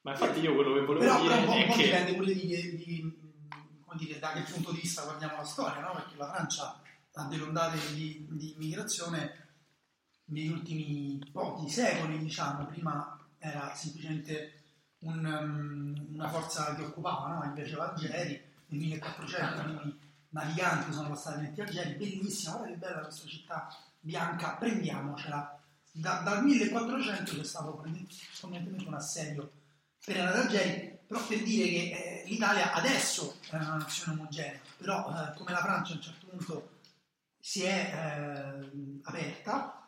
Speaker 13: ma infatti io quello che volevo
Speaker 3: Però,
Speaker 13: dire
Speaker 3: però un po', un
Speaker 13: è
Speaker 3: po'
Speaker 13: che...
Speaker 3: dipende pure di, che- di- come dire, da che punto di vista guardiamo la storia, no? perché la Francia ha delle ondate di, di immigrazione negli ultimi pochi secoli, diciamo, prima era semplicemente un, um, una forza che occupava, no? invece Algeri nel 1400, quindi naviganti sono passati netti Algeri, bellissima, guarda che bella questa città bianca, prendiamocela. Da- dal 1400 c'è stato prende- fondamentalmente un assedio per la Algeri, però per dire che eh, l'Italia adesso è una nazione omogenea, però eh, come la Francia a un certo punto si è ehm, aperta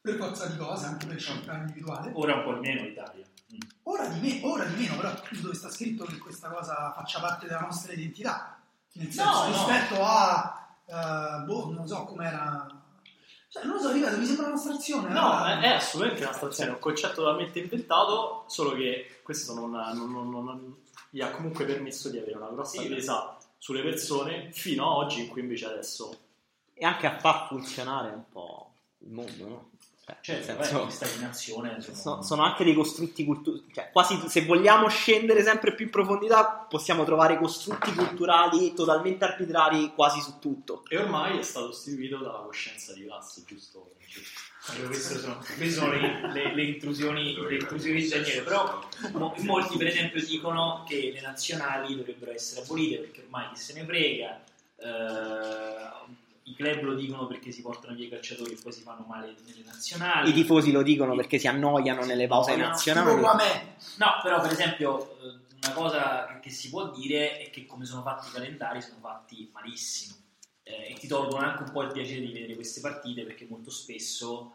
Speaker 3: per forza di cose, anche per scelta individuale.
Speaker 4: Ora un po' di meno l'Italia.
Speaker 3: Ora di, me- ora di meno, però dove sta scritto che questa cosa faccia parte della nostra identità. Nel senso,
Speaker 4: no.
Speaker 3: rispetto a... eh, boh, non so com'era... Cioè, non lo so, ripeto, mi sembra eh. un'astrazione.
Speaker 13: No, eh,
Speaker 3: allora-
Speaker 13: è è assolutamente una stazione, è un concetto totalmente inventato, solo che questo non, ha- non- non- non- non- gli ha comunque permesso di avere una grossa
Speaker 4: Sì.
Speaker 13: presa sulle persone fino a oggi, in cui invece adesso...
Speaker 1: E anche a far funzionare un po' il mondo, no? Cioè,
Speaker 4: Cioè,
Speaker 1: nel
Speaker 13: Certo,
Speaker 1: senso,
Speaker 4: vabbè, questa è nazione
Speaker 1: so- sono anche dei costrutti culturali, cioè quasi se vogliamo scendere sempre più in profondità possiamo trovare costrutti culturali totalmente arbitrari quasi su tutto.
Speaker 13: E ormai è stato istituito dalla coscienza di classe, giusto?
Speaker 4: Queste sono, queste sono le, le- le intrusioni, le intrusioni di Daniele, però mo- in molti per esempio dicono che le nazionali dovrebbero essere abolite perché ormai chi se ne frega, eh, i club lo dicono perché si portano via i calciatori e poi si fanno male nelle
Speaker 13: Ah,
Speaker 4: nazionali.
Speaker 1: I tifosi lo dicono perché si annoiano nelle pause
Speaker 4: Annoiano.
Speaker 1: nazionali.
Speaker 3: Tipo a me.
Speaker 4: No, però per esempio eh, una cosa che- che si può dire è che come sono fatti i calendari sono fatti malissimo Eh, e ti tolgono anche un po' il piacere di vedere queste partite perché molto spesso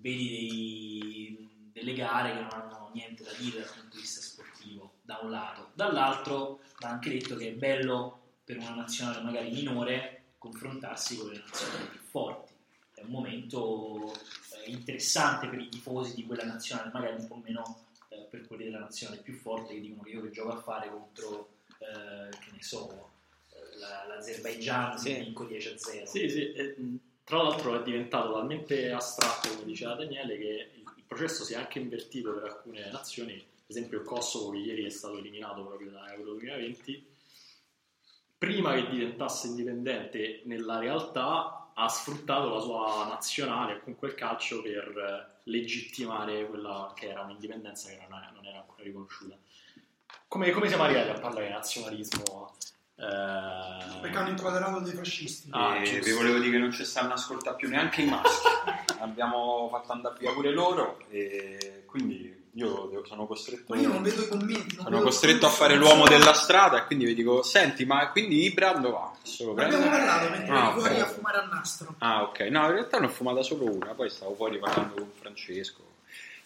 Speaker 4: vedi dei- delle gare che non hanno niente da dire dal punto di vista sportivo da un lato, dall'altro va anche detto che è bello per una nazionale magari minore confrontarsi con le nazionali più forti è un momento eh, interessante per i tifosi di quella nazionale magari un po' meno eh, per quelli della nazionale più forte che dicono che io che gioco a fare contro, eh, che ne so, eh, la- l'Azerbaigian se
Speaker 1: Sì.
Speaker 4: vinco 10 a 0.
Speaker 13: Sì, sì, e, mh, tra l'altro è diventato talmente astratto, come diceva Daniele, che il, il processo si è anche invertito per alcune nazioni, per esempio il Kosovo che ieri è stato eliminato proprio da Euro 2020, prima che diventasse indipendente nella realtà ha sfruttato la sua nazionale, comunque il calcio, per eh, legittimare quella che era un'indipendenza che non era, non era ancora riconosciuta. Come, come siamo arrivati a parlare di nazionalismo Eh,
Speaker 3: Perché hanno inquadrato dei fascisti.
Speaker 13: Ah,
Speaker 1: Eh,
Speaker 9: E
Speaker 13: giusto.
Speaker 9: Eh, vi volevo dire che non ci stanno ascoltando più neanche i maschi. Abbiamo fatto andare via pure loro e quindi io devo- sono costretto,
Speaker 3: Ma io non vedo i commenti. non
Speaker 9: sono
Speaker 3: vedo-
Speaker 9: costretto a fare l'uomo della strada e quindi vi dico, senti, ma quindi Ibra dove va? Solo
Speaker 3: Abbiamo
Speaker 9: prendere?"
Speaker 3: parlato mentre
Speaker 9: eh? Ah,
Speaker 3: eri fuori
Speaker 9: ok.
Speaker 3: a fumare al nastro.
Speaker 9: Ah, ok. No, in realtà ne ho fumata solo una, poi stavo fuori parlando con Francesco.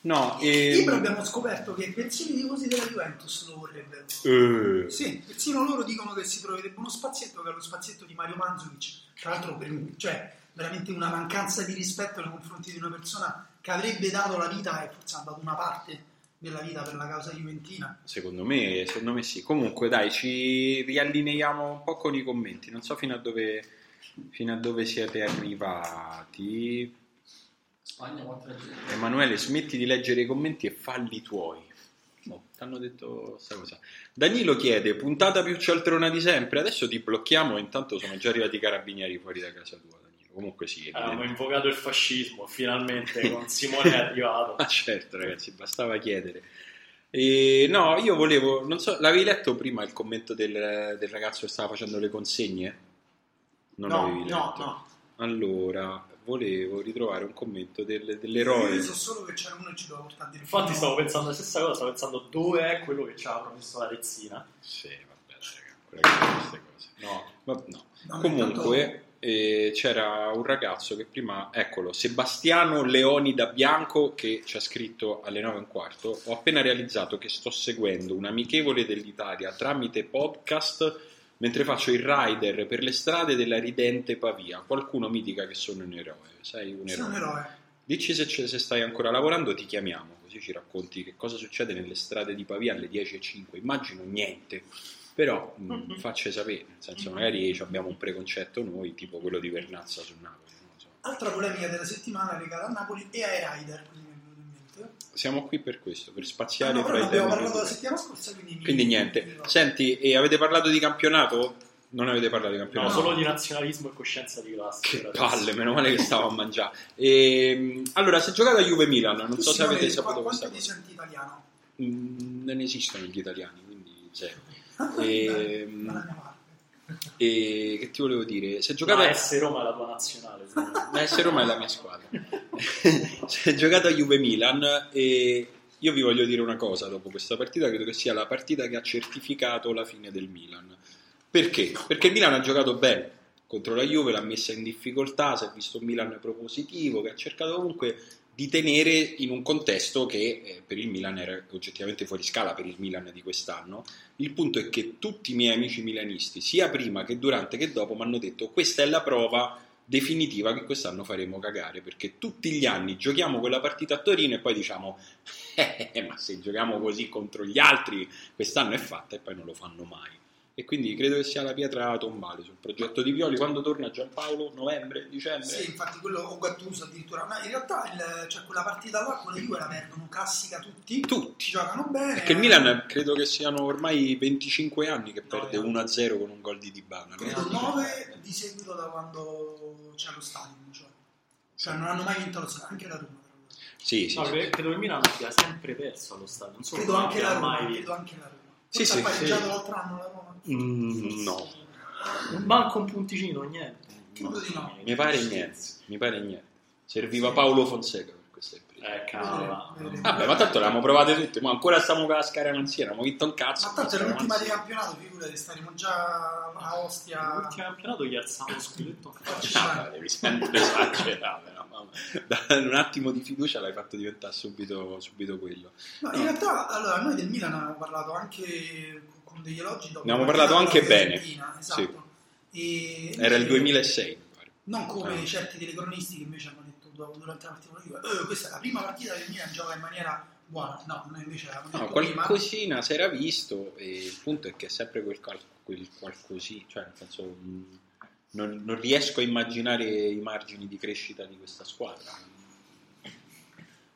Speaker 9: No, ehm, e...
Speaker 3: Libro abbiamo scoperto che persino i tifosi della Juventus lo vorrebbero.
Speaker 9: Eh.
Speaker 3: Sì, persino loro dicono che si troverebbe uno spazietto che è lo spazietto di Mario Manzovic. Tra l'altro, per me, cioè, veramente una mancanza di rispetto nei confronti di una persona che avrebbe dato la vita e forse ha dato una parte della vita per la causa juventina.
Speaker 9: Secondo me, secondo me sì. Comunque, dai, ci riallineiamo un po' con i commenti. Non so fino a dove, fino a dove siete arrivati.
Speaker 14: Spagna 4 a 0.
Speaker 9: Emanuele, smetti di leggere i commenti e falli tuoi. No, ti hanno detto questa cosa. Danilo chiede, puntata più cialtrona di sempre. Adesso ti blocchiamo, intanto sono già arrivati i carabinieri fuori da casa tua, Danilo. Comunque sì,
Speaker 13: Abbiamo
Speaker 9: evidente.
Speaker 13: invocato il fascismo, finalmente con Simone è arrivato.
Speaker 9: Ah, certo, ragazzi, bastava chiedere. E, no, io volevo, non so, l'avevi letto prima il commento del, del ragazzo che stava facendo le consegne? Non l'avevi
Speaker 3: no,
Speaker 9: letto.
Speaker 3: no.
Speaker 9: Allora, volevo ritrovare un commento del-
Speaker 3: Io
Speaker 9: dell'eroe.
Speaker 3: so solo che c'era uno e ci doveva portare dentro.
Speaker 13: Infatti stavo pensando la stessa cosa, stavo pensando dove è quello che c'ha la professora Rezzina.
Speaker 9: Sì, vabbè, raga, pure che queste cose.
Speaker 13: No.
Speaker 9: Ma- no.
Speaker 3: No, ma intanto-
Speaker 9: Comunque, eh, c'era un ragazzo che prima, eccolo, Sebastiano Leonida Bianco, che ci ha scritto alle 9 e un quarto. Ho appena realizzato che sto seguendo un amichevole dell'Italia tramite podcast mentre faccio il rider per le strade della ridente Pavia. Qualcuno mi dica che sono un eroe. Sei un
Speaker 3: sei un
Speaker 9: eroe.
Speaker 3: eroe.
Speaker 9: Dici se, ce- cioè, se stai ancora lavorando, ti chiamiamo, così ci racconti che cosa succede nelle strade di Pavia alle 10.05. Immagino niente, però mh, facci sapere, nel senso magari ci abbiamo un preconcetto noi, tipo quello di Vernazza su Napoli. non lo so.
Speaker 3: Altra polemica della settimana legata a Napoli e ai Rider. quindi mi è venuto in mente.
Speaker 9: Siamo qui per questo, per
Speaker 3: Ah,
Speaker 9: spaziare
Speaker 3: no, però
Speaker 9: tra
Speaker 3: ne
Speaker 9: i
Speaker 3: abbiamo
Speaker 9: temi.
Speaker 3: parlato la
Speaker 9: culturali.
Speaker 3: settimana scorsa, quindi, mi-
Speaker 9: Quindi
Speaker 3: mi
Speaker 9: niente, Cioè,
Speaker 3: ricordo.
Speaker 9: senti, e avete parlato di campionato? Non avete parlato di
Speaker 13: No,
Speaker 9: campionato?
Speaker 13: solo di nazionalismo e coscienza di classe.
Speaker 9: Che
Speaker 13: ragazzi.
Speaker 9: palle, meno male che stavo a mangiare. Ehm, allora, se giocate a Juve Milan, non
Speaker 3: Tu,
Speaker 9: so se
Speaker 3: Simone,
Speaker 9: avete
Speaker 3: qua-
Speaker 9: saputo
Speaker 3: quanto
Speaker 9: questa
Speaker 3: ti
Speaker 9: cosa.
Speaker 3: senti italiano?
Speaker 9: Mm, non esistono gli italiani, quindi zero.
Speaker 3: Beh,
Speaker 9: Ehm,
Speaker 3: dalla mia parte.
Speaker 9: E che ti volevo dire? Se
Speaker 13: La
Speaker 9: giocate a
Speaker 13: S Roma è la tua nazionale. signore.
Speaker 9: la S Roma è la mia squadra. Se giocate a Juve Milan, e io vi voglio dire una cosa dopo questa partita, credo che sia la partita che ha certificato la fine del Milan. Perché? Perché il Milan ha giocato bene contro la Juve, l'ha messa in difficoltà, si è visto un Milan propositivo che ha cercato comunque di tenere in un contesto che eh, per il Milan era oggettivamente fuori scala per il Milan di quest'anno. Il punto è che tutti i miei amici milanisti, sia prima che durante che dopo, mi hanno detto questa è la prova definitiva che quest'anno faremo cagare perché tutti gli anni giochiamo quella partita a Torino e poi diciamo "Eh, eh, ma se giochiamo così contro gli altri quest'anno è fatta e poi non lo fanno mai e quindi credo che sia la pietra tombale sul progetto di Violi quando torna Giampaolo novembre, dicembre
Speaker 3: eh, Sì, infatti quello o Gattuso addirittura, ma in realtà il- cioè, quella partita là con la Juve la perdono classica tutti,
Speaker 9: tutti
Speaker 3: ci giocano bene.
Speaker 9: perché il Milan credo che siano ormai 25 anni che perde 1-0 con un gol di Dybala no?
Speaker 3: credo 9 di seguito da quando c'è lo stadium, cioè, Cioè, non hanno mai vinto lo stadium, anche la Roma. tra l'altro.
Speaker 9: sì sì,
Speaker 13: No,
Speaker 9: sì.
Speaker 13: cre- credo il Milan abbia sempre perso allo stadio. Non so
Speaker 3: Credo
Speaker 13: come
Speaker 3: anche la
Speaker 13: abbia
Speaker 3: Roma,
Speaker 13: mai-
Speaker 3: credo anche la Roma.
Speaker 9: Sì,
Speaker 3: Forse
Speaker 9: sì,
Speaker 3: ha pareggiato
Speaker 13: sì.
Speaker 3: l'altro anno la Roma.
Speaker 9: Mm, no
Speaker 13: Manco un punticino, niente.
Speaker 3: Credo di no.
Speaker 9: mi pare niente mi pare niente serviva Paolo Fonseca per questa impresa
Speaker 13: Eh, cavolo.
Speaker 3: Vedremo.
Speaker 9: Vabbè, Ah, ma tanto le abbiamo provate tutte, ma ancora stiamo con la scaramanzia, abbiamo vinto un cazzo.
Speaker 3: Ma tanto è
Speaker 9: con la
Speaker 3: l'ultima di
Speaker 9: Scaramanzia.
Speaker 3: campionato, figurati, staremo già a Ostia. Cioè,
Speaker 13: L'ultimo campionato gli alzavano lo scudetto.
Speaker 3: Facci
Speaker 9: No,
Speaker 3: fare.
Speaker 9: Ah, devi sempre esagerare, no, mamma. Da un attimo di fiducia l'hai fatto diventare subito, subito quello.
Speaker 3: No, in realtà, allora, noi del Milan abbiamo parlato anche con degli elogi. Dopo
Speaker 9: Ne abbiamo
Speaker 3: la partita
Speaker 9: parlato anche
Speaker 3: con la
Speaker 9: bene.
Speaker 3: Fiorentina, Esatto. E
Speaker 9: Era il
Speaker 3: invece-
Speaker 9: 2006, mi pare.
Speaker 3: Non come
Speaker 9: Ah.
Speaker 3: certi telecronisti che invece hanno detto dopo- durante la partita con la Juve, "Eh, questa è la prima partita che il Milan gioca in maniera buona. No, noi invece avevamo
Speaker 9: No,
Speaker 13: Ecco,
Speaker 3: detto prima.
Speaker 9: qualcosina si era visto e il punto è che è sempre quel, cal- quel qualcosì, cioè nel senso mh, non, non riesco a immaginare i margini di crescita di questa squadra.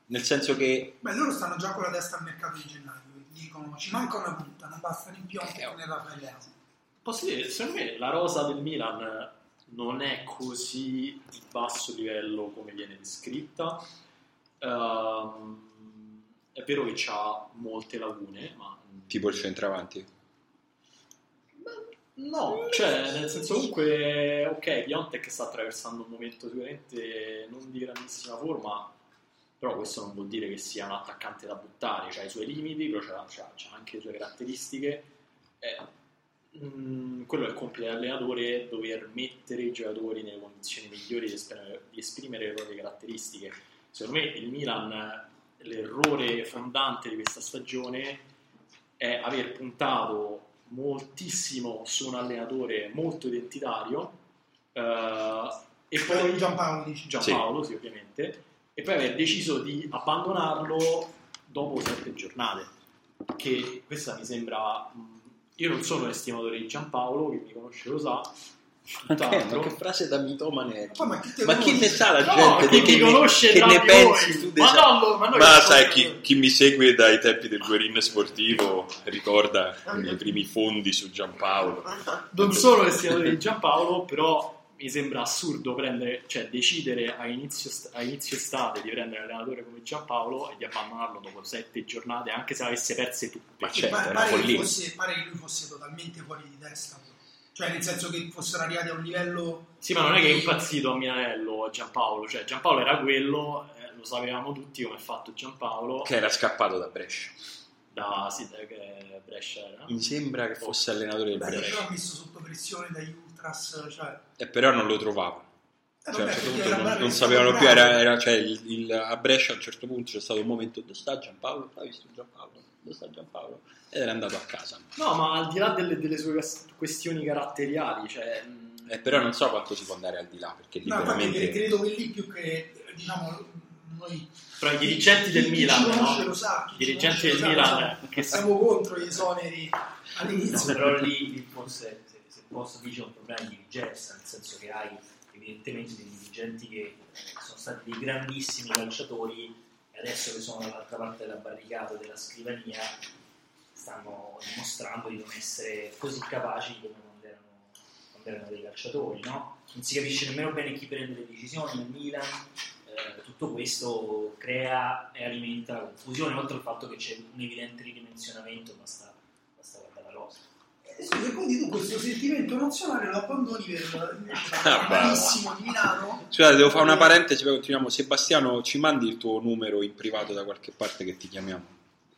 Speaker 9: Nel senso che
Speaker 3: Beh, loro stanno già con la testa al mercato di gennaio. quindi Dicono, ci manca una punta, non bastano in piombo
Speaker 9: Eh, oh.
Speaker 3: nella Raffaele
Speaker 13: Posso dire, secondo me la rosa del Milan non è così di basso livello come viene descritta. Ehm, è vero che ha molte lacune, ma...
Speaker 9: tipo il centravanti.
Speaker 13: Beh,
Speaker 1: No,
Speaker 13: Cioè, nel senso, comunque, ok, Piontek sta attraversando un momento sicuramente non di grandissima forma, però questo non vuol dire che sia un attaccante da buttare, ha i suoi limiti, però c'ha, c'ha- c'ha anche le sue caratteristiche. Eh, mm, quello è il compito dell'allenatore, dover mettere i giocatori nelle condizioni migliori di esprimere, di esprimere le proprie caratteristiche. Secondo me il Milan, eh, l'errore fondante di questa stagione è aver puntato moltissimo su un allenatore molto identitario eh, e poi
Speaker 3: Giampaolo dice.
Speaker 13: Giampaolo, sì. ovviamente, e poi aver deciso di abbandonarlo dopo sette giornate. Che questa mi sembra. mh, Io non sono un estimatore di Giampaolo, che mi conosce lo sa.
Speaker 5: Ok,
Speaker 13: tutt'altro.
Speaker 5: ma che frase da mitomane è?
Speaker 3: Poi, ma chi te
Speaker 5: Ma chi ne sa la
Speaker 13: No,
Speaker 5: gente
Speaker 13: chi
Speaker 5: di che,
Speaker 13: mi conosce
Speaker 5: che
Speaker 13: tra
Speaker 5: ne
Speaker 13: di
Speaker 5: pensi
Speaker 13: voi?
Speaker 5: tu?
Speaker 13: Ma
Speaker 5: dei-
Speaker 13: no, no, ma, noi
Speaker 9: Ma
Speaker 13: siamo-
Speaker 9: sai, chi, chi mi segue dai tempi del guerin sportivo ricorda i miei primi fondi su Giampaolo.
Speaker 13: Non sono un estimatore di Giampaolo, però mi sembra assurdo prendere, cioè, decidere a inizio, est- a inizio estate di prendere un allenatore come Giampaolo e di abbandonarlo dopo sette giornate, anche se avesse perse tutte.
Speaker 9: Ma certo,
Speaker 3: pare,
Speaker 9: era
Speaker 3: pare che
Speaker 9: follia.
Speaker 3: fosse, pare che lui fosse totalmente fuori di testa. Cioè, nel senso che fossero arrivati a un livello.
Speaker 13: Sì, ma non è che è impazzito a Milanello Giampaolo, cioè Giampaolo era quello, eh, lo sapevamo tutti come è fatto Giampaolo,
Speaker 9: Che era scappato da Brescia.
Speaker 13: da sì, da- che Brescia era.
Speaker 9: Mi sembra che fosse allenatore del
Speaker 3: Beh,
Speaker 9: Brescia.
Speaker 3: però messo sotto pressione dagli ultras. Cioè,
Speaker 9: E Eh, però non lo trovavano.
Speaker 3: Eh,
Speaker 9: Cioè, a un
Speaker 3: vabbè,
Speaker 9: certo
Speaker 3: perché
Speaker 9: punto
Speaker 3: era
Speaker 9: non,
Speaker 3: bravo,
Speaker 9: non
Speaker 3: era
Speaker 9: sapevano
Speaker 3: bravo.
Speaker 9: più, era, era- cioè, il- il- a Brescia a un certo punto c'è stato un momento dove sta Giampaolo? Hai visto Giampaolo? Dove sta Giampaolo? Ed era andato a casa.
Speaker 13: No, ma al di là delle, delle sue cas- questioni caratteriali, cioè... mh,
Speaker 9: Eh, però non so quanto si può andare al di là, perché lì
Speaker 3: No, infatti, eh,
Speaker 9: veramente...
Speaker 3: credo che lì più che diciamo noi
Speaker 13: Tra i dirigenti del
Speaker 3: chi
Speaker 13: Milan,
Speaker 3: ci conosce
Speaker 13: no?
Speaker 3: lo sa, chi
Speaker 13: I
Speaker 3: ci
Speaker 13: dirigenti del
Speaker 3: conosce lo sa,
Speaker 13: Milan, eh. che
Speaker 3: che siamo contro gli esoneri all'inizio.
Speaker 4: però lì il post, se, se posso dice un problema di dirigenza, nel senso che hai evidentemente dei dirigenti che sono stati dei grandissimi calciatori e adesso che sono dall'altra parte della barricata, della scrivania, stanno dimostrando di non essere così capaci come quando erano, quando erano dei calciatori, no? Non si capisce nemmeno bene chi prende le decisioni nel Milan, eh, tutto questo crea e alimenta la confusione, oltre al fatto che c'è un evidente ridimensionamento, basta, basta guardare la rosa.
Speaker 3: Eh, Scusa, quindi tu questo sentimento nazionale lo abbandoni per invece
Speaker 9: Ah,
Speaker 3: per Milanissimo di Milano?
Speaker 9: Scusate, devo fare una parentesi, poi continuiamo. Sebastiano, ci mandi il tuo numero in privato da qualche parte che ti chiamiamo?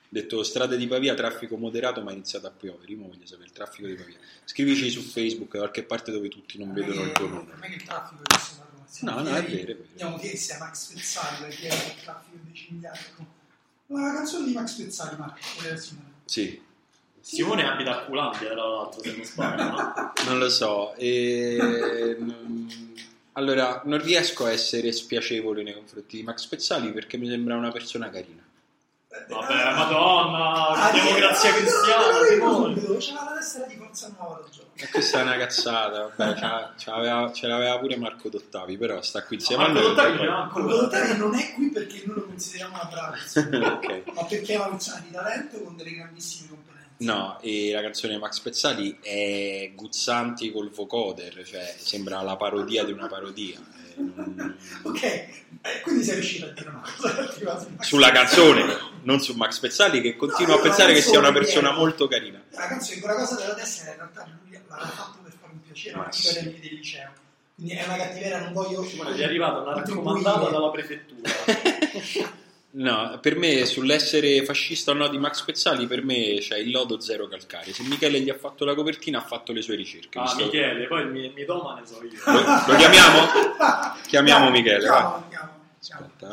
Speaker 9: Detto strade di Pavia, traffico moderato, ma è iniziato a piovere. Io voglio sapere il traffico di Pavia. Scrivici su Facebook, da qualche parte dove tutti non vedono il tuo
Speaker 3: Per
Speaker 9: nome.
Speaker 3: me che il traffico è questo da Roma. Siamo
Speaker 9: No, no, è
Speaker 3: fieri-
Speaker 9: vero, è vero.
Speaker 3: Andiamo che sia Max Pezzali, perché è il traffico dei Cigliano. La canzone di Max Pezzali, Marco, voleva Simone.
Speaker 9: Sì,
Speaker 13: Simone abita a Culandia, tra l'altro, se non sbaglio, no?
Speaker 9: non lo so. E... mm, Allora, non riesco a essere spiacevole nei confronti di Max Pezzali perché mi sembra una persona carina.
Speaker 13: Vabbè, madonna,
Speaker 3: Eh, Ah,
Speaker 13: la democrazia
Speaker 3: no, no,
Speaker 13: cristiana,
Speaker 3: no, no,
Speaker 13: Simone!
Speaker 3: no, C'era ah, la testa di Forza Nuova lo gioco.
Speaker 9: E questa è una cazzata, vabbè, c'ha- ce l'aveva, ce l'aveva pure Marco Dottavi, però sta qui insieme
Speaker 13: Ma
Speaker 9: a noi.
Speaker 13: Dottavi non ha ancora-
Speaker 3: Quello Lottari non è qui perché noi lo consideriamo una brava persona,
Speaker 9: Ok.
Speaker 3: ma perché è una persona di talento con delle grandissime competenze.
Speaker 9: No, e la canzone di Max Pezzali è Guzzanti col vocoder, cioè sembra la parodia di una parodia. eh, non-
Speaker 3: Ok, eh, quindi sei riuscito a dire una cosa cattiva su Max
Speaker 9: Sulla
Speaker 3: Pezzali.
Speaker 9: canzone, non su Max Pezzali, che continuo a pensare che sia una persona molto carina.
Speaker 3: La canzone, quella cosa della testa in realtà lui l'ha fatto per farmi piacere,
Speaker 9: Ma
Speaker 13: eh,
Speaker 3: ma
Speaker 9: sì.
Speaker 3: sì. del liceo. Quindi è una cattiveria, non voglio...
Speaker 13: Simone, ti è arrivata una raccomandata dalla prefettura.
Speaker 9: No, per me sull'essere fascista o no di Max Pezzali, per me c'è il lodo zero calcare. Se Michele gli ha fatto la copertina, ha fatto le sue ricerche.
Speaker 13: Ah,
Speaker 9: visto-
Speaker 13: Michele, poi mi, mi doma ne so io.
Speaker 9: Lo, lo chiamiamo? Chiamiamo Michele,
Speaker 3: Ciao, chiamo, chiamo.
Speaker 9: Aspetta,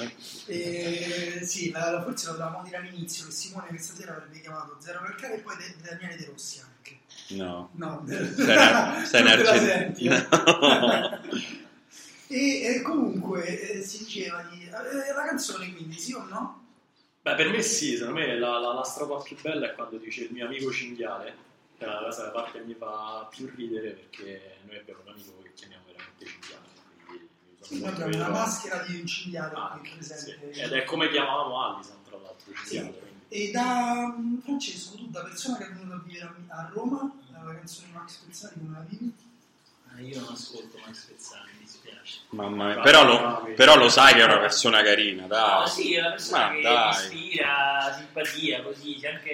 Speaker 9: eh.
Speaker 3: Eh, sì, la- la- forse lo dovevamo dire all'inizio che Simone questa sera avrebbe chiamato Zero Calcare e poi De- Daniele De Rossi anche.
Speaker 9: No.
Speaker 3: No,
Speaker 9: Sei in, sei in
Speaker 3: non te la
Speaker 9: Argentina.
Speaker 3: senti,
Speaker 9: No.
Speaker 3: eh. e, eh, comunque eh, si diceva di, eh, la canzone quindi, sì o no?
Speaker 13: Beh, per me sì, secondo me la, la, la strofa più bella è quando dice il mio amico cinghiale. Che è la cosa- la parte che mi fa più ridere perché noi abbiamo un amico che chiamiamo veramente cinghiale. Quindi mi fa
Speaker 3: Sì, noi
Speaker 13: molto
Speaker 3: abbiamo una
Speaker 13: ridere.
Speaker 3: maschera di un cinghiale qui
Speaker 13: Anche, sì.
Speaker 3: presente.
Speaker 13: Ed è come chiamavamo Alison, tra l'altro, cinghiale.
Speaker 3: Sì.
Speaker 13: quindi.
Speaker 3: E da mm, Francesco, tu da persona che è venuta a vivere a, a Roma, la canzone di Max Pezzali come la vivi?
Speaker 4: Ah, io non ascolto Max Pezzani, mi dispiace.
Speaker 9: Mamma mia, però lo, però lo sai che è una persona carina, dai.
Speaker 4: No, Ah, sì, è una persona
Speaker 9: Ah, Ma
Speaker 4: che
Speaker 9: dai.
Speaker 4: ispira simpatia, così, c'è anche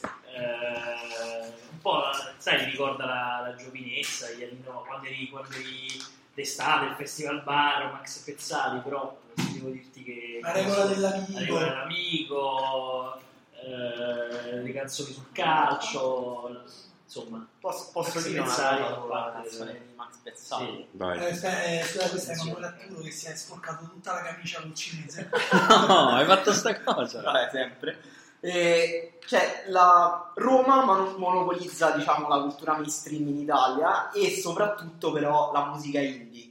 Speaker 4: eh, un po', la- sai, ti ricorda la, la giovinezza, gli anni no- quando eri, quando eri d'estate, il Festival Bar, Max Pezzali, però devo dirti che...
Speaker 3: La regola
Speaker 4: La regola
Speaker 3: dell'amico.
Speaker 4: dell'amico, eh, le canzoni sul calcio, insomma...
Speaker 1: Posso,
Speaker 4: Max
Speaker 1: dire una
Speaker 4: Pezzali,
Speaker 1: cosa sulla
Speaker 4: Max
Speaker 1: canzone di Max Pezzali?
Speaker 9: Vai.
Speaker 3: Eh, sta- eh, scusa, questa è una corattura che si è sporcato tutta la camicia col cinese.
Speaker 9: No, hai fatto sta cosa.
Speaker 1: Vabbè, sempre. Eh, cioè, la Roma mono- monopolizza, diciamo, la cultura mainstream in Italia e soprattutto però la musica indie.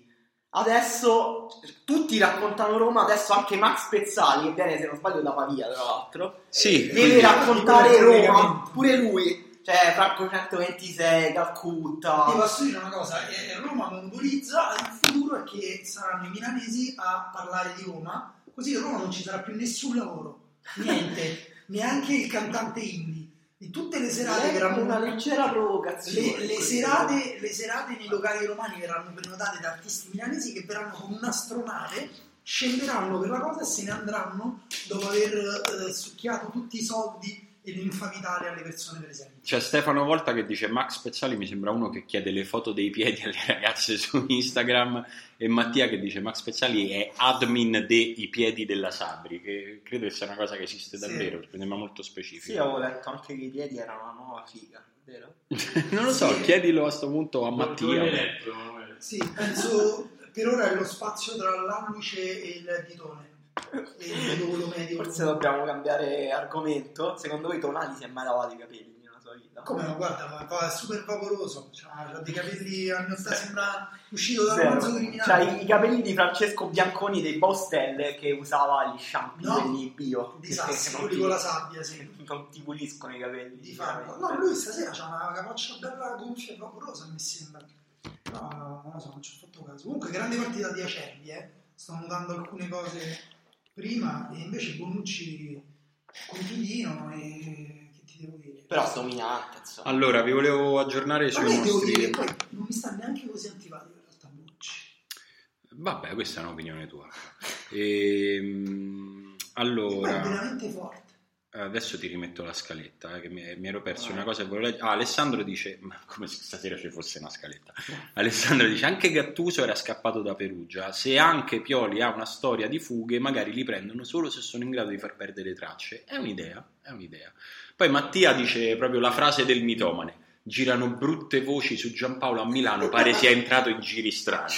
Speaker 1: Adesso tutti raccontano Roma, adesso anche Max Pezzali, che viene se non sbaglio da Pavia, tra l'altro,
Speaker 9: Sì,
Speaker 1: deve
Speaker 9: quindi-
Speaker 1: raccontare
Speaker 3: Pure lui,
Speaker 1: Roma, pure lui, cioè Franco 126,
Speaker 3: Ti
Speaker 1: Calcutta.
Speaker 3: posso dire una cosa, eh, Roma monopolizza, il futuro è che saranno i milanesi a parlare di Roma, così a Roma non ci sarà più nessun lavoro, niente, neanche il cantante indie. Di tutte le serate verranno-
Speaker 1: È una leggera
Speaker 3: le,
Speaker 1: provocazione.
Speaker 3: le
Speaker 1: Questo.
Speaker 3: serate, le serate nei locali romani verranno prenotate da artisti milanesi che verranno con un'astronave, scenderanno per la cosa e se ne andranno dopo aver eh, succhiato tutti i soldi e l'infamia Italia alle persone presenti.
Speaker 9: C'è Stefano Volta che dice Max Pezzali mi sembra uno che chiede le foto dei piedi alle ragazze su Instagram e Mattia che dice Max Pezzali è admin dei piedi della Sabri, che credo che sia una cosa che esiste
Speaker 3: Sì.
Speaker 9: davvero, perché mi sembra molto specifica.
Speaker 1: Sì, avevo letto anche che i piedi era una nuova figa, vero?
Speaker 9: non lo so,
Speaker 3: Sì.
Speaker 9: chiedilo a sto punto a
Speaker 13: Non
Speaker 9: Mattia.
Speaker 13: l'hai letto, Emanuele?
Speaker 3: Sì, penso per ora è lo spazio tra l'annuce e il ditone. E Eh, il dolo medio.
Speaker 1: Forse dobbiamo cambiare argomento. Secondo voi Tonali si è mai lavato i capelli nella sua vita?
Speaker 3: Come no, guarda, ma qua è super vaporoso. Cioè, ha dei capelli, a mio sta sembra uscito da un
Speaker 1: Zero.
Speaker 3: romanzo criminale.
Speaker 1: Cioè, i- i capelli di Francesco Bianconi dei Bostelle che usava gli shampoo
Speaker 3: No.
Speaker 1: quelli bio.
Speaker 3: Di
Speaker 1: perché
Speaker 3: sassi,
Speaker 1: non
Speaker 3: quelli
Speaker 1: ti-
Speaker 3: con la sabbia, sì.
Speaker 1: Non ti puliscono i capelli.
Speaker 3: Di fango. No,
Speaker 1: veramente.
Speaker 3: lui stasera c'ha una capoccia bella gonfia e vaporosa, mi sembra. No, non lo so, non ci ho fatto caso. Comunque, grande partita di Acerbi, eh. Sto notando alcune cose prima e invece Bonucci con Tudino e... che ti devo dire?
Speaker 1: Però sto minante, insomma.
Speaker 9: Allora, vi volevo aggiornare
Speaker 3: Ma
Speaker 9: sui
Speaker 3: me devo dire che
Speaker 9: nostri...
Speaker 3: poi non mi sta neanche così antipatico in realtà Bonucci.
Speaker 9: Vabbè, questa è un'opinione tua. Ehm,
Speaker 3: E poi è
Speaker 9: allora...
Speaker 3: veramente forte.
Speaker 9: Eh, Adesso ti rimetto la scaletta, eh, che mi, mi ero perso una cosa che volevo leggere. Ah, Alessandro dice, ma come se stasera ci fosse una scaletta. Alessandro dice, anche Gattuso era scappato da Perugia. Se anche Pioli ha una storia di fughe, magari li prendono solo se sono in grado di far perdere tracce. È un'idea, è un'idea. Poi Mattia dice proprio la frase del mitomane. Girano brutte voci su Giampaolo a Milano, pare sia entrato in giri strani.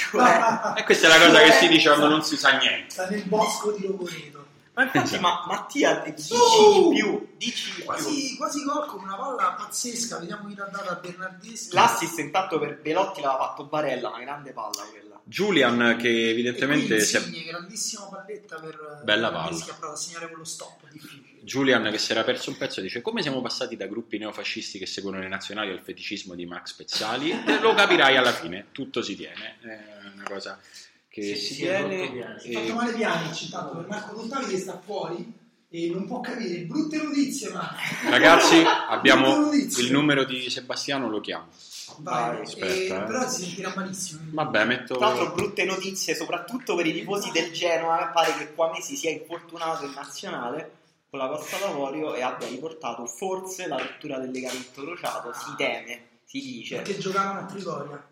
Speaker 9: E questa è la cosa che si dice quando non si sa niente.
Speaker 3: Sta nel bosco di Logoreto.
Speaker 1: Ma infatti,
Speaker 4: Esatto.
Speaker 1: ma, Mattia, dici
Speaker 3: Su!
Speaker 1: di più, dici di più.
Speaker 3: Quasi, quasi gol con una palla pazzesca, vediamo chi l'ha data a Bernardeschi.
Speaker 1: L'assist intanto per Belotti l'aveva fatto Barella, una grande palla quella.
Speaker 9: Julian, che evidentemente si è
Speaker 3: Insigne, grandissima palletta per eh,
Speaker 9: Bella
Speaker 3: Bernardeschi,
Speaker 9: palla.
Speaker 3: ha provato a segnare con lo stop, difficile.
Speaker 9: Julian che si era perso un pezzo dice come siamo passati da gruppi neofascisti che seguono le nazionali al feticismo di Max Pezzali Te lo capirai alla fine tutto si tiene è una cosa che
Speaker 4: Sì,
Speaker 9: si
Speaker 4: sì, è molto
Speaker 9: tiene
Speaker 4: chiaro.
Speaker 3: Ha
Speaker 9: e-
Speaker 3: fatto male Pjanic intanto per Marco Contavi che sta fuori e non può capire, brutte notizie ma
Speaker 9: ragazzi abbiamo
Speaker 3: Brutte notizie.
Speaker 9: il numero di Sebastiano lo chiamo
Speaker 3: Vai,
Speaker 1: Vai,
Speaker 9: aspetta,
Speaker 3: eh,
Speaker 9: eh.
Speaker 3: però si sentirà malissimo.
Speaker 9: vabbè
Speaker 1: Tra l'altro
Speaker 9: metto
Speaker 1: brutte notizie soprattutto per i tifosi del Genoa, Eh, pare che Quamesi sia infortunato in nazionale con la Costa d'Avorio e abbia riportato forse la rottura del legamento crociato, si teme, si dice.
Speaker 3: Perché
Speaker 2: certo.
Speaker 3: giocavano a Trigoria.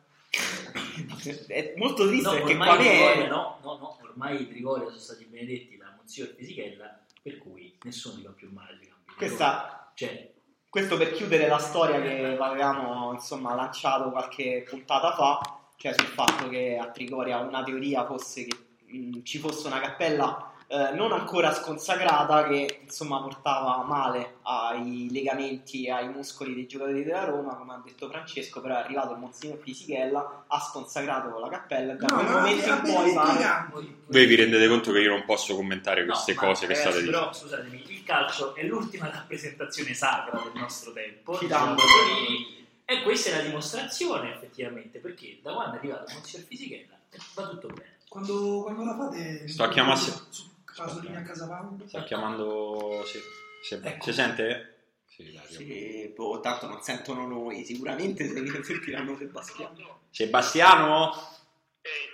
Speaker 1: È molto triste
Speaker 4: No,
Speaker 1: perché
Speaker 4: ormai
Speaker 1: Quame
Speaker 4: i Trigoria
Speaker 1: è...
Speaker 4: no, no, no, ormai i Trigoria sono stati benedetti da Mozio e Fisichella, per cui nessuno gli fa più male sui campi. di Trigoria.
Speaker 1: Questa,
Speaker 4: Cioè,
Speaker 1: questo per chiudere la storia che avevamo insomma lanciato qualche puntata fa, cioè sul fatto che a Trigoria una teoria fosse che mh, ci fosse una cappella eh, non ancora sconsacrata che insomma portava male ai legamenti e ai muscoli dei giocatori della Roma, come ha detto Francesco, però è arrivato il Monsignor Fisichella, ha sconsacrato la cappella e da quel momento in poi pare...
Speaker 9: voi vi rendete conto che io non posso commentare
Speaker 4: No,
Speaker 9: queste
Speaker 4: ma, eh,
Speaker 9: cose che
Speaker 4: ragazzi,
Speaker 9: state dicendo
Speaker 4: Però, scusatemi, il calcio è l'ultima rappresentazione sacra del nostro tempo.
Speaker 1: Ti
Speaker 4: diciamo
Speaker 1: dà un
Speaker 4: così, E questa è la dimostrazione, effettivamente, perché da quando è arrivato Mozio e Fisichella va tutto bene.
Speaker 3: Quando, quando la fate...
Speaker 9: Sto a chiamare-
Speaker 3: Su Casolini a Casapound.
Speaker 9: sta chiamando sì, se-
Speaker 3: Ecco.
Speaker 9: si sente? Sì, dai,
Speaker 1: Sì, boh, tanto non sentono noi, sicuramente se- sentiranno Sebastiano.
Speaker 9: Sebastiano?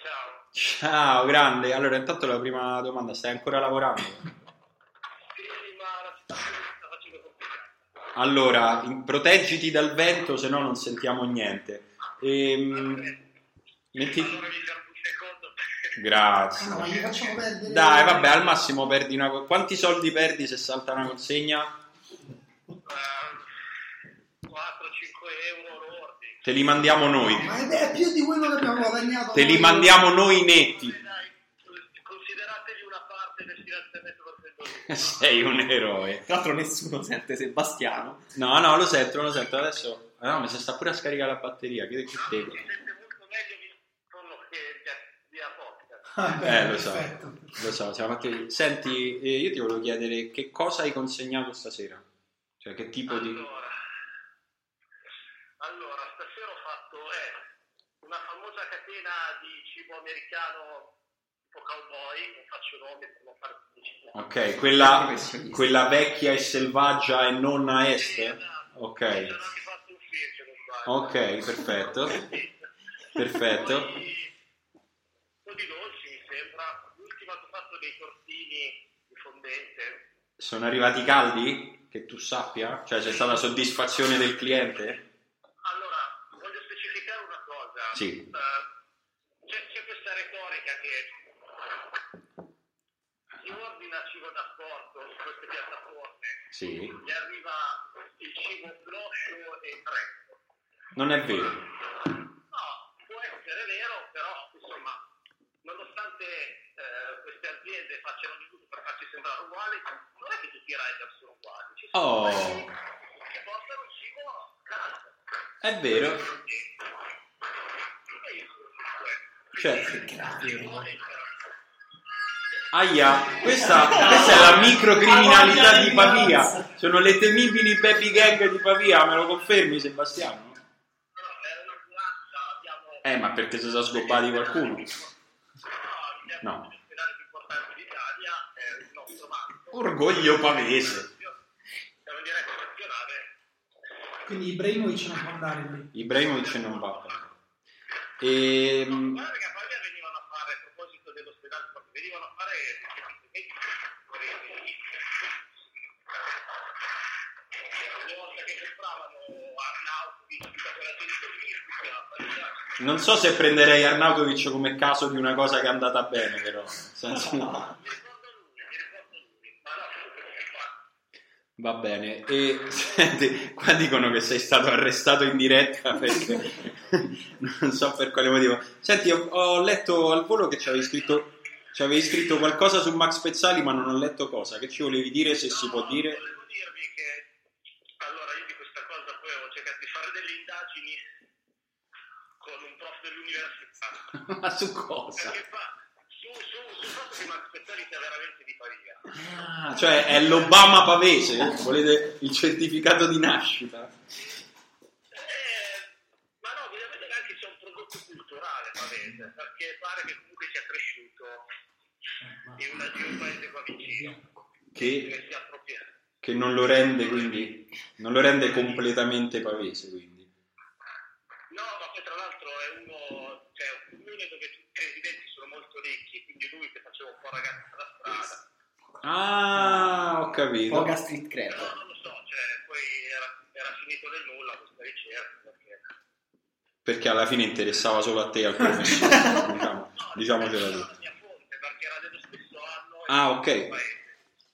Speaker 9: ciao. Ciao, grande. Allora, intanto la prima domanda, stai ancora lavorando?
Speaker 2: Allora, in- proteggiti dal vento, se no non sentiamo niente. Ehm, metti... Grazie.
Speaker 3: ma mi Ah, facciamo perdere.
Speaker 2: Dai, vabbè, al massimo perdi una... co- Quanti soldi perdi se salta una consegna?
Speaker 9: 4-5 euro lordi.
Speaker 2: Te li mandiamo noi.
Speaker 3: Ma è più di quello che abbiamo guadagnato.
Speaker 2: Te li
Speaker 3: noi.
Speaker 2: mandiamo noi netti.
Speaker 9: Dai, considerategli una parte del finanziamento per il
Speaker 2: Sei un eroe.
Speaker 1: Tra l'altro nessuno sente Sebastiano.
Speaker 2: No, no, lo sento, lo sento. Adesso... Ah, no, mi si sta pure a scaricare la batteria. Che che
Speaker 9: settore.
Speaker 2: te?
Speaker 9: Mi sente molto meglio di quello che via- via podcast.
Speaker 3: Ah,
Speaker 2: Eh,
Speaker 3: bene,
Speaker 2: lo so.
Speaker 3: perfetto.
Speaker 2: Lo so, siamo anche... Senti, eh, io ti volevo chiedere che cosa hai consegnato stasera? Cioè, che tipo di...
Speaker 9: Allora, allora, stasera ho fatto eh, una famosa catena di cibo americano tipo cowboy, non faccio nomi per non fare pubblicità.
Speaker 2: Ok, quella,
Speaker 1: Professionista.
Speaker 2: quella vecchia e selvaggia e non a
Speaker 9: Sì,
Speaker 2: est?
Speaker 9: esatto. Mi
Speaker 2: Ok,
Speaker 9: sono anche fatto un film, se non sbaglio.
Speaker 2: ok, perfetto. Perfetto.
Speaker 9: Poi, un po' di dolci mi sembra. L'ultima che ho fatto dei tortini di fondente.
Speaker 2: Sono arrivati caldi? Che tu sappia? Cioè, c'è stata soddisfazione del cliente?
Speaker 9: Allora, voglio specificare una cosa.
Speaker 2: Sì.
Speaker 9: Eh, c'è, c'è questa retorica che chi ordina cibo da sporto su queste piattaforme
Speaker 2: Sì.
Speaker 9: gli arriva il cibo floscio e fresco.
Speaker 2: Non è vero.
Speaker 9: No, può essere vero, però insomma, nonostante eh, queste aziende facciano di tutto per farci sembrare uguali, non è che tutti i rider sono uguali. Ci sono
Speaker 2: Oh.
Speaker 9: quelli che portano il cibo a casa.
Speaker 2: È vero. Cioè, aia, questa, questa è la microcriminalità di Pavia. Sono le temibili baby gang di Pavia, me lo confermi Sebastiano?
Speaker 9: Però era una piazza, abbiamo
Speaker 2: Eh, ma perché si sono sgobbati qualcuno? No.
Speaker 9: No, l'ospedale più importante d'Italia è il nostro Marco.
Speaker 2: Orgoglio pavese.
Speaker 9: Siamo in diretta nazionale.
Speaker 3: Quindi Ibrahimovic non può andare lì.
Speaker 2: Ibrahimovic non va E, mm,
Speaker 9: No, guarda che a Pavia venivano a fare, a proposito dell'ospedale, venivano a fare i medici per i- Ogni volta che compravano Arnautovic, da quella gente lì, a Pavia,
Speaker 2: non so se prenderei Arnautovic come caso di una cosa che è andata bene, però. nel senso-
Speaker 9: mi ricordo lui, mi ricordo lui, ma no, comunque tutti qua.
Speaker 2: Va bene. E senti, qua dicono che sei stato arrestato in diretta perché non so per quale motivo. Senti, ho, ho letto al volo che ci avevi scritto. Ci avevi scritto qualcosa su Max Pezzali, ma non ho letto cosa. Che ci volevi dire, se si può dire?
Speaker 9: Volevo dirvi che allora io di questa cosa poi ho cercato di fare delle indagini con un prof dell'università.
Speaker 2: Ma su cosa?
Speaker 9: Perché fa su, su, sul fatto che Max Pezzali sia veramente di Pavia.
Speaker 2: Ah, cioè, è l'Obama pavese. Volete il certificato di nascita?
Speaker 9: Eh, ma no, voglio vedere anche se è un prodotto culturale pavese, perché pare che comunque sia cresciuto in, una, in un paese qua vicino,
Speaker 2: Che
Speaker 9: che sia appropriato.
Speaker 2: che non lo rende quindi non lo rende completamente pavese quindi
Speaker 9: No, ma poi tra l'altro è uno, cioè è un comune dove tutti i residenti sono molto ricchi, quindi lui che faceva un po' ragazzo da strada.
Speaker 2: ah ho capito
Speaker 1: Poca street cred.
Speaker 9: Però non lo so, cioè, poi era, era finito nel nulla questa ricerca. Perché...
Speaker 2: perché alla fine interessava solo a te al professore diciamo, diciamocela
Speaker 9: era
Speaker 2: tu
Speaker 9: la mia fonte, perché era dello stesso anno. e
Speaker 2: Ah,
Speaker 9: del
Speaker 2: ok.
Speaker 9: stesso paese.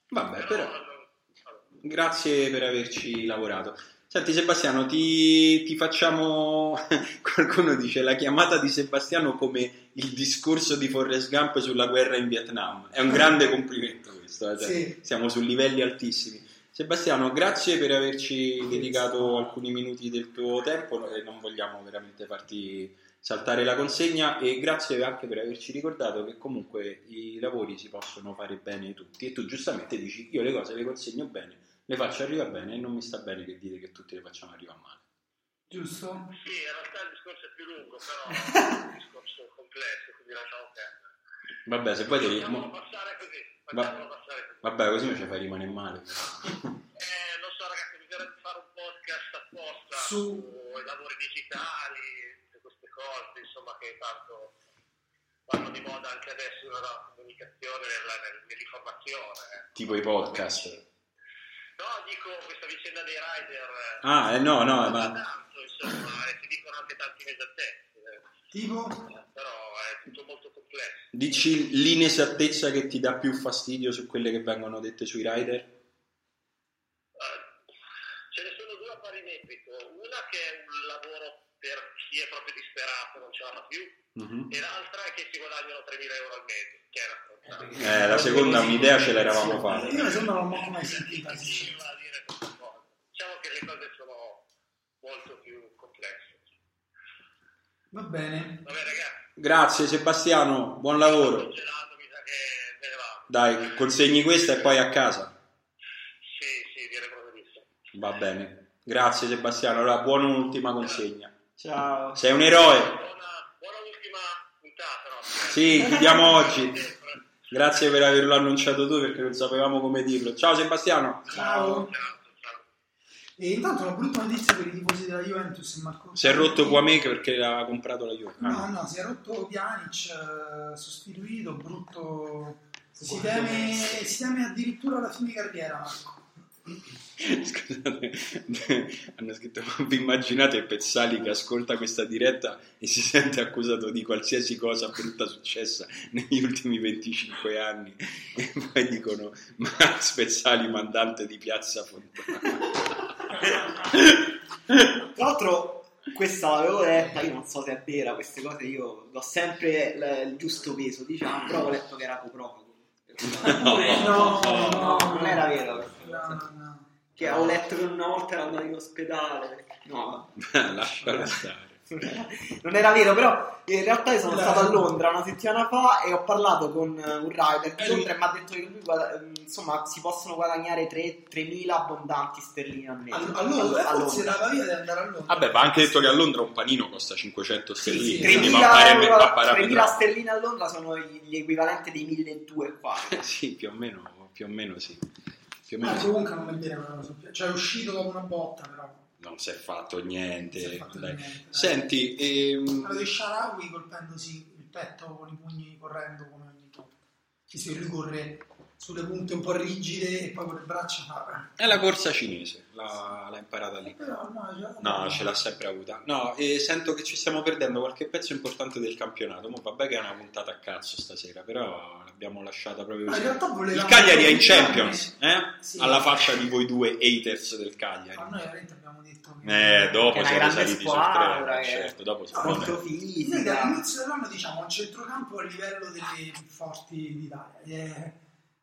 Speaker 2: vabbè però
Speaker 9: non- vabbè.
Speaker 2: grazie per averci lavorato senti Sebastiano ti, ti facciamo qualcuno dice la chiamata di Sebastiano come il discorso di Forrest Gump sulla guerra in Vietnam è un grande complimento questo eh, cioè,
Speaker 9: certo.
Speaker 3: Sì.
Speaker 2: siamo su livelli altissimi Sebastiano, grazie per averci dedicato alcuni minuti del tuo tempo e non vogliamo veramente farti saltare la consegna e grazie anche per averci ricordato che comunque i lavori si possono fare bene tutti e tu giustamente dici io le cose le consegno bene, le faccio arrivare bene e non mi sta bene che dite che tutte le facciamo arrivare male.
Speaker 3: Giusto?
Speaker 9: Sì, in realtà il discorso è più lungo, però è un discorso complesso, quindi lasciamo perdere.
Speaker 2: Vabbè, se poi devi...
Speaker 9: Facciamolo
Speaker 2: mo-
Speaker 9: passare così,
Speaker 2: Va-
Speaker 9: facciamolo passare così.
Speaker 2: Vabbè, così mi ci fai rimanere male.
Speaker 9: Eh, non so ragazzi, bisognerebbe fare un podcast apposta
Speaker 3: Su-
Speaker 9: sui lavori digitali, su queste cose, insomma, che tanto vanno di moda anche adesso nella comunicazione, nella, nell'informazione.
Speaker 2: Tipo i podcast.
Speaker 9: No, dico
Speaker 15: dico questa vicenda dei rider. eh,
Speaker 9: Ah, eh, no, no,
Speaker 15: non
Speaker 9: ma-
Speaker 15: Tanto, Esatto, insomma, e si dicono anche tanti mesattezzi. eh.
Speaker 3: Tipo,
Speaker 15: Però è tutto molto complesso.
Speaker 9: Dici l'inesattezza che ti dà più fastidio su quelle che vengono dette sui rider?
Speaker 15: Eh, ce ne sono due a pari merito. Una che è un lavoro per chi è proprio disperato, non ce la fa più,
Speaker 9: Mhm.
Speaker 15: e l'altra è che si guadagnano 3.000 euro al mese, che è una stronzata.
Speaker 9: Eh, la seconda un'idea ce l'eravamo fatta.
Speaker 3: io la seconda non l'ho mai
Speaker 15: Sì,
Speaker 3: sentita.
Speaker 15: sì, va a dire questa cosa. Diciamo che le cose sono molto più complesse.
Speaker 3: Va bene.
Speaker 15: Vabbè ragazzi,
Speaker 9: Grazie Sebastiano, buon lavoro.
Speaker 15: ho gelato, mi sa che me ne vado.
Speaker 9: Dai, consegni questa e poi a casa.
Speaker 15: Sì, sì, direi proprio di sì.
Speaker 9: Va bene. Grazie Sebastiano, allora buona ultima consegna.
Speaker 1: Ciao.
Speaker 9: Sei un eroe.
Speaker 15: Buona, buona ultima puntata, no?
Speaker 9: Sì, chiudiamo oggi. Grazie per averlo annunciato tu perché non sapevamo come dirlo. Ciao Sebastiano.
Speaker 3: Ciao.
Speaker 15: Ciao, ciao.
Speaker 3: E intanto una brutta notizia per i tifosi della Juventus, Marco.
Speaker 9: Si è rotto Guamec perché l'ha comprato la Juve. Ah,
Speaker 3: No, no, si è rotto Pjanic, eh, sostituito, brutto. Si teme, si teme addirittura la fine carriera, Marco.
Speaker 9: Scusate, hanno scritto, vi immaginate Pezzali che ascolta questa diretta e si sente accusato di qualsiasi cosa brutta successa negli ultimi 25 anni e poi dicono Max Pezzali mandante di Piazza Fontana.
Speaker 1: Tra l'altro, questa l'avevo letta, io non so se è vera, queste cose io do sempre l- il giusto peso, diciamo, però ho letto che era coprofago.
Speaker 16: No,
Speaker 1: no, non era vero questa
Speaker 3: No,
Speaker 1: cosa.
Speaker 3: no, no.
Speaker 1: Che avevo letto che una volta era andato in ospedale. No,
Speaker 9: Lascialo stare.
Speaker 1: non era vero, però in realtà io sono stato a Londra una settimana fa e ho parlato con eh, un rider di Londra e mi ha detto che lui guada- mm, insomma si possono guadagnare tre- 3.000 abbondanti sterline al mese.
Speaker 3: All- Allora, eh,
Speaker 1: A
Speaker 3: forse
Speaker 1: Londra.
Speaker 3: la via di andare a Londra.
Speaker 9: Vabbè, va anche detto che a Londra un panino costa 500 sterline,
Speaker 3: sì,
Speaker 9: quindi va
Speaker 1: 3.000,
Speaker 9: a pare-
Speaker 1: euro-
Speaker 9: va a parametrare.
Speaker 1: 3.000 sterline a Londra sono gli gli equivalenti dei 1.200 qua.
Speaker 9: Sì, più o meno, più o meno sì. Più o meno
Speaker 3: Ma
Speaker 9: sì.
Speaker 3: comunque non è vero quella cosa. Cioè, è uscito dopo una botta, però.
Speaker 9: Non si è fatto niente.
Speaker 3: Non si è fatto
Speaker 9: Eh, dai.
Speaker 3: niente, dai.
Speaker 9: Senti, ehm,
Speaker 3: Quello di Sharawi colpendosi il petto con i pugni correndo come ogni volta. Sì, lui corre sulle punte un po' rigide e poi con le braccia fa. Eh,
Speaker 9: È la corsa cinese, l'ha, l'ha imparata lì.
Speaker 3: Però no, ce l'ha-
Speaker 9: No, ce l'ha sempre avuta. No, e sento che ci stiamo perdendo qualche pezzo importante del campionato. Ma vabbè che è una puntata a cazzo stasera, però l'abbiamo lasciata proprio
Speaker 3: Ma in
Speaker 9: così.
Speaker 3: realtà volevamo
Speaker 9: Il Cagliari è in
Speaker 3: cominciare-
Speaker 9: Champions, eh?
Speaker 3: Sì.
Speaker 9: Alla faccia di voi due haters del
Speaker 3: Ma
Speaker 9: Cagliari.
Speaker 3: noi veramente abbiamo detto che
Speaker 9: Eh, dopo
Speaker 1: Che è una
Speaker 9: siete
Speaker 1: grande
Speaker 9: saliti sul
Speaker 1: squadra,
Speaker 9: treno,
Speaker 1: eh.
Speaker 9: certo, dopo siete-
Speaker 1: Molto
Speaker 9: vabbè.
Speaker 3: noi
Speaker 1: fisica.
Speaker 3: dall'inizio dell'anno diciamo a centrocampo a livello delle più forti d'Italia ed è,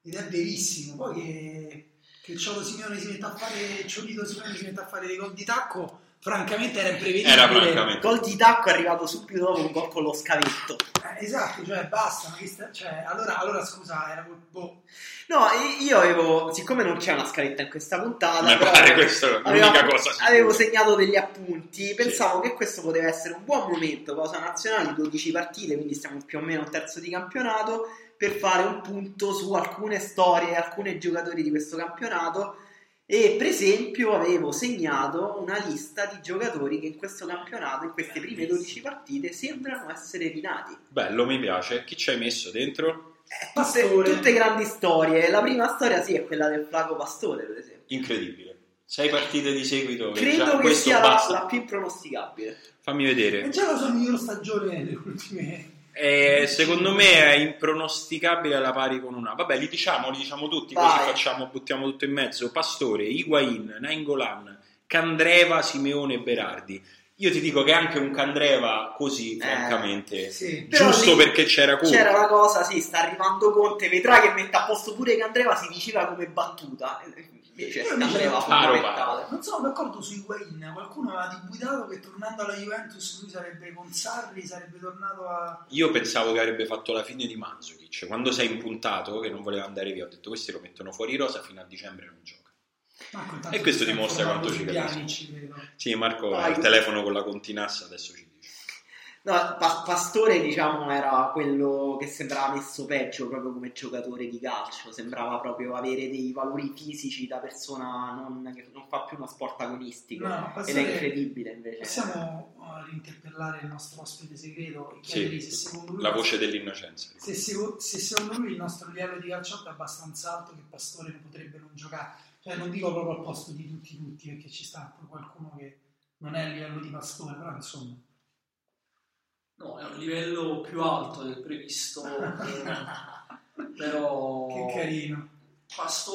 Speaker 3: ed è verissimo poi che, che Ciolo Simeone si metta a fare Ciolito Simeone si metta a fare dei gol di tacco francamente era imprevedibile
Speaker 9: Era francamente.
Speaker 1: Gol di tacco è arrivato subito dopo un gol con lo scavetto.
Speaker 3: Eh, esatto cioè basta ma che sta- cioè, allora, allora scusa era col- boh,
Speaker 1: No, e- io avevo, siccome non c'è una scaletta in questa puntata,
Speaker 9: Mi
Speaker 1: però
Speaker 9: pare questa è l'unica
Speaker 1: avevo,
Speaker 9: cosa. sicura.
Speaker 1: avevo segnato degli appunti, pensavo che questo poteva essere un buon momento, pausa nazionale, 12 partite, quindi siamo più o meno a un terzo di campionato, per fare un punto su alcune storie, alcuni giocatori di questo campionato e per esempio avevo segnato una lista di giocatori che in questo campionato, in queste prime 12 partite, sembrano essere rinati.
Speaker 9: Bello, mi piace. Chi ci hai messo dentro?
Speaker 1: Eh, tutte,
Speaker 3: Pastore.
Speaker 1: tutte grandi storie. La prima storia, sì, è quella del Flaco Pastore, per esempio.
Speaker 9: Incredibile. Sei partite di seguito. e già
Speaker 1: Credo che
Speaker 9: questo
Speaker 1: sia la,
Speaker 9: basta.
Speaker 1: la più pronosticabile.
Speaker 9: Fammi
Speaker 3: e
Speaker 9: vedere.
Speaker 3: già la sua miglior stagione nelle ultime
Speaker 9: Eh, secondo me è impronosticabile alla pari con una. Vabbè, li diciamo, li diciamo tutti, così
Speaker 1: Vai.
Speaker 9: facciamo, buttiamo tutto in mezzo. Pastore, Higuain, Nainggolan, Candreva, Simeone e Berardi. Io ti dico che anche un Candreva così,
Speaker 3: Eh,
Speaker 9: francamente,
Speaker 3: sì.
Speaker 1: Eh, Però
Speaker 9: giusto
Speaker 1: lì
Speaker 9: perché c'era Conte.
Speaker 1: C'era la cosa, sì, sta arrivando Conte, vedrai che mette a posto pure che Andreva si diceva come battuta.
Speaker 2: Eh,
Speaker 1: Invece
Speaker 3: Io
Speaker 1: è
Speaker 3: mi
Speaker 1: Andreva
Speaker 3: dicevo-
Speaker 1: fondamentale.
Speaker 3: non sono d'accordo su Higuain qualcuno aveva dubitato che tornando alla Juventus lui sarebbe con Sarri sarebbe tornato a
Speaker 9: Io pensavo che avrebbe fatto la fine di Manzukic. Quando sei impuntato, che non voleva andare via, ho detto questi lo mettono fuori rosa fino a dicembre non gioca.
Speaker 3: Marco, intanto
Speaker 9: E questo
Speaker 3: sta
Speaker 9: dimostra quanto ci
Speaker 3: informando
Speaker 9: capisco.
Speaker 3: su Pjanic, credo.
Speaker 9: Sì, Marco ha
Speaker 1: Vai.
Speaker 9: il telefono con la continassa, adesso ci dice.
Speaker 1: No, Pa- Pastore, diciamo, era quello che sembrava messo peggio proprio come giocatore di calcio. Sembrava proprio avere dei valori fisici da persona non- che non fa più uno sport agonistico.
Speaker 3: No, no,
Speaker 1: Ed è
Speaker 3: Pastore-
Speaker 1: incredibile invece.
Speaker 3: Possiamo uh, rinterpellare il nostro ospite segreto e chiedergli
Speaker 9: Sì,
Speaker 3: se secondo lui
Speaker 9: La voce dell'innocenza.
Speaker 3: se, seco- se secondo lui il nostro livello di calcio è abbastanza alto che Pastore non potrebbe non giocare. Cioè, eh, non dico proprio al posto di tutti tutti, perché ci sta pure qualcuno che non è a livello di pastore, però insomma.
Speaker 17: No, è un livello più alto del previsto, eh, però...
Speaker 3: Che carino.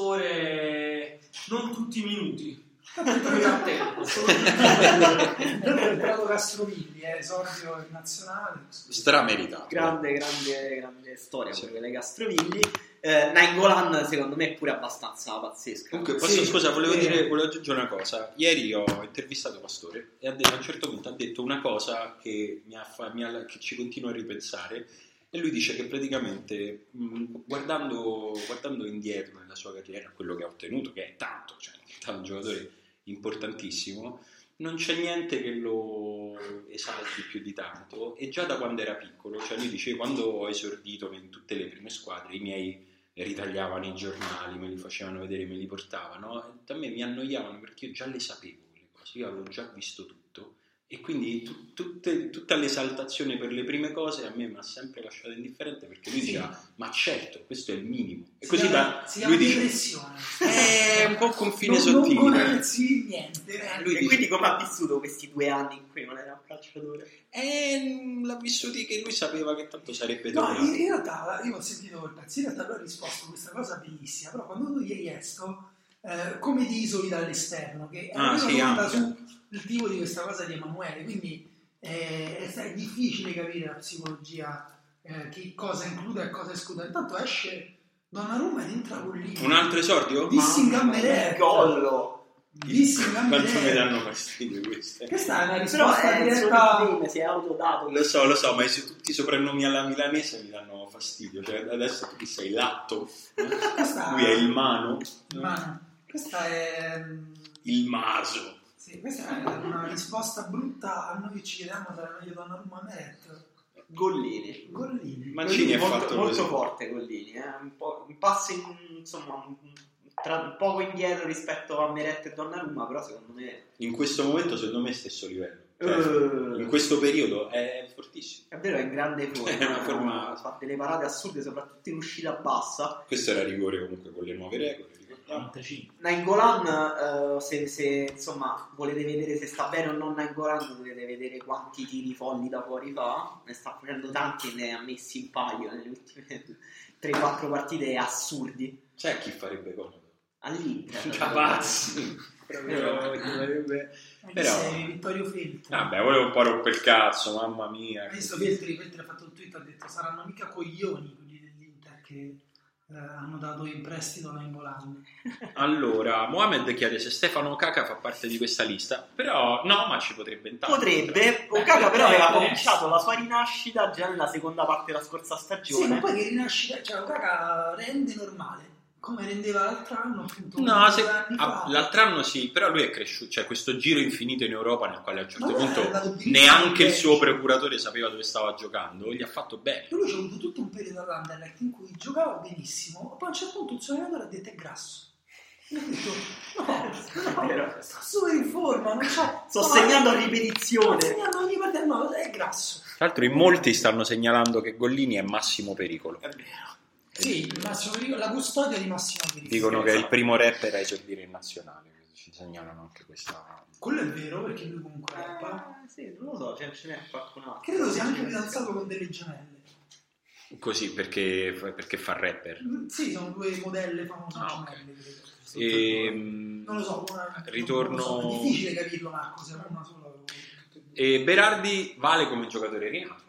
Speaker 17: Pastore, non tutti i minuti. Lui a tempo, solo tutti i
Speaker 3: Io ho entrato Castrovilli, eh, esordio in nazionale.
Speaker 2: Strameritato.
Speaker 1: Grande, grande, grande storia quella dei Castrovigli. Eh, Nangolan, secondo me, è pure abbastanza pazzesca.
Speaker 2: Comunque, posso-
Speaker 3: Sì,
Speaker 2: scusa, volevo,
Speaker 3: eh.
Speaker 2: dire, volevo aggiungere una cosa. Ieri ho intervistato Pastore e ha detto- a un certo punto ha detto una cosa che, mi ha fa- mi ha- che ci continuo a ripensare. E lui dice che praticamente, mh, guardando, guardando indietro nella sua carriera, quello che ha ottenuto, che è tanto, cioè è stato un giocatore importantissimo, non c'è niente che lo esalti più di tanto. E già da quando era piccolo, cioè lui dice, quando ho esordito in tutte le prime squadre, i miei ritagliavano i giornali, me li facevano vedere, me li portavano. A me mi annoiavano perché io già le sapevo quelle cose, io avevo già visto tutto. E quindi tu- tutte- tutta l'esaltazione per le prime cose a me mi ha sempre lasciato indifferente perché lui
Speaker 3: Sì.
Speaker 2: diceva, ma certo, questo è il minimo. E
Speaker 3: Si
Speaker 2: così
Speaker 3: chiama-
Speaker 2: da,
Speaker 3: si
Speaker 2: lui
Speaker 3: chiama
Speaker 2: dice,
Speaker 3: depressione.
Speaker 2: è un po' un confine
Speaker 3: non, non
Speaker 2: sottile.
Speaker 3: conosci niente. eh.
Speaker 2: Lui
Speaker 1: e
Speaker 2: dice-
Speaker 1: quindi come ha vissuto questi due anni in cui non era un calciatore?
Speaker 2: E l'ha vissuti che lui sapeva che tanto sarebbe
Speaker 3: No, in,
Speaker 2: tornato.
Speaker 3: in realtà io ho sentito quel pezzo, in realtà lui ha risposto a questa cosa bellissima, però quando tu gli hai chiesto eh, come ti isoli dall'esterno, che è
Speaker 2: Ah,
Speaker 3: una
Speaker 2: sì,
Speaker 3: domanda
Speaker 2: anche.
Speaker 3: sul tipo di questa cosa di Emanuele, quindi eh, è, è difficile capire la psicologia, eh, che cosa include e cosa esclude. Intanto esce Donnarumma ed entra con lì.
Speaker 2: Un altro esordio?
Speaker 3: Dissing
Speaker 1: Che Gollo!
Speaker 3: Dissing
Speaker 2: Quanto mi danno fastidio queste.
Speaker 3: Questa è una
Speaker 1: Però
Speaker 3: risposta
Speaker 1: è
Speaker 3: diretta...
Speaker 1: diretta... eh, si è autodato.
Speaker 2: Lo so, lo so, ma se tutti i soprannomi alla milanese mi danno fastidio. Cioè, adesso tu sei Latto,
Speaker 3: Questa,
Speaker 2: lui è il Mano,
Speaker 3: Ma- questa è... mm,
Speaker 2: il Maso.
Speaker 3: Sì, questa è una risposta brutta a noi che ci chiediamo se era meglio Donnarumma o Meret.
Speaker 1: Gollini.
Speaker 3: Gollini.
Speaker 2: Mancini ha
Speaker 1: molto,
Speaker 2: fatto
Speaker 1: molto
Speaker 2: così.
Speaker 1: forte Gollini, eh? un, po', un passo in- insomma un, tra- un poco indietro rispetto a Meret e Donnarumma, però secondo me
Speaker 2: In questo momento, secondo me, è stesso livello. Cioè,
Speaker 1: Eh.
Speaker 2: in questo periodo è fortissimo.
Speaker 1: è vero è in grande forma,
Speaker 2: È una forma-
Speaker 1: no? fa delle parate assurde soprattutto in uscita bassa.
Speaker 2: Questo era rigore comunque con le nuove regole. ricordiamo.
Speaker 4: 95.
Speaker 1: Nangolan, eh, se, se, insomma volete vedere se sta bene o non Nangolan, dovete vedere quanti tiri folli da fuori fa, ne sta facendo tanti e ne ha messi in palio nelle ultime 3-4 partite assurdi
Speaker 2: Sai a chi farebbe comodo?
Speaker 1: all'Inter.
Speaker 2: Cavazzi. Proprio chi farebbe- Però- Ah,
Speaker 3: Sei Vittorio Feltri.
Speaker 2: Vabbè, volevo un po' rompere il cazzo, mamma mia.
Speaker 3: Hai visto Feltri, Feltri ha fatto un tweet, ha detto saranno mica coglioni quelli dell'Inter che eh, hanno dato in prestito a Nangolan.
Speaker 2: Allora, Mohamed chiede se Stefano Caca fa parte di questa lista. Però no, ma ci potrebbe intanto.
Speaker 1: Potrebbe, Okaka però aveva cominciato la sua rinascita già nella seconda parte della scorsa
Speaker 3: Sì, ma
Speaker 1: stagione.
Speaker 3: poi che rinascita, cioè Okaka rende normale, come rendeva l'altro anno appunto.
Speaker 2: No,
Speaker 3: come
Speaker 2: se-
Speaker 3: due anni
Speaker 2: ah,
Speaker 3: fa.
Speaker 2: l'altro anno sì, però lui è cresciuto, cioè questo giro infinito in Europa nel quale a un certo
Speaker 3: Ma lui era andato
Speaker 2: punto
Speaker 3: addirittura
Speaker 2: neanche
Speaker 3: in
Speaker 2: il suo
Speaker 3: Belgio.
Speaker 2: procuratore sapeva dove stava giocando, gli ha fatto bene.
Speaker 3: Lui c'è avuto tutto un periodo all'Anderlecht in cui giocava benissimo, poi a un certo punto il suo allenatore ha detto è grasso. Io ho detto, no, no, sta solo in forma, non c'è...
Speaker 1: Sto
Speaker 3: no,
Speaker 1: segnando a
Speaker 3: no, Sto
Speaker 1: ripetizione.
Speaker 3: segnando ogni partita, no, è grasso.
Speaker 2: Tra l'altro in molti stanno segnalando che Gollini è massimo pericolo. Eh,
Speaker 1: È vero.
Speaker 3: Sì, Esatto. Massimo Pericolo- la custodia di Massimo Pericolo.
Speaker 2: Dicono che è il primo rapper a esordire in nazionale, quindi ci segnalano anche questa.
Speaker 3: Quello è vero perché lui comunque rappa.
Speaker 1: Eh, sì, non lo so, ce ce n'è qualcun altro.
Speaker 3: Credo sia anche fidanzato con delle gemelle.
Speaker 2: Così perché, perché fa rapper.
Speaker 3: Mm, Sì, sono due modelle famose
Speaker 2: Ah, ok.
Speaker 3: gemelle. credo.
Speaker 2: Ehm,
Speaker 3: Non lo so, una-
Speaker 2: ritorno-
Speaker 3: non lo so, è difficile capirlo Marco, se non una sola...
Speaker 2: E Berardi vale come giocatore rinato.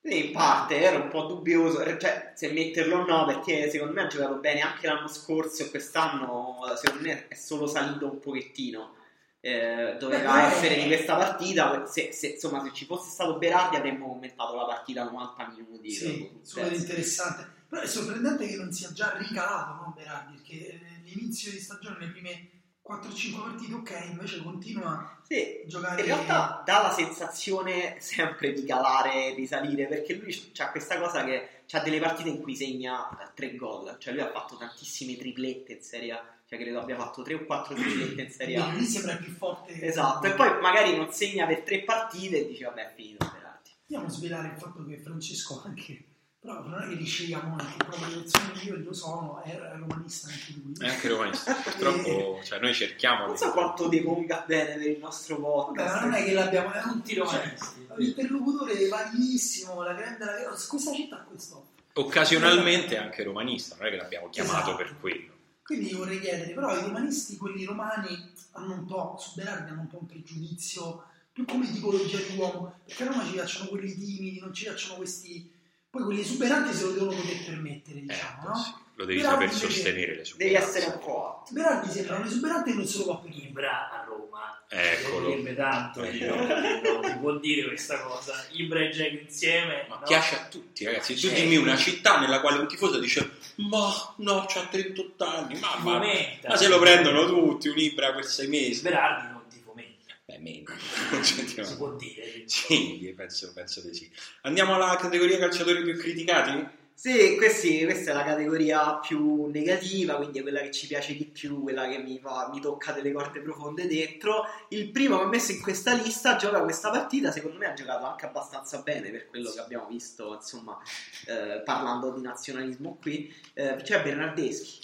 Speaker 1: Sì, in parte ero un po' dubbioso, eh, cioè se metterlo o no, perché secondo me ha giocato bene anche l'anno scorso e quest'anno secondo me è solo salito un pochettino. Eh, doveva
Speaker 3: Beh, però-
Speaker 1: essere di questa partita. Se, se- insomma, se ci fosse stato Berardi avremmo commentato la partita 90 minuti. eh,
Speaker 3: Sì,
Speaker 1: dopo il
Speaker 3: super
Speaker 1: terzo.
Speaker 3: interessante. Però è sorprendente che non sia già ricalato, no, Berardi? Perché eh, l'inizio di stagione, le prime 4-5 partite, ok, invece continua
Speaker 1: Sì,
Speaker 3: a giocare...
Speaker 1: In realtà dà la sensazione sempre di calare, di salire, perché lui ha questa cosa che ha delle partite in cui segna eh, tre gol, cioè lui ha fatto tantissime triplette in Serie A, cioè credo abbia fatto tre o quattro triplette in Serie
Speaker 3: Quindi
Speaker 1: A.
Speaker 3: lì sembra più forte.
Speaker 1: Esatto, e poi magari non segna per tre partite e dice vabbè è finito Berardi.
Speaker 3: Andiamo a svelare il fatto che Francesco anche Però non è che li scegliamo noi, che proprio le persone che io lo sono, è è romanista anche lui.
Speaker 1: Eh.
Speaker 9: È anche romanista. Purtroppo, cioè, noi cerchiamo.
Speaker 1: Non
Speaker 9: di-
Speaker 1: so quanto deponga bene per il nostro
Speaker 3: Vabbè, ma
Speaker 1: podcast.
Speaker 3: non è che l'abbiamo, è un
Speaker 6: Tutti
Speaker 1: Cioè,
Speaker 6: romanisti.
Speaker 3: interlocutore validissimo, la grande, la grande, questa città questo.
Speaker 9: Occasionalmente è anche romanista, non è che l'abbiamo chiamato
Speaker 3: Esatto.
Speaker 9: per quello. eh,
Speaker 3: Quindi io vorrei chiedere, però i romanisti, quelli romani, hanno un po', su Berardi hanno un po' un pregiudizio, più come tipologia di uomo, perché a Roma ci piacciono quelli timidi, non ci piacciono questi... Poi quelli esuberanti se lo devono poter permettere,
Speaker 9: Eh,
Speaker 3: diciamo, no?
Speaker 9: sì, Lo devi
Speaker 3: Però
Speaker 9: saper
Speaker 3: invece
Speaker 9: sostenere le sue
Speaker 1: Devi essere un po'.
Speaker 3: Berardi sembra un esuberante e non se lo può permettere.
Speaker 4: Ibra a Roma.
Speaker 9: Eccolo.
Speaker 4: Devo dirne tanto, io non ti può dire questa cosa. Ibra e Jack insieme.
Speaker 9: Ma
Speaker 4: no?
Speaker 9: piace a tutti, ragazzi. Tu
Speaker 4: Sì.
Speaker 9: dimmi una città nella quale un tifoso dice: Ma no, c'ha 38 anni, ma,
Speaker 4: Ti
Speaker 9: Ah, ma-
Speaker 4: fomenta.
Speaker 9: ma se lo prendono tutti, un Ibra per sei mesi.
Speaker 4: Berardi non ti fomenta,
Speaker 9: Beh, meno. Non c'entriamo.
Speaker 4: si può dire.
Speaker 9: Sì, penso, penso di sì. Andiamo alla categoria calciatori più
Speaker 1: Ah,
Speaker 9: criticati?
Speaker 1: Sì, questi- questa è la categoria più negativa, quindi è quella che ci piace di più, quella che mi, fa- mi tocca delle corde profonde dentro. Il primo che ho messo in questa lista gioca questa partita, secondo me ha giocato anche abbastanza bene per quello che abbiamo visto, insomma, eh, parlando di nazionalismo qui, eh, cioè Bernardeschi.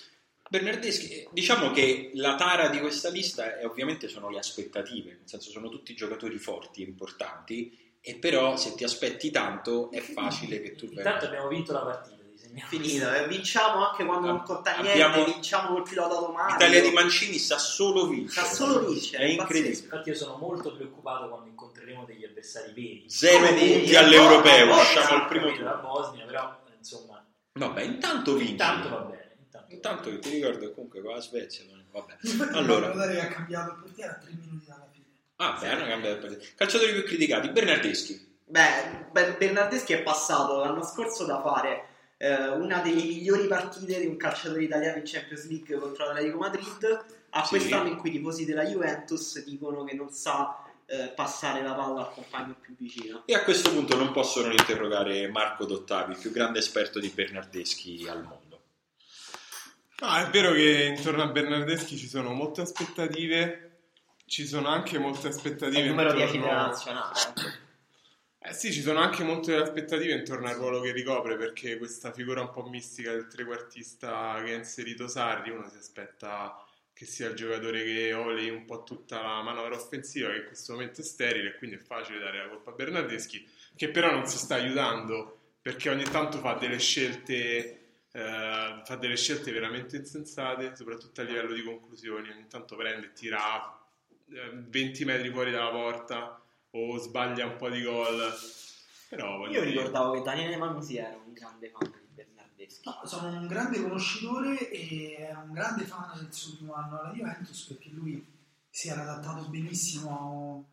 Speaker 9: Bernardeschi, eh, diciamo che la tara di questa lista è ovviamente sono le aspettative, nel senso sono tutti giocatori forti e importanti, e però se ti aspetti tanto è facile che tu
Speaker 4: Intanto abbiamo vinto la partita. disegniamo.
Speaker 1: Finito, eh, vinciamo anche quando non conta niente,
Speaker 9: Abbiamo-
Speaker 1: vinciamo col pilota automatico.
Speaker 9: L'Italia di Mancini sa solo vincere.
Speaker 1: Sa solo vincere,
Speaker 9: È
Speaker 1: è pazzesco.
Speaker 9: incredibile.
Speaker 4: Infatti io sono molto preoccupato quando incontreremo degli avversari veri.
Speaker 9: Zero
Speaker 1: Come
Speaker 9: punti
Speaker 1: dire,
Speaker 9: all'europeo,
Speaker 1: no, no,
Speaker 9: usciamo al
Speaker 4: Esatto,
Speaker 9: primo
Speaker 4: capito,
Speaker 9: turno.
Speaker 4: la Bosnia, però insomma,
Speaker 9: Vabbè, intanto vinci.
Speaker 4: intanto va bene. Intanto,
Speaker 9: Intanto io ti ricordo che comunque con la Svezia. non- Vabbè.
Speaker 3: Infatti
Speaker 9: Allora.
Speaker 3: allora. che ha cambiato il portiere a 3 minuti dalla fine.
Speaker 9: Ah, beh, hanno cambiato il Calciatori più criticati, Bernardeschi.
Speaker 1: Beh, Ber- Bernardeschi è passato l'anno scorso da fare eh, una delle migliori partite di un calciatore italiano in Champions League contro l'Atletico Madrid a
Speaker 9: Sì.
Speaker 1: quest'anno in cui i tifosi della Juventus dicono che non sa eh, passare la palla al compagno più vicino.
Speaker 9: E a questo punto non posso non interrogare Marco Dottavi, il più grande esperto di Bernardeschi al mondo.
Speaker 11: No, Ah, è vero che intorno a Bernardeschi ci sono molte aspettative, ci sono anche molte
Speaker 18: È
Speaker 11: aspettative
Speaker 18: il numero 10
Speaker 11: intorno...
Speaker 18: della nazionale. eh.
Speaker 11: Eh sì, ci sono anche molte aspettative intorno al ruolo che ricopre, perché questa figura un po' mistica del trequartista che ha inserito Sarri, uno si aspetta che sia il giocatore che oli un po' tutta la manovra offensiva, che in questo momento è sterile, e quindi è facile dare la colpa a Bernardeschi, che però non si sta aiutando, perché ogni tanto fa delle scelte... eh, fa delle scelte veramente insensate, soprattutto a livello di conclusioni. Ogni tanto prende e tira eh, 20 metri fuori dalla porta, o sbaglia un po' di gol. Però voglio
Speaker 18: Io
Speaker 11: dire-
Speaker 18: ricordavo che Daniele Manusi era un grande fan di Bernardeschi.
Speaker 3: No, sono un grande conoscitore e era un grande fan del suo primo anno alla Juventus perché lui si era adattato benissimo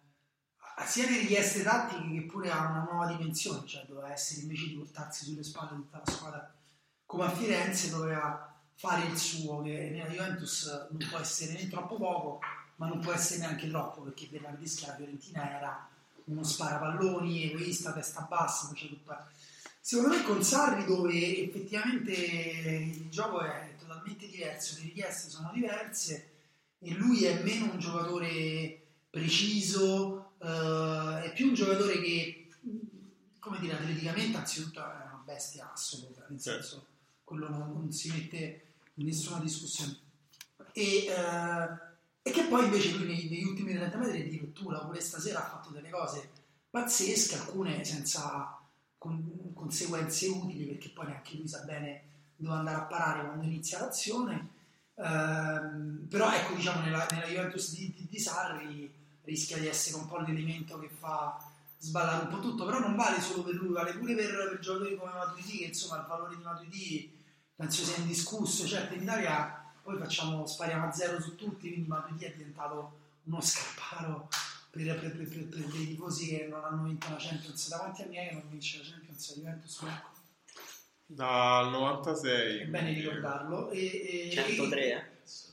Speaker 3: a- a- sia alle richieste tattiche che pure a una nuova dimensione, cioè doveva essere invece di portarsi sulle spalle tutta la squadra come a Firenze doveva fare il suo, che nella Juventus non può essere né troppo poco ma non può essere neanche troppo perché Bernardeschi alla Fiorentina era uno sparapalloni, egoista, testa bassa, faceva tutta Secondo me con Sarri dove effettivamente il gioco è totalmente diverso, le richieste sono diverse e lui è meno un giocatore preciso, eh, è più un giocatore che, mh, come dire, atleticamente anzitutto è una bestia assoluta, nel
Speaker 11: Sì.
Speaker 3: senso quello non, non si mette in nessuna discussione. E, eh, e che poi invece lui nei- negli ultimi 30 metri è di rottura, pure stasera ha fatto delle cose pazzesche, alcune senza con- conseguenze utili perché poi neanche lui sa bene dove andare a parare quando inizia l'azione Ehm, però ecco diciamo nella, nella Juventus di, di- di Sarri rischia di essere un po' l'elemento che fa sballare un po' tutto però non vale solo per lui vale pure per, per giocatori come Matuidi che insomma il valore di Matuidi penso sia indiscusso certo in Italia poi facciamo spariamo a zero su tutti quindi Matuidi è diventato uno scapparo per, per, per, per, per dei tifosi che non hanno vinto la Champions da quanti anni è che non vince la Champions la Juventus ecco.
Speaker 11: Dal 96.
Speaker 3: è bene
Speaker 11: quindi-
Speaker 3: ricordarlo e, e,
Speaker 1: 103, eh?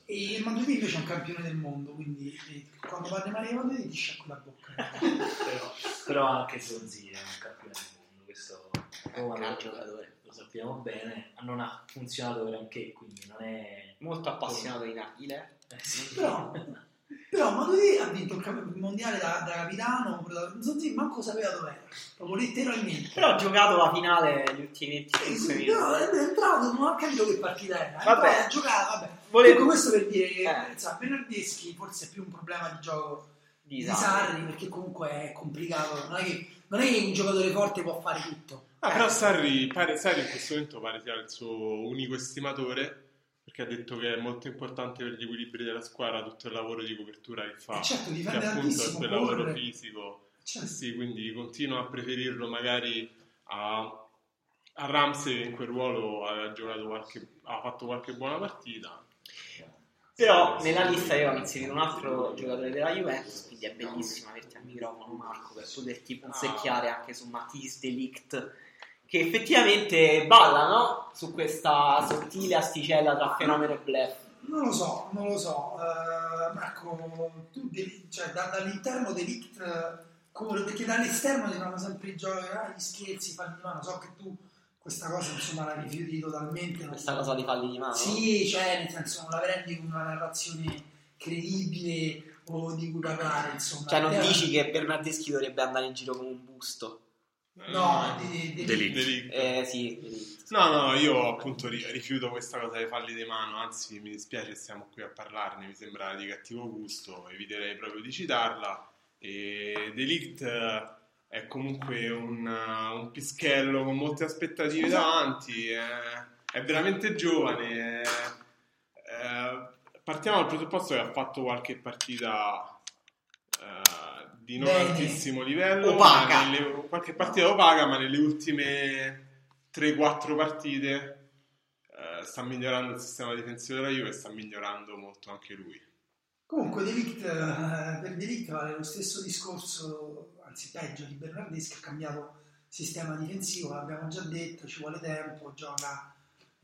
Speaker 3: e il Manduini invece è un campione del mondo quindi eh, quando parli male di Manduini ti sciacqui la bocca
Speaker 4: però, però anche Zonzi è un campione del mondo, questo Roma
Speaker 1: gran
Speaker 4: lo-
Speaker 1: giocatore.
Speaker 4: lo sappiamo bene, non ha funzionato granché, quindi non è...
Speaker 18: Molto appassionato di Naghile.
Speaker 4: eh sì.
Speaker 3: Però- Però Matuidi ha vinto il camp- il mondiale da, da capitano, protagonista, Zonzi manco sapeva dov'era, proprio letteralmente.
Speaker 1: Però ha giocato la finale gli ultimi
Speaker 3: Eh,
Speaker 1: 25
Speaker 3: sì,
Speaker 1: minuti.
Speaker 3: però è entrato, non ho capito che partita era. È
Speaker 1: Vabbè.
Speaker 3: entrato a giocare, vabbè.
Speaker 1: Volevo-
Speaker 3: Ecco, questo per dire che
Speaker 1: Eh.
Speaker 3: insomma, Bernardeschi forse è più un problema di gioco
Speaker 1: Di
Speaker 3: di
Speaker 1: Sarri.
Speaker 3: Sarri, perché comunque è complicato. Non è che, non è che un giocatore forte può fare tutto.
Speaker 11: Ah, però Sarri, pare, Sarri in questo momento pare sia il suo unico estimatore perché ha detto che è molto importante per gli equilibri della squadra tutto il lavoro di copertura che fa,
Speaker 3: Eh, certo,
Speaker 11: che
Speaker 3: dipende
Speaker 11: appunto è
Speaker 3: tantissimo.
Speaker 11: quel
Speaker 3: correre.
Speaker 11: lavoro fisico.
Speaker 3: Cioè,
Speaker 11: Sì, quindi continua a preferirlo magari a, a Ramsey in quel ruolo ha, giocato qualche, ha fatto qualche buona partita.
Speaker 1: Però nella lista io ho inserito un altro giocatore della Juventus, quindi è bellissimo averti al microfono Marco per poterti punzecchiare anche su Matisse Delict che effettivamente balla, no? Su questa sottile asticella tra fenomeno e blef.
Speaker 3: Non lo so, non lo so. Eh, Marco, tu devi- cioè, da- dall'interno dell'ICT, perché dall'esterno ti fanno sempre i giochi, ah, gli scherzi, falli di mano. So che tu questa cosa insomma la rifiuti totalmente. non-
Speaker 1: Questa cosa di falli di mano.
Speaker 3: Sì, cioè, nel senso, non la prendi con una narrazione credibile o di cui parlare, insomma.
Speaker 1: Cioè non
Speaker 3: Te la-
Speaker 1: dici che Bernardeschi dovrebbe andare in giro con un busto.
Speaker 3: No, di, di-
Speaker 9: Delitto.
Speaker 11: Eh, Delitto.
Speaker 1: Eh sì, Delict.
Speaker 11: No, no, io appunto ri- rifiuto questa cosa dei falli di mano, anzi mi dispiace che siamo qui a parlarne, mi sembra di cattivo gusto, eviterei proprio di citarla. E Delict eh, è comunque un, uh, un pischello con molte aspettative davanti, eh, è veramente giovane. eh, eh, partiamo dal presupposto che ha fatto qualche partita eh, di non
Speaker 3: Bene.
Speaker 11: altissimo livello,
Speaker 1: Opaca.
Speaker 11: ma nelle- qualche partita opaca, ma nelle ultime 3-4 partite eh, sta migliorando il sistema difensivo della Juve e sta migliorando molto anche lui.
Speaker 3: Comunque, Delict, eh, per Delict vale lo stesso discorso, anzi peggio, di Bernardeschi, ha cambiato sistema difensivo, l'abbiamo già detto, ci vuole tempo, gioca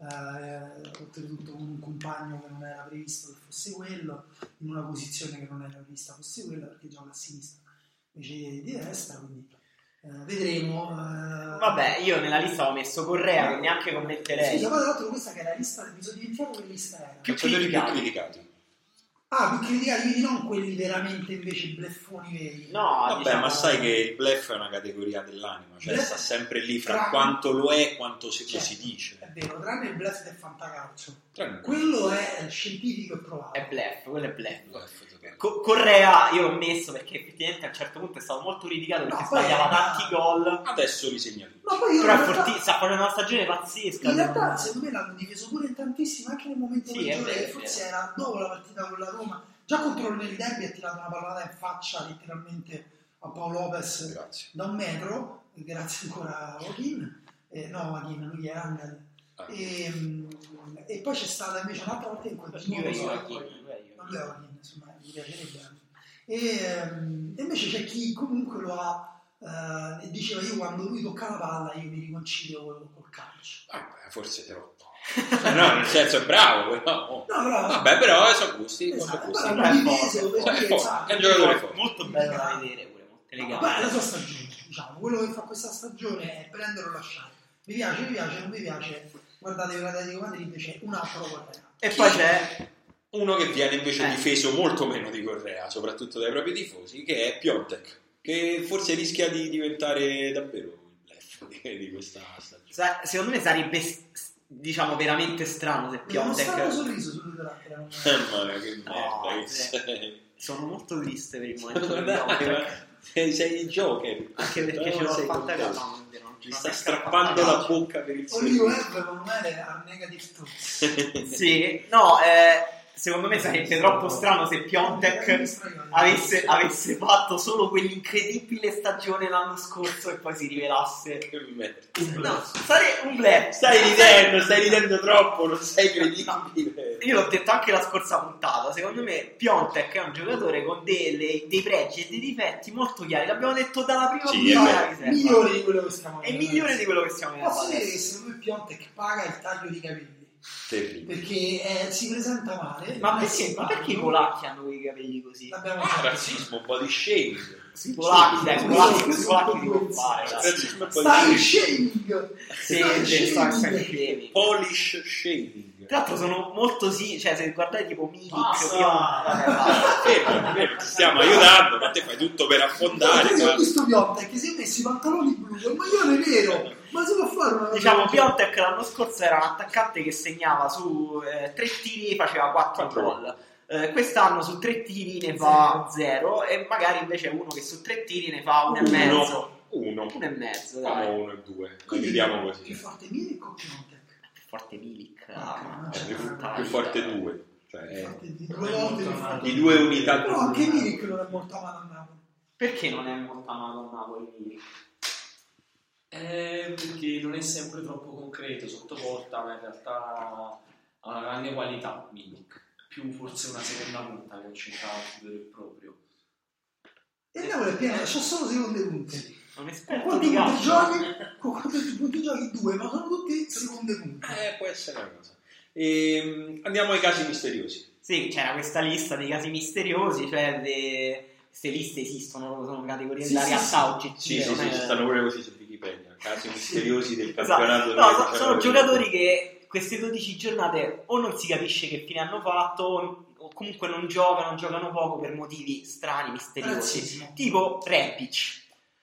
Speaker 3: eh, oltretutto con un compagno che non era previsto che fosse quello, in una posizione che non era prevista fosse quella, perché gioca a sinistra invece di destra, quindi eh, vedremo. eh.
Speaker 1: Vabbè, io nella lista ho messo Correa che neanche
Speaker 3: Scusa,
Speaker 1: commetterei.
Speaker 3: ma tra l'altro questa che è la lista, mi sono dimenticato che lista era.
Speaker 1: Più
Speaker 9: Calciatori più
Speaker 1: criticati.
Speaker 9: criticati.
Speaker 3: Ah, più criticati, quindi non quelli veramente invece bleffoni veri.
Speaker 1: No,
Speaker 9: Vabbè,
Speaker 1: diciamo-
Speaker 9: ma sai Ah, che il bluff è una categoria dell'anima, cioè
Speaker 3: Bluff-
Speaker 9: sta sempre lì fra
Speaker 3: Fra-
Speaker 9: quanto lo è e quanto si,
Speaker 3: Certo.
Speaker 9: si dice.
Speaker 3: È vero, tranne il bluff del fantacalcio.
Speaker 9: Tranquillo.
Speaker 3: Quello è scientifico e provato.
Speaker 1: È blef, quello è blef.
Speaker 9: Bluff, totale.
Speaker 1: Co- Correa io ho messo perché effettivamente a un certo punto è stato molto criticato perché
Speaker 3: No, poi-
Speaker 1: sbagliava tanti gol.
Speaker 9: Adesso li segnaliamo.
Speaker 3: Ma poi io
Speaker 1: Però è
Speaker 3: in realtà-
Speaker 1: forti- sta facendo una stagione pazzesca. cioè.
Speaker 3: In realtà, secondo me l'hanno difeso pure in tantissimi, anche nel momento
Speaker 1: Sì, è
Speaker 3: peggiore,
Speaker 1: vero,
Speaker 3: che
Speaker 1: è
Speaker 3: forse
Speaker 1: vero.
Speaker 3: era dopo la partita con la Roma. Già contro il Derby ha tirato una pallata in faccia letteralmente a Paolo Lopez
Speaker 9: Grazie.
Speaker 3: da un metro, grazie ancora a Joaquin, eh, no Joaquin, lui è Angel.
Speaker 9: Ah.
Speaker 3: E, mm, e poi c'è stata invece un'altra partita in cui
Speaker 1: Io
Speaker 3: non lo so,
Speaker 1: io-
Speaker 3: poi-
Speaker 1: io- io-
Speaker 3: non è Odin, insomma, mi piacerebbe. anche. E, ehm, e invece c'è chi comunque lo ha, eh, e diceva io quando lui tocca la palla io mi riconcilio col, col calcio.
Speaker 9: Ah, beh, forse troppo. Cioè, no, nel senso è bravo, però. oh.
Speaker 3: No,
Speaker 1: Ah,
Speaker 3: però...
Speaker 9: Vabbè, però eh, sono gusti.
Speaker 3: Esatto, però
Speaker 9: sono gusti.
Speaker 1: Però è
Speaker 3: l'ho
Speaker 1: forte,
Speaker 3: difeso,
Speaker 1: è
Speaker 3: per
Speaker 9: forte,
Speaker 3: dire,
Speaker 9: è un
Speaker 3: esatto.
Speaker 9: giocatore forte.
Speaker 1: Molto bello da vedere pure, molte
Speaker 3: No,
Speaker 1: legate.
Speaker 3: ma è la sua stagione, diciamo, quello che fa questa stagione è prendere o lasciare. Mi piace, mi piace, non mi piace. Guardate che l'Atletico Madrid invece è un altro Correa.
Speaker 1: E poi c'è
Speaker 9: Uno che viene invece
Speaker 1: Eh.
Speaker 9: difeso molto meno di Correa, soprattutto dai propri tifosi, che è Piontek, che forse rischia di diventare davvero il bluff di, di questa stagione.
Speaker 1: sa- secondo me sarebbe s- s- diciamo veramente strano se
Speaker 3: Uno strano
Speaker 1: Piontek
Speaker 3: sorriso sul carattere. non è-
Speaker 9: Eh, ma che merda
Speaker 1: No,
Speaker 9: che sei.
Speaker 1: sono molto triste per il momento di
Speaker 9: Dai, ma
Speaker 1: Piontek
Speaker 9: sei, sei il Joker.
Speaker 1: anche perché
Speaker 9: Però
Speaker 1: ce l'ho
Speaker 9: sei
Speaker 1: fatta
Speaker 9: contento.
Speaker 1: no, non è vero, non ce
Speaker 9: Mi
Speaker 1: l'ho fatta
Speaker 9: sta
Speaker 1: a
Speaker 9: strappando la
Speaker 1: calcio.
Speaker 9: bocca per il
Speaker 3: Olivo
Speaker 1: eh.
Speaker 9: sorriso.
Speaker 3: Herb con me a negative talks.
Speaker 1: Sì, no, eh, secondo me sarebbe troppo strano se Piontek avesse, avesse fatto solo quell'incredibile stagione l'anno scorso e poi si rivelasse.
Speaker 9: Che merda.
Speaker 1: No, sare- un blef.
Speaker 9: Stai ridendo, stai ridendo troppo, non sei credibile.
Speaker 1: Io l'ho detto anche la scorsa puntata. Secondo me, Piontek è un giocatore con delle- dei pregi e dei difetti molto chiari. L'abbiamo detto dalla prima
Speaker 9: Sì,
Speaker 1: puntata.
Speaker 9: è
Speaker 1: alla riserva.
Speaker 3: migliore di quello che stiamo
Speaker 1: È
Speaker 3: vedendo.
Speaker 1: migliore di quello che stiamo vedendo
Speaker 3: Posso dire che
Speaker 1: adesso.
Speaker 3: secondo me Piontek paga il taglio di capelli
Speaker 9: Terribile.
Speaker 3: perché eh, si presenta male.
Speaker 1: Ma
Speaker 3: non è
Speaker 1: perché, ma
Speaker 3: simpatico.
Speaker 1: perché i polacchi hanno quei capelli così?
Speaker 3: L'abbiamo
Speaker 9: Ah,
Speaker 3: detto.
Speaker 9: razzismo, body shaming.
Speaker 1: I polacchi, dai, i polacchi, i
Speaker 3: Questo
Speaker 1: polacchi
Speaker 3: è
Speaker 1: li
Speaker 3: un po'
Speaker 1: può fare. dai.
Speaker 9: Razzismo e body
Speaker 3: Stai
Speaker 9: shaming.
Speaker 3: shaming!
Speaker 1: Sì,
Speaker 3: Stai
Speaker 1: sì, sta- sta-
Speaker 3: shaming!
Speaker 1: sì.
Speaker 9: Polish shaming.
Speaker 1: Tra l'altro sono molto sì, cioè se guardate tipo Milik,
Speaker 19: Basta!
Speaker 1: Pion- vabbè, basta.
Speaker 9: Fermo. Vero, ti stiamo aiutando, ma te fai tutto per affondare.
Speaker 3: Io ho
Speaker 9: guarda.
Speaker 3: visto Piontek che si è messo i pantaloni blu e il maglione nero. Ma si può fare una
Speaker 1: Diciamo, Piontek l'anno scorso era un attaccante che segnava su eh, tre tiri e faceva quattro
Speaker 9: Quattro
Speaker 1: gol. Eh, quest'anno su tre tiri ne fa zero e magari invece uno che su tre tiri ne fa uno e mezzo.
Speaker 9: Uno, uno,
Speaker 1: Uno e mezzo,
Speaker 11: Ah,
Speaker 9: Facciamo
Speaker 1: dai.
Speaker 9: uno e due. La
Speaker 3: Quindi,
Speaker 9: chiudiamo così.
Speaker 3: Che forte Milik o Piontek?
Speaker 1: Forte Milik.
Speaker 3: Ah,
Speaker 9: È
Speaker 3: cioè,
Speaker 9: più,
Speaker 3: dai,
Speaker 9: più forte due. Cioè, è-
Speaker 1: Eh.
Speaker 3: Infatti, di due volte più forte.
Speaker 9: di due unità.
Speaker 3: Però anche Milik non è molto amato a Napoli.
Speaker 1: Perché non è molto amato a Napoli Milik?
Speaker 6: Eh, perché non è sempre troppo concreto sotto porta, ma in realtà ha una grande qualità Milik. Più forse una seconda punta che un centravanti vero e proprio.
Speaker 3: E il Napoli è pieno, c'ha solo seconde punte.
Speaker 1: Non
Speaker 3: Con
Speaker 1: esperto
Speaker 3: quanti
Speaker 1: di
Speaker 3: punti
Speaker 1: calcio.
Speaker 3: giochi? Con quanti punti giochi? Due, ma sono tutti seconde punte.
Speaker 9: Eh, può essere una cosa. Ehm, andiamo ai casi misteriosi.
Speaker 1: Sì, c'era questa lista dei casi misteriosi, cioè de- queste liste esistono, sono categorie
Speaker 3: Sì,
Speaker 1: della
Speaker 3: sì,
Speaker 1: realtà
Speaker 3: sì.
Speaker 1: oggettiva.
Speaker 9: Sì, sì,
Speaker 1: non
Speaker 9: sì,
Speaker 1: è-
Speaker 9: ci stanno pure così su Wikipedia. Casi misteriosi del
Speaker 1: Esatto.
Speaker 9: campionato.
Speaker 1: No, so- sono giocatori che queste 12 giornate o non si capisce che fine hanno fatto, o o comunque non giocano, giocano poco per motivi strani, misteriosi.
Speaker 3: Razzismo.
Speaker 1: Tipo Repic,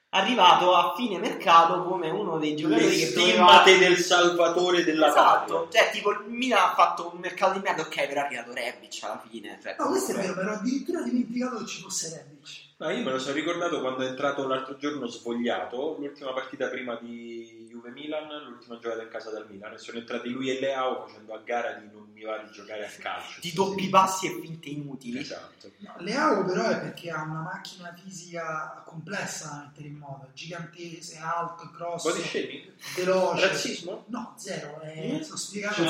Speaker 1: arrivato a fine mercato come uno dei
Speaker 9: Le
Speaker 1: giocatori che doveva...
Speaker 9: stimmate del salvatore della
Speaker 1: Esatto,
Speaker 9: patria.
Speaker 1: cioè tipo il Milan ha fatto un mercato di merda, ok, però è arrivato Rebic alla fine. Cioè,
Speaker 3: No, questo è
Speaker 1: comunque-
Speaker 3: vero, però addirittura dimenticato che ci fosse Rebic.
Speaker 9: No, io me lo sono ricordato quando è entrato l'altro giorno svogliato, l'ultima partita prima di Juve Milan, l'ultima giocata in casa dal Milan, e sono entrati lui e Leao facendo a gara di non mi va di giocare a calcio.
Speaker 1: Di doppi passi e finte inutili.
Speaker 9: Esatto.
Speaker 3: Leao però è perché ha una macchina fisica complessa da mettere in moto, gigantese, alto, grosso,
Speaker 9: Body shaming?
Speaker 3: veloce.
Speaker 9: Razzismo?
Speaker 3: No, zero, è...
Speaker 9: Mm.
Speaker 3: sto spiegando,
Speaker 9: Un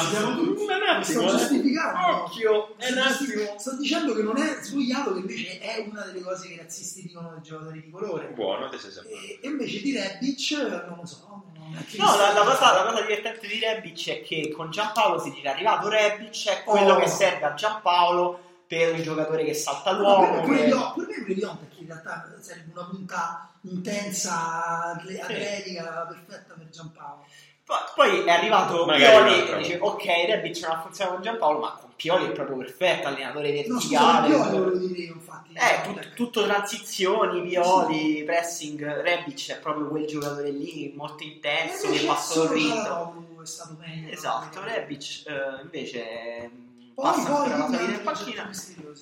Speaker 9: attimo,
Speaker 3: sto
Speaker 9: eh.
Speaker 3: giustificando.
Speaker 9: Occhio, è un
Speaker 3: Sto-
Speaker 9: attimo.
Speaker 3: Sto dicendo che non è sbagliato, che invece è una delle cose che i razzisti dicono dei giocatori di colore.
Speaker 9: Buono, te sei sempre.
Speaker 3: E, e invece di Rebic, non lo so. non è che-
Speaker 1: No, la, la cosa, la cosa divertente di Rebic è che con Giampaolo si dice arrivato Rebic è quello
Speaker 3: Oh.
Speaker 1: che serve a Giampaolo per un giocatore che salta
Speaker 3: No,
Speaker 1: l'uomo.
Speaker 3: pure
Speaker 1: che-
Speaker 3: Lyon- pure me pure Lyon, perché in realtà sarebbe una punta intensa, atle- atletica, perfetta per Giampaolo.
Speaker 1: Poi, poi è arrivato
Speaker 9: Magari
Speaker 1: Pioli e
Speaker 9: un'altra
Speaker 1: dice ok, Rebic non ha funzionato con Giampaolo, ma con Pioli è proprio perfetto, allenatore
Speaker 3: No, scusa,
Speaker 1: verticale.
Speaker 3: io volevo dire io, infatti.
Speaker 1: Eh, tut- tutto transizioni, Pioli, pressing, Rebic è proprio quel giocatore lì, molto intenso, che
Speaker 3: Invece
Speaker 1: fa solo
Speaker 3: solo
Speaker 1: ritmo.
Speaker 3: Calabria è stato meglio.
Speaker 1: Esatto, Rebic eh, invece mh,
Speaker 3: Poi,
Speaker 1: passa
Speaker 3: poi,
Speaker 1: ancora la salita in
Speaker 3: poi,
Speaker 1: panchina.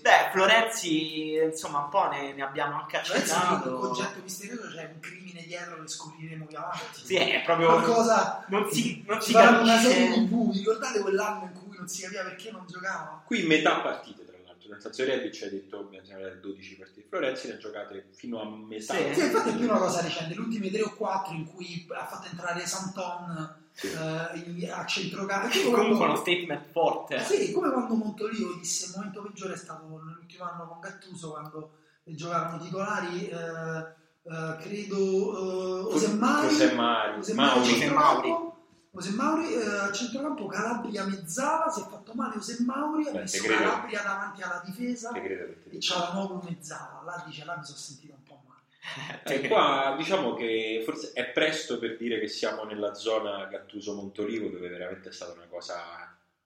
Speaker 1: Beh, Florenzi, insomma, un po' ne, ne abbiamo anche Esatto.
Speaker 3: Penso un
Speaker 1: accennato.
Speaker 3: Cioè, concetto misterioso c'è un crimine dietro che scopriremo più avanti.
Speaker 1: Sì, è proprio.
Speaker 3: Qualcosa
Speaker 1: Non si, non si
Speaker 3: ci faranno una serie
Speaker 1: capisce.
Speaker 3: TV, vi ricordate quell'anno in cui non si capiva perché non giocava?
Speaker 9: Qui metà partite, tra l'altro. Nel senso, Rebic ha detto mi ha segnato 12 partite. Florenzi ne ha giocate fino a metà.
Speaker 1: Sì.
Speaker 3: Sì, infatti è più una cosa recente, le ultime tre o quattro in cui ha fatto entrare Santon
Speaker 9: Sì.
Speaker 3: eh, in- a centrocampo.
Speaker 1: Comunque uno statement forte.
Speaker 3: Sì, come quando Montolivo disse il momento peggiore è stato l'ultimo anno con Gattuso quando giocavano titolari, eh, eh, credo eh, Osemari,
Speaker 9: Cos'è Mari?
Speaker 3: José
Speaker 9: Mauri.
Speaker 3: Mauri,
Speaker 1: Mauri.
Speaker 3: José Mauri eh, a centrocampo Calabria mezzala, si è fatto male José Mauri, ha
Speaker 9: Beh,
Speaker 3: messo
Speaker 9: te credo.
Speaker 3: Calabria davanti alla difesa
Speaker 9: Te credo che te
Speaker 3: e
Speaker 9: dico.
Speaker 3: c'era nuovo mezzala, là dice là mi sono sentito un po' male.
Speaker 9: Eh, qua diciamo che forse è presto per dire che siamo nella zona Gattuso-Montolivo dove veramente è stata una cosa,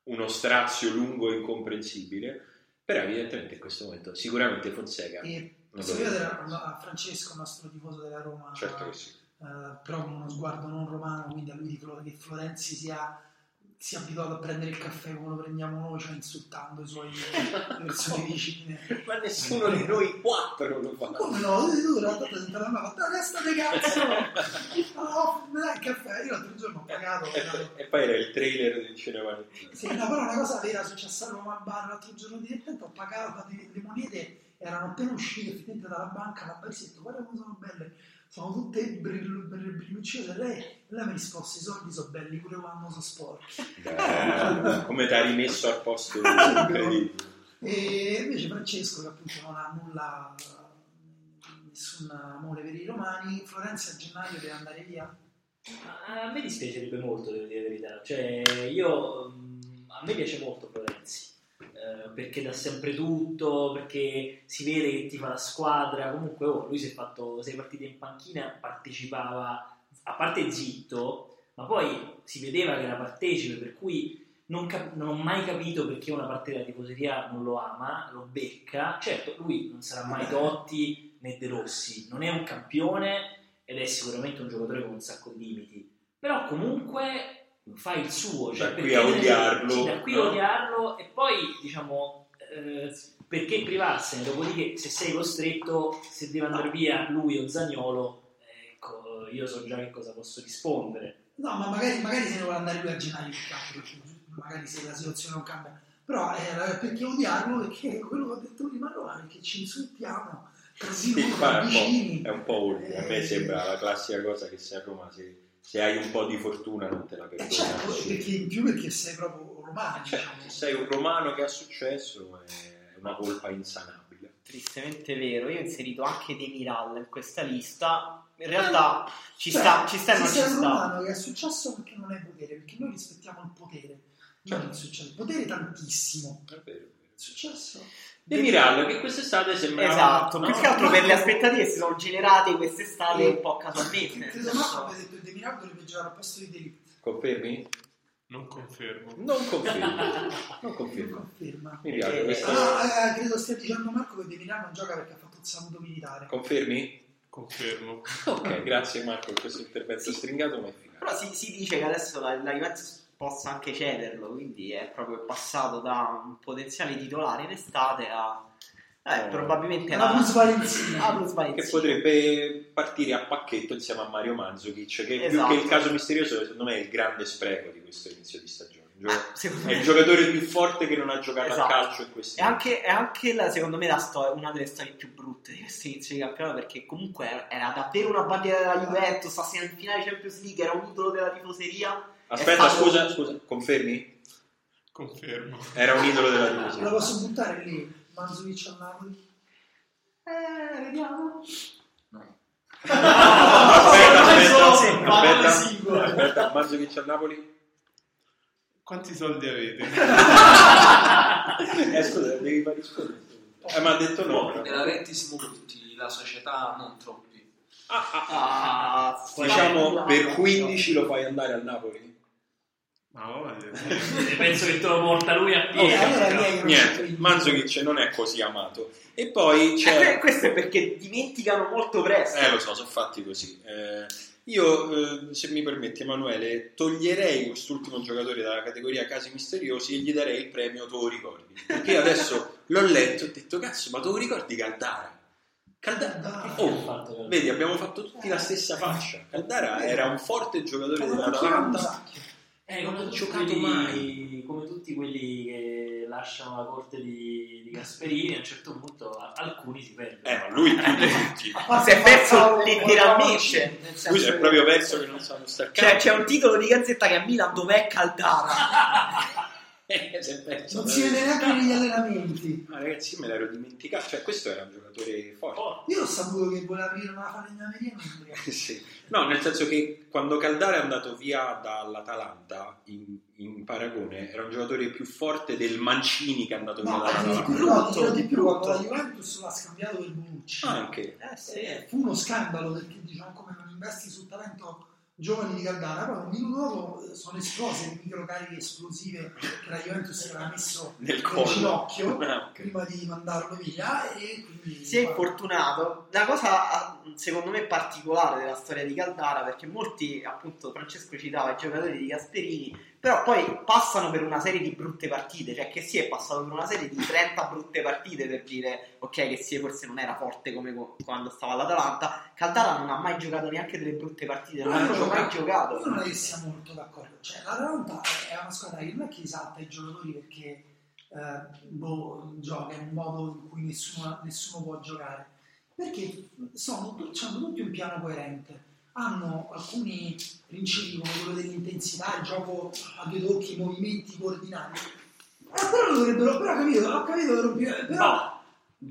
Speaker 9: uno strazio lungo e incomprensibile, però evidentemente in questo momento sicuramente Fonseca
Speaker 3: E
Speaker 9: non
Speaker 3: posso
Speaker 9: doveva-
Speaker 3: chiedere a a ah, Francesco, il nostro tifoso della Roma,
Speaker 9: Certo che sì.
Speaker 3: eh, però con uno sguardo non romano, quindi a lui di Flo- che Florenzi sia, sia abituato a prendere il caffè come lo prendiamo noi, cioè insultando i suoi le persone vicine.
Speaker 9: Ma nessuno di noi quattro lo
Speaker 3: Ma
Speaker 9: fa.
Speaker 3: Come no? Tu tu la tata sentata la mano, ha fatto la testa di cazzo! Oh, mi dai il caffè? Io l'altro giorno ho pagato. ho pagato.
Speaker 9: E poi era il trailer del cinema.
Speaker 3: Sì, no, però una cosa vera successa a Roma al bar l'altro giorno direttamente ho pagato ho fatto le, le monete erano appena uscite effettivamente dalla banca la barista ha detto guarda come sono belle sono tutte brill- brill- brillucciose e lei, lei mi ha risposto i soldi sono belli pure quando sono sporchi
Speaker 9: Bello, Come ti ha rimesso al posto incredibile.
Speaker 3: e invece Francesco che appunto non ha nulla nessun amore per i romani Florenzi a gennaio deve andare via
Speaker 4: A me dispiacerebbe molto, devo dire la verità. Cioè, io mm, a me piace molto Florenzi. eh, perché dà sempre tutto, perché si vede che ti fa la squadra. Comunque, oh, lui si è fatto sei partite in panchina, partecipava a parte zitto, ma poi si vedeva che era partecipe, per cui non, cap- non ho mai capito perché una parte della tifoseria non lo ama, lo becca. Certo, lui non sarà mai Totti né De Rossi, non è un campione ed è sicuramente un giocatore con un sacco di limiti. Però comunque fa il suo. Cioè
Speaker 9: Da
Speaker 4: perché
Speaker 9: qui a odiarlo,
Speaker 4: sì, da qui a
Speaker 9: no?
Speaker 4: odiarlo e poi, diciamo, eh, perché privarsene? Dopodiché, se sei costretto, se deve andare via lui o Zagnolo, ecco, io so già che cosa posso rispondere.
Speaker 3: No, ma magari, magari se ne vuole andare lui a gennaio il campo, perché magari se la situazione non cambia. Però eh, perché odiarlo? Perché quello che ho detto prima allora, perché ci insultiamo, così
Speaker 9: Sì,
Speaker 3: noi,
Speaker 9: qua è un
Speaker 3: vicini.
Speaker 9: po', è un po' oltre. A me
Speaker 3: Eh,
Speaker 9: sembra la classica cosa che se a Roma se, se hai un po' di fortuna non te la
Speaker 3: eh,
Speaker 9: perdona.
Speaker 3: certo,
Speaker 9: Sì.
Speaker 3: perché in più perché sei proprio romano,
Speaker 9: Cioè,
Speaker 3: diciamo.
Speaker 9: se sei un romano che ha successo è una colpa insanabile.
Speaker 1: Tristemente vero, io ho inserito anche De Miral in questa lista.
Speaker 3: Eh,
Speaker 1: In realtà ci sta, ci sta e
Speaker 3: Cioè, se
Speaker 1: non ci
Speaker 3: sei un
Speaker 1: sta.
Speaker 3: romano che è successo perché non hai potere, perché noi rispettiamo il potere. Non
Speaker 1: Certo.
Speaker 3: il successo, il potere è tantissimo.
Speaker 9: È vero.
Speaker 3: Il successo.
Speaker 9: De Miral che quest'estate sembrava
Speaker 1: Esatto,
Speaker 9: no?
Speaker 1: più che altro per le
Speaker 3: no.
Speaker 1: aspettative che si sono generate quest'estate
Speaker 3: Sì.
Speaker 1: un po' casualmente.
Speaker 3: Credo Marco abbia detto che De Miral dovrebbe giocare al posto di Delic.
Speaker 9: Confermi?
Speaker 11: Non confermo.
Speaker 9: Non confermo. non confermo.
Speaker 3: Conferma.
Speaker 9: Mi piace
Speaker 1: Eh,
Speaker 9: questa.
Speaker 3: Ah, eh, credo stia dicendo Marco che De Milan non gioca perché ha fatto il saluto militare.
Speaker 9: Confermi?
Speaker 11: Confermo.
Speaker 9: Ok, grazie Marco per questo intervento stringato ma efficace.
Speaker 1: Però si, si dice che adesso la, la Juventus possa anche cederlo, quindi è proprio passato da un potenziale titolare in estate a... Eh,
Speaker 9: Oh.
Speaker 1: probabilmente
Speaker 3: La Plus Valentina.
Speaker 1: Ah, Bruce Valenzi.
Speaker 9: Che potrebbe partire a pacchetto insieme a Mario Manzukic, che
Speaker 1: Esatto.
Speaker 9: più che il caso misterioso, secondo me è il grande spreco di questo inizio di stagione. Il gio-
Speaker 1: Ah, secondo
Speaker 9: È il
Speaker 1: me.
Speaker 9: giocatore più forte che non ha giocato
Speaker 1: Esatto.
Speaker 9: a calcio in questi
Speaker 1: È anche, è anche la- secondo me la storia, una delle storie più brutte di questo inizio di campionato perché comunque era- era davvero una bandiera della Juventus, sta in finale Champions League, era un idolo della tifoseria.
Speaker 9: Aspetta,
Speaker 1: stato-
Speaker 9: scusa, scusa, confermi?
Speaker 11: Confermo.
Speaker 9: Era un idolo della Juventus.
Speaker 3: La posso buttare lì? Manzovic al Napoli?
Speaker 1: Eh, vediamo.
Speaker 9: Aspetta,
Speaker 1: Manzo-
Speaker 9: aspetta,
Speaker 1: Manzo-
Speaker 9: aspetta, aspetta, Manzukic a Napoli?
Speaker 11: Quanti soldi avete?
Speaker 9: Eh, scusa, devi far rispondere. Eh, ma ha detto no. però.
Speaker 2: Nella Rentis Multi la società non troppi.
Speaker 1: Ah,
Speaker 9: Diciamo,
Speaker 1: squadra-
Speaker 9: per 15 lo fai andare al Napoli?
Speaker 11: Ma voglio.
Speaker 4: Penso che te lo porta lui a piedi.
Speaker 3: Eh, allora niente.
Speaker 9: Niente, Manzukic non è così amato. E poi
Speaker 1: Eh,
Speaker 9: c'è...
Speaker 1: que- questo è perché dimenticano molto presto.
Speaker 9: Eh, lo so, sono fatti così. Eh, io, eh, se mi permetti, Emanuele, toglierei quest'ultimo giocatore dalla categoria casi misteriosi e gli darei il premio Tu ricordi? Perché io adesso l'ho letto e ho detto, cazzo, ma tu ricordi Caldara? Caldara,
Speaker 4: Che ha
Speaker 9: oh,
Speaker 4: fatto però?
Speaker 9: vedi, abbiamo fatto tutti la stessa faccia. Caldara era un forte giocatore dell'Atalanta.
Speaker 3: Io
Speaker 4: Eh, come tutti,
Speaker 9: giocato
Speaker 4: quelli,
Speaker 9: mai.
Speaker 4: come tutti quelli che lasciano la corte di, di Gasperini, a un certo punto a- alcuni si perdono.
Speaker 9: Eh, ma lui più di tutti.
Speaker 1: Si è perso letteralmente. nel senso
Speaker 9: Lui si è
Speaker 1: che-
Speaker 9: proprio perso che non sanno star
Speaker 1: Cioè, c'è un titolo di gazzetta che a Milan dov'è Caldara?
Speaker 3: Non si vede neanche negli allenamenti.
Speaker 9: Eh, Ma ragazzi, io me l'ero dimenticato. Cioè, questo era un giocatore forte.
Speaker 4: Oh,
Speaker 3: Io ho saputo che voleva aprire una falegnameria ma non riesco.
Speaker 9: Sì. No, nel senso che quando Caldara è andato via dall'Atalanta in, in paragone era un giocatore più forte del Mancini che è andato via
Speaker 3: No,
Speaker 9: dall'Atalanta.
Speaker 3: ti dirò, ti dirò di più, quando la Juventus l'ha scambiato per Bonucci.
Speaker 9: Ah, Anche.
Speaker 1: Eh
Speaker 3: Eh, fu uno scandalo perché diciamo come non investi sul talento giovani di Caldara poi un minuto dopo eh, sono esplose le microcariche esplosive che la Juventus aveva messo
Speaker 9: Nel
Speaker 3: nel
Speaker 9: collo.
Speaker 3: ginocchio
Speaker 9: Ah, ok.
Speaker 3: prima di mandarlo via e quindi
Speaker 1: Si è infortunato. La cosa ah, secondo me particolare della storia di Caldara, perché molti, appunto, Francesco citava i giocatori di Gasperini, però poi passano per una serie di brutte partite, cioè che si è passato per una serie di 30 brutte partite per dire, ok, che si forse non era forte come co- quando stava all'Atalanta. Caldara non ha mai giocato neanche delle brutte partite, non
Speaker 3: Ah,
Speaker 1: ha
Speaker 3: no,
Speaker 1: mai
Speaker 3: ma-
Speaker 1: giocato.
Speaker 3: io non è che sia molto d'accordo cioè l'Atalanta è una squadra che non è che esalta i giocatori perché eh, boh, gioca in un modo in cui nessuno, nessuno può giocare perché sono, hanno tutti un piano coerente hanno alcuni principi come quello dell'intensità il gioco a due tocchi i movimenti coordinati Eh, però lo dovrebbero però capito ho capito che rompi- però
Speaker 4: no,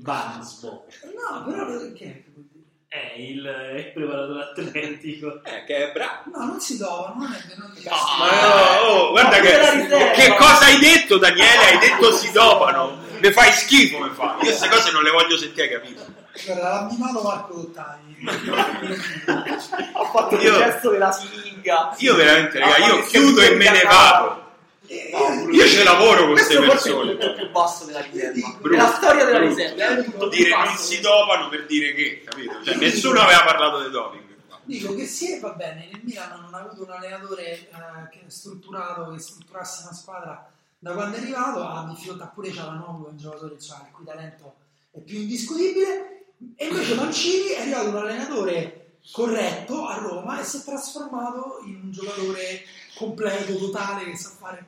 Speaker 4: Barnsbo
Speaker 3: no però lo- che che vuol dire?
Speaker 4: è il è preparatore atletico.
Speaker 9: Eh, che è bravo.
Speaker 3: no non si trova non è non è
Speaker 9: Ma no, oh, guarda
Speaker 1: Ma
Speaker 9: che,
Speaker 1: quella riserva.
Speaker 9: che cosa hai detto, Daniele? Hai detto si dopano. Ne fai schifo, mi fai. Io queste cose non le voglio sentire, capito?
Speaker 3: Guarda, l'ha mimato Marco Dottani.
Speaker 1: ha fatto
Speaker 9: Io-
Speaker 1: il gesto della siringa.
Speaker 9: Io veramente,
Speaker 1: Ah,
Speaker 9: raga,
Speaker 1: ma
Speaker 9: io
Speaker 1: che
Speaker 9: chiudo e me ne
Speaker 1: significa-
Speaker 9: vado.
Speaker 3: Eh,
Speaker 9: Io ci lavoro con queste
Speaker 18: Questo forse è il
Speaker 9: persone.
Speaker 18: punto più basso della riserva.
Speaker 9: Brutto,
Speaker 18: la storia della
Speaker 9: brutto.
Speaker 18: riserva. È il punto più
Speaker 9: Dire
Speaker 18: basso.
Speaker 9: il si dopano per dire che, capito? Cioè, nessuno aveva parlato di doping.
Speaker 3: Dico che sì, va bene, nel Milan non ha avuto un allenatore eh, che è strutturato, che strutturasse una squadra da quando è arrivato, ah, ha difficoltà pure Cialanoglu, è un giocatore cioè, il cui talento è più indiscutibile, e invece Mancini è arrivato un allenatore corretto a Roma e si è trasformato in un giocatore completo, totale, che sa fare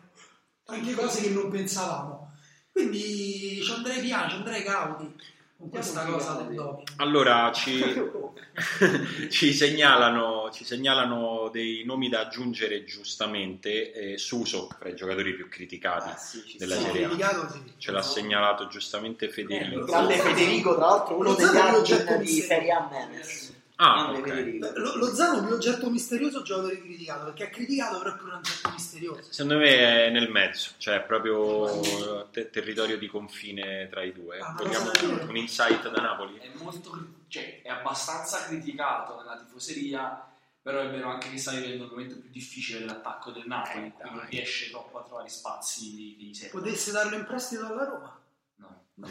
Speaker 3: anche cose che non pensavamo. Quindi ci andrei piano, ci andrei cauti con questa cosa del doping.
Speaker 9: Allora, ci, ci segnalano, ci segnalano dei nomi da aggiungere giustamente. eh, Suso, tra i giocatori più
Speaker 11: Ah,
Speaker 9: criticati, della
Speaker 3: Sì,
Speaker 9: Serie A.
Speaker 3: criticato, sì.
Speaker 9: ce l'ha segnalato giustamente Federico.
Speaker 3: Eh,
Speaker 18: Il grande Federico, tra l'altro, uno
Speaker 3: Lo
Speaker 18: degli
Speaker 3: Zano è un
Speaker 18: agent
Speaker 3: oggetto
Speaker 18: di
Speaker 3: misterioso.
Speaker 18: Serie A Menes.
Speaker 9: Ah,
Speaker 18: Grande
Speaker 9: ok.
Speaker 18: Federico.
Speaker 3: Lo, lo Zano è un oggetto misterioso giocatore criticato, perché è criticato però è pure un oggetto misterioso.
Speaker 9: Secondo me è nel mezzo, cioè è proprio te- territorio di confine tra i due.
Speaker 3: Ah,
Speaker 9: Vogliamo
Speaker 3: ma cosa-
Speaker 9: un insight da Napoli?
Speaker 6: È molto, cioè, è abbastanza criticato nella tifoseria, però è vero anche che sta vivendo il momento più difficile dell'attacco del Napoli, in cui non riesce troppo a trovare spazi di, di riserva.
Speaker 3: Potesse darlo in prestito alla Roma.
Speaker 6: No.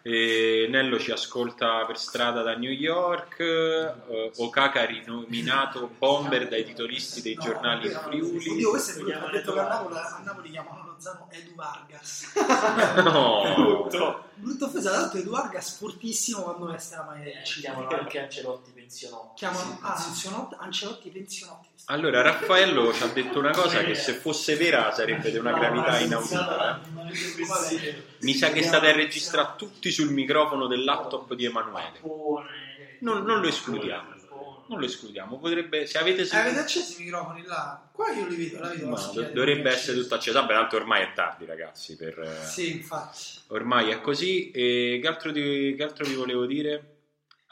Speaker 9: E Nello ci ascolta per strada da New York, eh, Okaka rinominato bomber dai titolisti dei
Speaker 3: No,
Speaker 9: giornali in
Speaker 3: no,
Speaker 9: Friuli.
Speaker 3: Oddio, questo è quello che ha detto che a Napoli, a Napoli chiamano lo Zano Edu Vargas.
Speaker 9: No.
Speaker 3: Brutta offesa, tra l'altro Edu Vargas fortissimo quando veste la maglia del
Speaker 4: Eh, Ci
Speaker 3: Cile.
Speaker 4: chiamano anche Ancelotti pensionato.
Speaker 3: Chiamano ah, Ancelotti, Ancelotti Pensionotti.
Speaker 9: Allora, Raffaello ci ha detto una cosa che se fosse vera sarebbe di una gravità inaudita. eh. Mi sa che state a registrare tutti sul microfono del laptop di Emanuele. Non, non lo escludiamo. Non lo escludiamo. Potrebbe, se avete
Speaker 3: eh, Avete
Speaker 9: sentito,
Speaker 3: acceso i microfoni là? Qua io li vedo, la vedo. la
Speaker 9: ma
Speaker 3: sigla
Speaker 9: do-
Speaker 3: di-
Speaker 9: dovrebbe essere tutto acceso. Vabbè, tanto ormai è tardi, ragazzi. Per, eh,
Speaker 3: Sì, infatti.
Speaker 9: Ormai è così. E che altro, di- che altro vi volevo dire?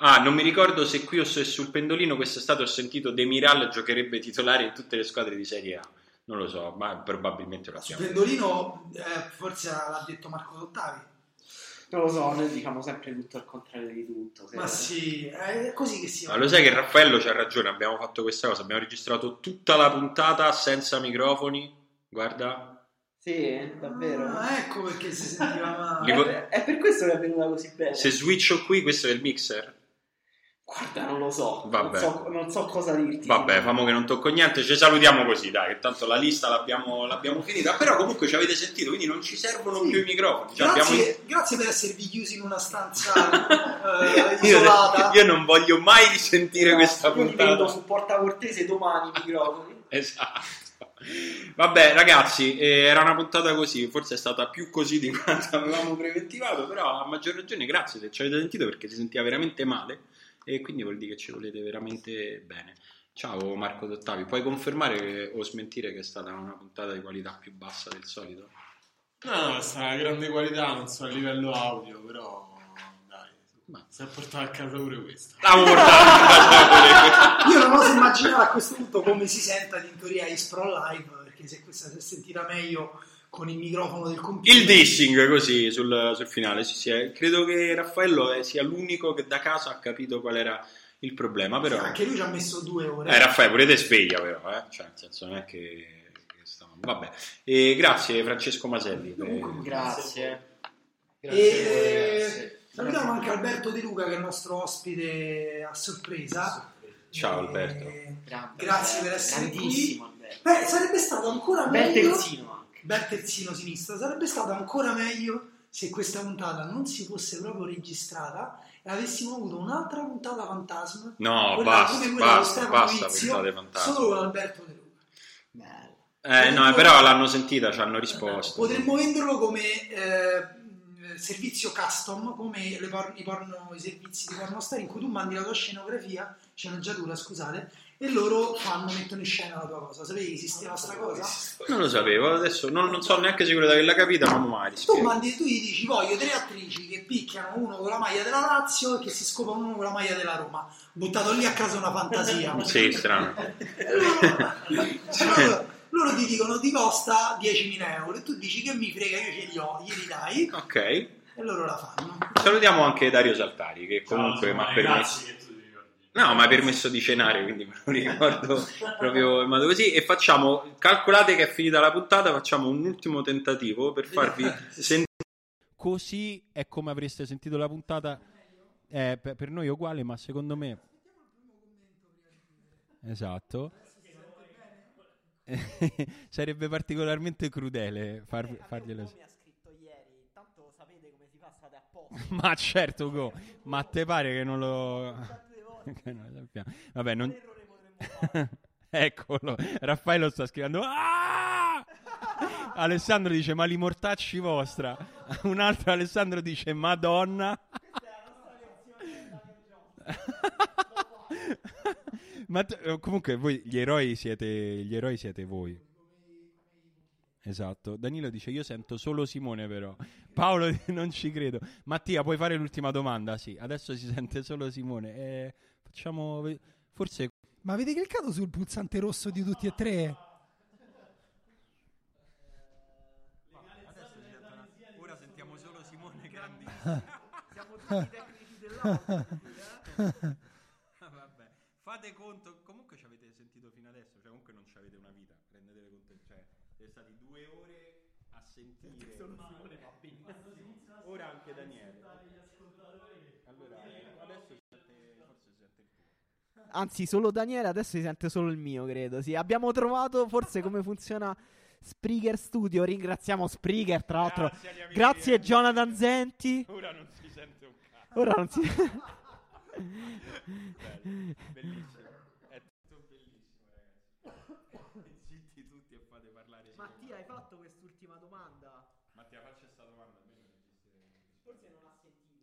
Speaker 9: Ah, non mi ricordo se qui o se sul pendolino quest'estate ho sentito De Miral giocherebbe titolare in tutte le squadre di Serie A. Non lo so, ma probabilmente lo
Speaker 3: Sul
Speaker 9: abbiamo.
Speaker 3: pendolino eh, forse l'ha detto Marco Dottavi.
Speaker 18: Non lo so, noi diciamo sempre tutto al contrario di tutto.
Speaker 1: Eh.
Speaker 18: se-
Speaker 3: Ma sì, è così che si
Speaker 9: Ma lo sai che Raffaello c'ha ragione, abbiamo fatto questa cosa, abbiamo registrato tutta la puntata senza microfoni. Guarda,
Speaker 18: Sì, davvero.
Speaker 3: Ah, ecco perché si sentiva
Speaker 9: Li
Speaker 18: È,
Speaker 3: male.
Speaker 9: vo-
Speaker 18: per, è per questo che è venuta così bene.
Speaker 9: se switcho qui, questo è il mixer.
Speaker 18: Guarda, non lo so. Non
Speaker 9: Vabbè.
Speaker 18: so, non so cosa dirti.
Speaker 9: Vabbè, famo che non tocco niente, ci salutiamo così, dai, che tanto la lista l'abbiamo, l'abbiamo finita, però comunque ci avete sentito, quindi non ci servono più i microfoni. Cioè, abbiamo-
Speaker 3: grazie, grazie per esservi chiusi in una stanza eh,
Speaker 9: Io,
Speaker 3: isolata.
Speaker 9: io non voglio mai risentire questa
Speaker 18: Io li vedo
Speaker 9: puntata.
Speaker 18: su Porta Cortese domani i microfoni.
Speaker 9: Esatto. Vabbè, ragazzi, eh, era una puntata così, forse è stata più così di quanto avevamo preventivato, però a maggior ragione grazie se ci avete sentito perché si sentiva veramente male e quindi vuol dire che ci volete veramente bene. Ciao Marco Dottavi, puoi confermare che- o smentire che è stata una puntata di qualità più bassa del solito?
Speaker 11: No, no, sta a grande qualità, non so a livello audio, però dai,
Speaker 9: Ma-
Speaker 11: si è portato a casa pure questa.
Speaker 9: L'abbiamo portata
Speaker 3: Io non oso immaginare a questo punto come si senta in teoria Ispro Live, perché se questa si è sentita meglio con il microfono del computer.
Speaker 9: Il dissing così sul, sul finale, sì, sì, eh, credo che Raffaello eh, sia l'unico che da casa ha capito qual era il problema, però...
Speaker 3: Anche lui ci ha messo due ore.
Speaker 9: Eh, Raffaele, pure te sveglia, però, eh? Cioè, nel senso, non è che, che stavamo- Vabbè, E grazie Francesco Maselli. per-
Speaker 18: Grazie.
Speaker 3: e salutiamo anche Alberto De Luca che è il nostro ospite a sorpresa.
Speaker 9: Ciao,
Speaker 3: E-
Speaker 9: Alberto.
Speaker 18: Grande,
Speaker 3: Grazie per essere
Speaker 18: Grandissimo, Alberto.
Speaker 3: Beh, sarebbe stato ancora
Speaker 18: Bel
Speaker 3: meglio.
Speaker 18: terzino anche.
Speaker 3: bel terzino sinistro. Sarebbe stato ancora meglio se questa puntata non si fosse proprio registrata e avessimo avuto un'altra puntata fantasma.
Speaker 9: No,
Speaker 3: Quella-
Speaker 9: basta,
Speaker 3: come quella dello
Speaker 9: basta,
Speaker 3: Stefano
Speaker 9: basta,
Speaker 3: Vizio,
Speaker 9: puntate fantastiche.
Speaker 3: Solo con Alberto De Luca.
Speaker 18: Bello.
Speaker 9: Eh, no, però l'hanno sentita, ci hanno risposto.
Speaker 3: Potremmo venderlo come eh, servizio custom, come le por- i, porno- i servizi di pornostar in cui tu mandi la tua scenografia, sceneggiatura, scusate, e loro fanno, mettono in scena la tua cosa. Sapevi Ah, che esisteva questa cosa?
Speaker 9: Non lo sapevo, adesso non, non sono neanche sicuro di averla capita, ma mai
Speaker 3: Tu mandi, tu gli dici voglio tre attrici che picchiano uno con la maglia della Lazio e che si scopano uno con la maglia della Roma. Buttato lì a caso una fantasia.
Speaker 9: Sì, strano.
Speaker 3: E loro, loro- loro ti dicono ti costa 10.000 euro e tu dici che mi frega, io ce li ho, glieli dai
Speaker 9: Ok,
Speaker 3: e loro la fanno.
Speaker 9: salutiamo anche Dario Saltari, che comunque mi ha permesso...
Speaker 4: eh,
Speaker 11: Grazie che tu ti ricordi.
Speaker 9: No, mi ha permesso di cenare, quindi me lo ricordo proprio in modo così. E facciamo, calcolate che è finita la puntata, facciamo un ultimo tentativo per farvi sentire. Così è come avreste sentito la puntata. Eh, per per noi è uguale, ma secondo me. Esatto. Sarebbe particolarmente crudele far, farglielo.
Speaker 18: mi ha scritto ieri, tanto sapete come si fa, state a posto.
Speaker 9: Ma certo, Go, ma te pare che non lo.
Speaker 18: Tante volte,
Speaker 9: che non lo sappiamo. Vabbè,
Speaker 18: che
Speaker 9: non.
Speaker 18: errore potremmo fare?
Speaker 9: Eccolo, Raffaello sta scrivendo. "Ah!" Alessandro dice: Ma li mortacci vostra. Un altro Alessandro dice: Madonna. Ma t- eh, comunque voi gli eroi siete gli eroi siete voi. Esatto. Danilo dice io sento solo Simone però. Paolo non ci credo. Mattia puoi fare l'ultima domanda? Sì, adesso si sente solo Simone. Eh, facciamo ve- forse
Speaker 20: Ma avete cliccato sul pulsante rosso di tutti e tre?
Speaker 9: Ora sentiamo solo Simone Grandini.
Speaker 18: Siamo tutti tecnici dell'auto.
Speaker 9: Vabbè, fate conto, comunque ci avete sentito fino adesso, cioè comunque non ci avete una vita, prendetele conto, cioè siete stati due ore a sentire. Ora anche Daniele. Allora, adesso siete- forse siete il tuo.
Speaker 18: Anzi, solo Daniele adesso si sente solo il mio, credo. Sì, abbiamo trovato forse come funziona Spreaker Studio. Ringraziamo Spreaker, tra l'altro.
Speaker 11: Grazie agli amici.
Speaker 18: Grazie Jonathan Zenti.
Speaker 11: Ora non si sente un cazzo.
Speaker 18: Ora non si
Speaker 9: Bello, bellissimo. È tutto bellissimo, ragazzi. Zitti tutti e fate parlare.
Speaker 18: hai fatto quest'ultima domanda?
Speaker 9: Mattia, faccia questa domanda, almeno registreremo.
Speaker 18: Forse non ha sentito.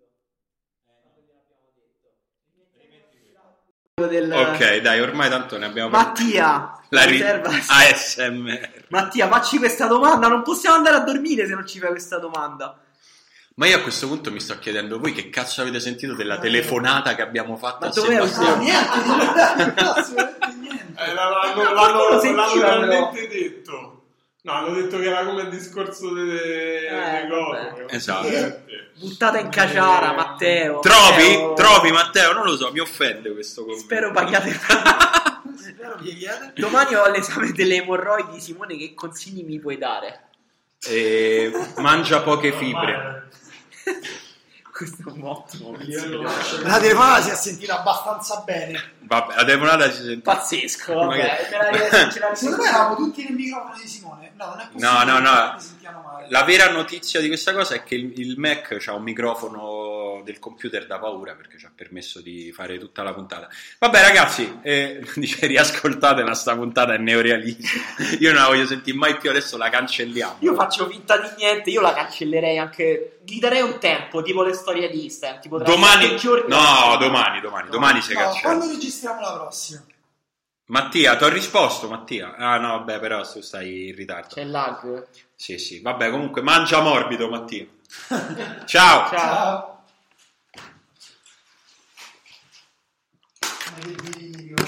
Speaker 1: Del...
Speaker 9: Ok, dai, ormai tanto ne abbiamo parlato.
Speaker 1: Mattia,
Speaker 9: La ri-
Speaker 1: riserva.
Speaker 9: ASMR.
Speaker 1: Mattia, facci questa domanda. Non possiamo andare a dormire se non ci fai questa domanda.
Speaker 9: Ma io a questo punto mi sto chiedendo voi che cazzo avete sentito della telefonata che abbiamo fatto
Speaker 1: Ma
Speaker 9: a
Speaker 1: dov'è uscito?
Speaker 9: Sebastiano?
Speaker 3: Niente, non è vero, assolutamente niente.
Speaker 11: Eh, la- la-
Speaker 1: Ma
Speaker 11: l'hanno, l'hanno,
Speaker 1: qualcuno sentiva, però.
Speaker 11: l'hanno realmente detto. No, hanno detto che era come il discorso delle Eh,
Speaker 1: Eh,
Speaker 11: de cose.
Speaker 1: vabbè.
Speaker 11: che-
Speaker 9: Esatto.
Speaker 11: Niente.
Speaker 1: Buttata in caciara,
Speaker 11: Eh,
Speaker 1: Matteo.
Speaker 9: Trovi?
Speaker 1: Matteo.
Speaker 9: Trovi Matteo? Non lo so, mi offende questo commento.
Speaker 1: Spero pagate.
Speaker 3: Spero vi chiede.
Speaker 1: Domani ho l'esame delle emorroidi. Simone, che consigli mi puoi dare?
Speaker 9: Eh, mangia poche fibre.
Speaker 1: Questo è un ottimo. consiglio.
Speaker 3: La telefonata si è sentita abbastanza bene.
Speaker 9: Vabbè, la telefonata si sente.
Speaker 1: Pazzesco, vabbè.
Speaker 9: Magari-
Speaker 1: Me la- ce la-
Speaker 3: Secondo me eravamo tutti nel microfono di Simone. No, non è possibile.
Speaker 9: No, no, no.
Speaker 3: che ci sentiamo male.
Speaker 9: La vera notizia di questa cosa è che il, il Mac ha un microfono del computer da paura perché ci ha permesso di fare tutta la puntata. Vabbè, ragazzi, eh, dice riascoltatela sta puntata è neorealistica. Io non la voglio sentire mai più, adesso la cancelliamo.
Speaker 1: Io faccio finta di niente, io la cancellerei anche. Gli darei un tempo, tipo le storie di Instagram. Tipo tra
Speaker 9: Domani,
Speaker 1: sette giorni-
Speaker 9: no, domani, domani, domani si
Speaker 3: No,
Speaker 9: cancella.
Speaker 3: quando registriamo la prossima?
Speaker 9: Mattia, ti ho risposto, Mattia. Ah, no, vabbè, però tu stai in ritardo.
Speaker 1: C'è lag.
Speaker 9: Sì, sì, vabbè, comunque, mangia morbido, Mattia. Ciao.
Speaker 3: Ciao. Ma che vi dico?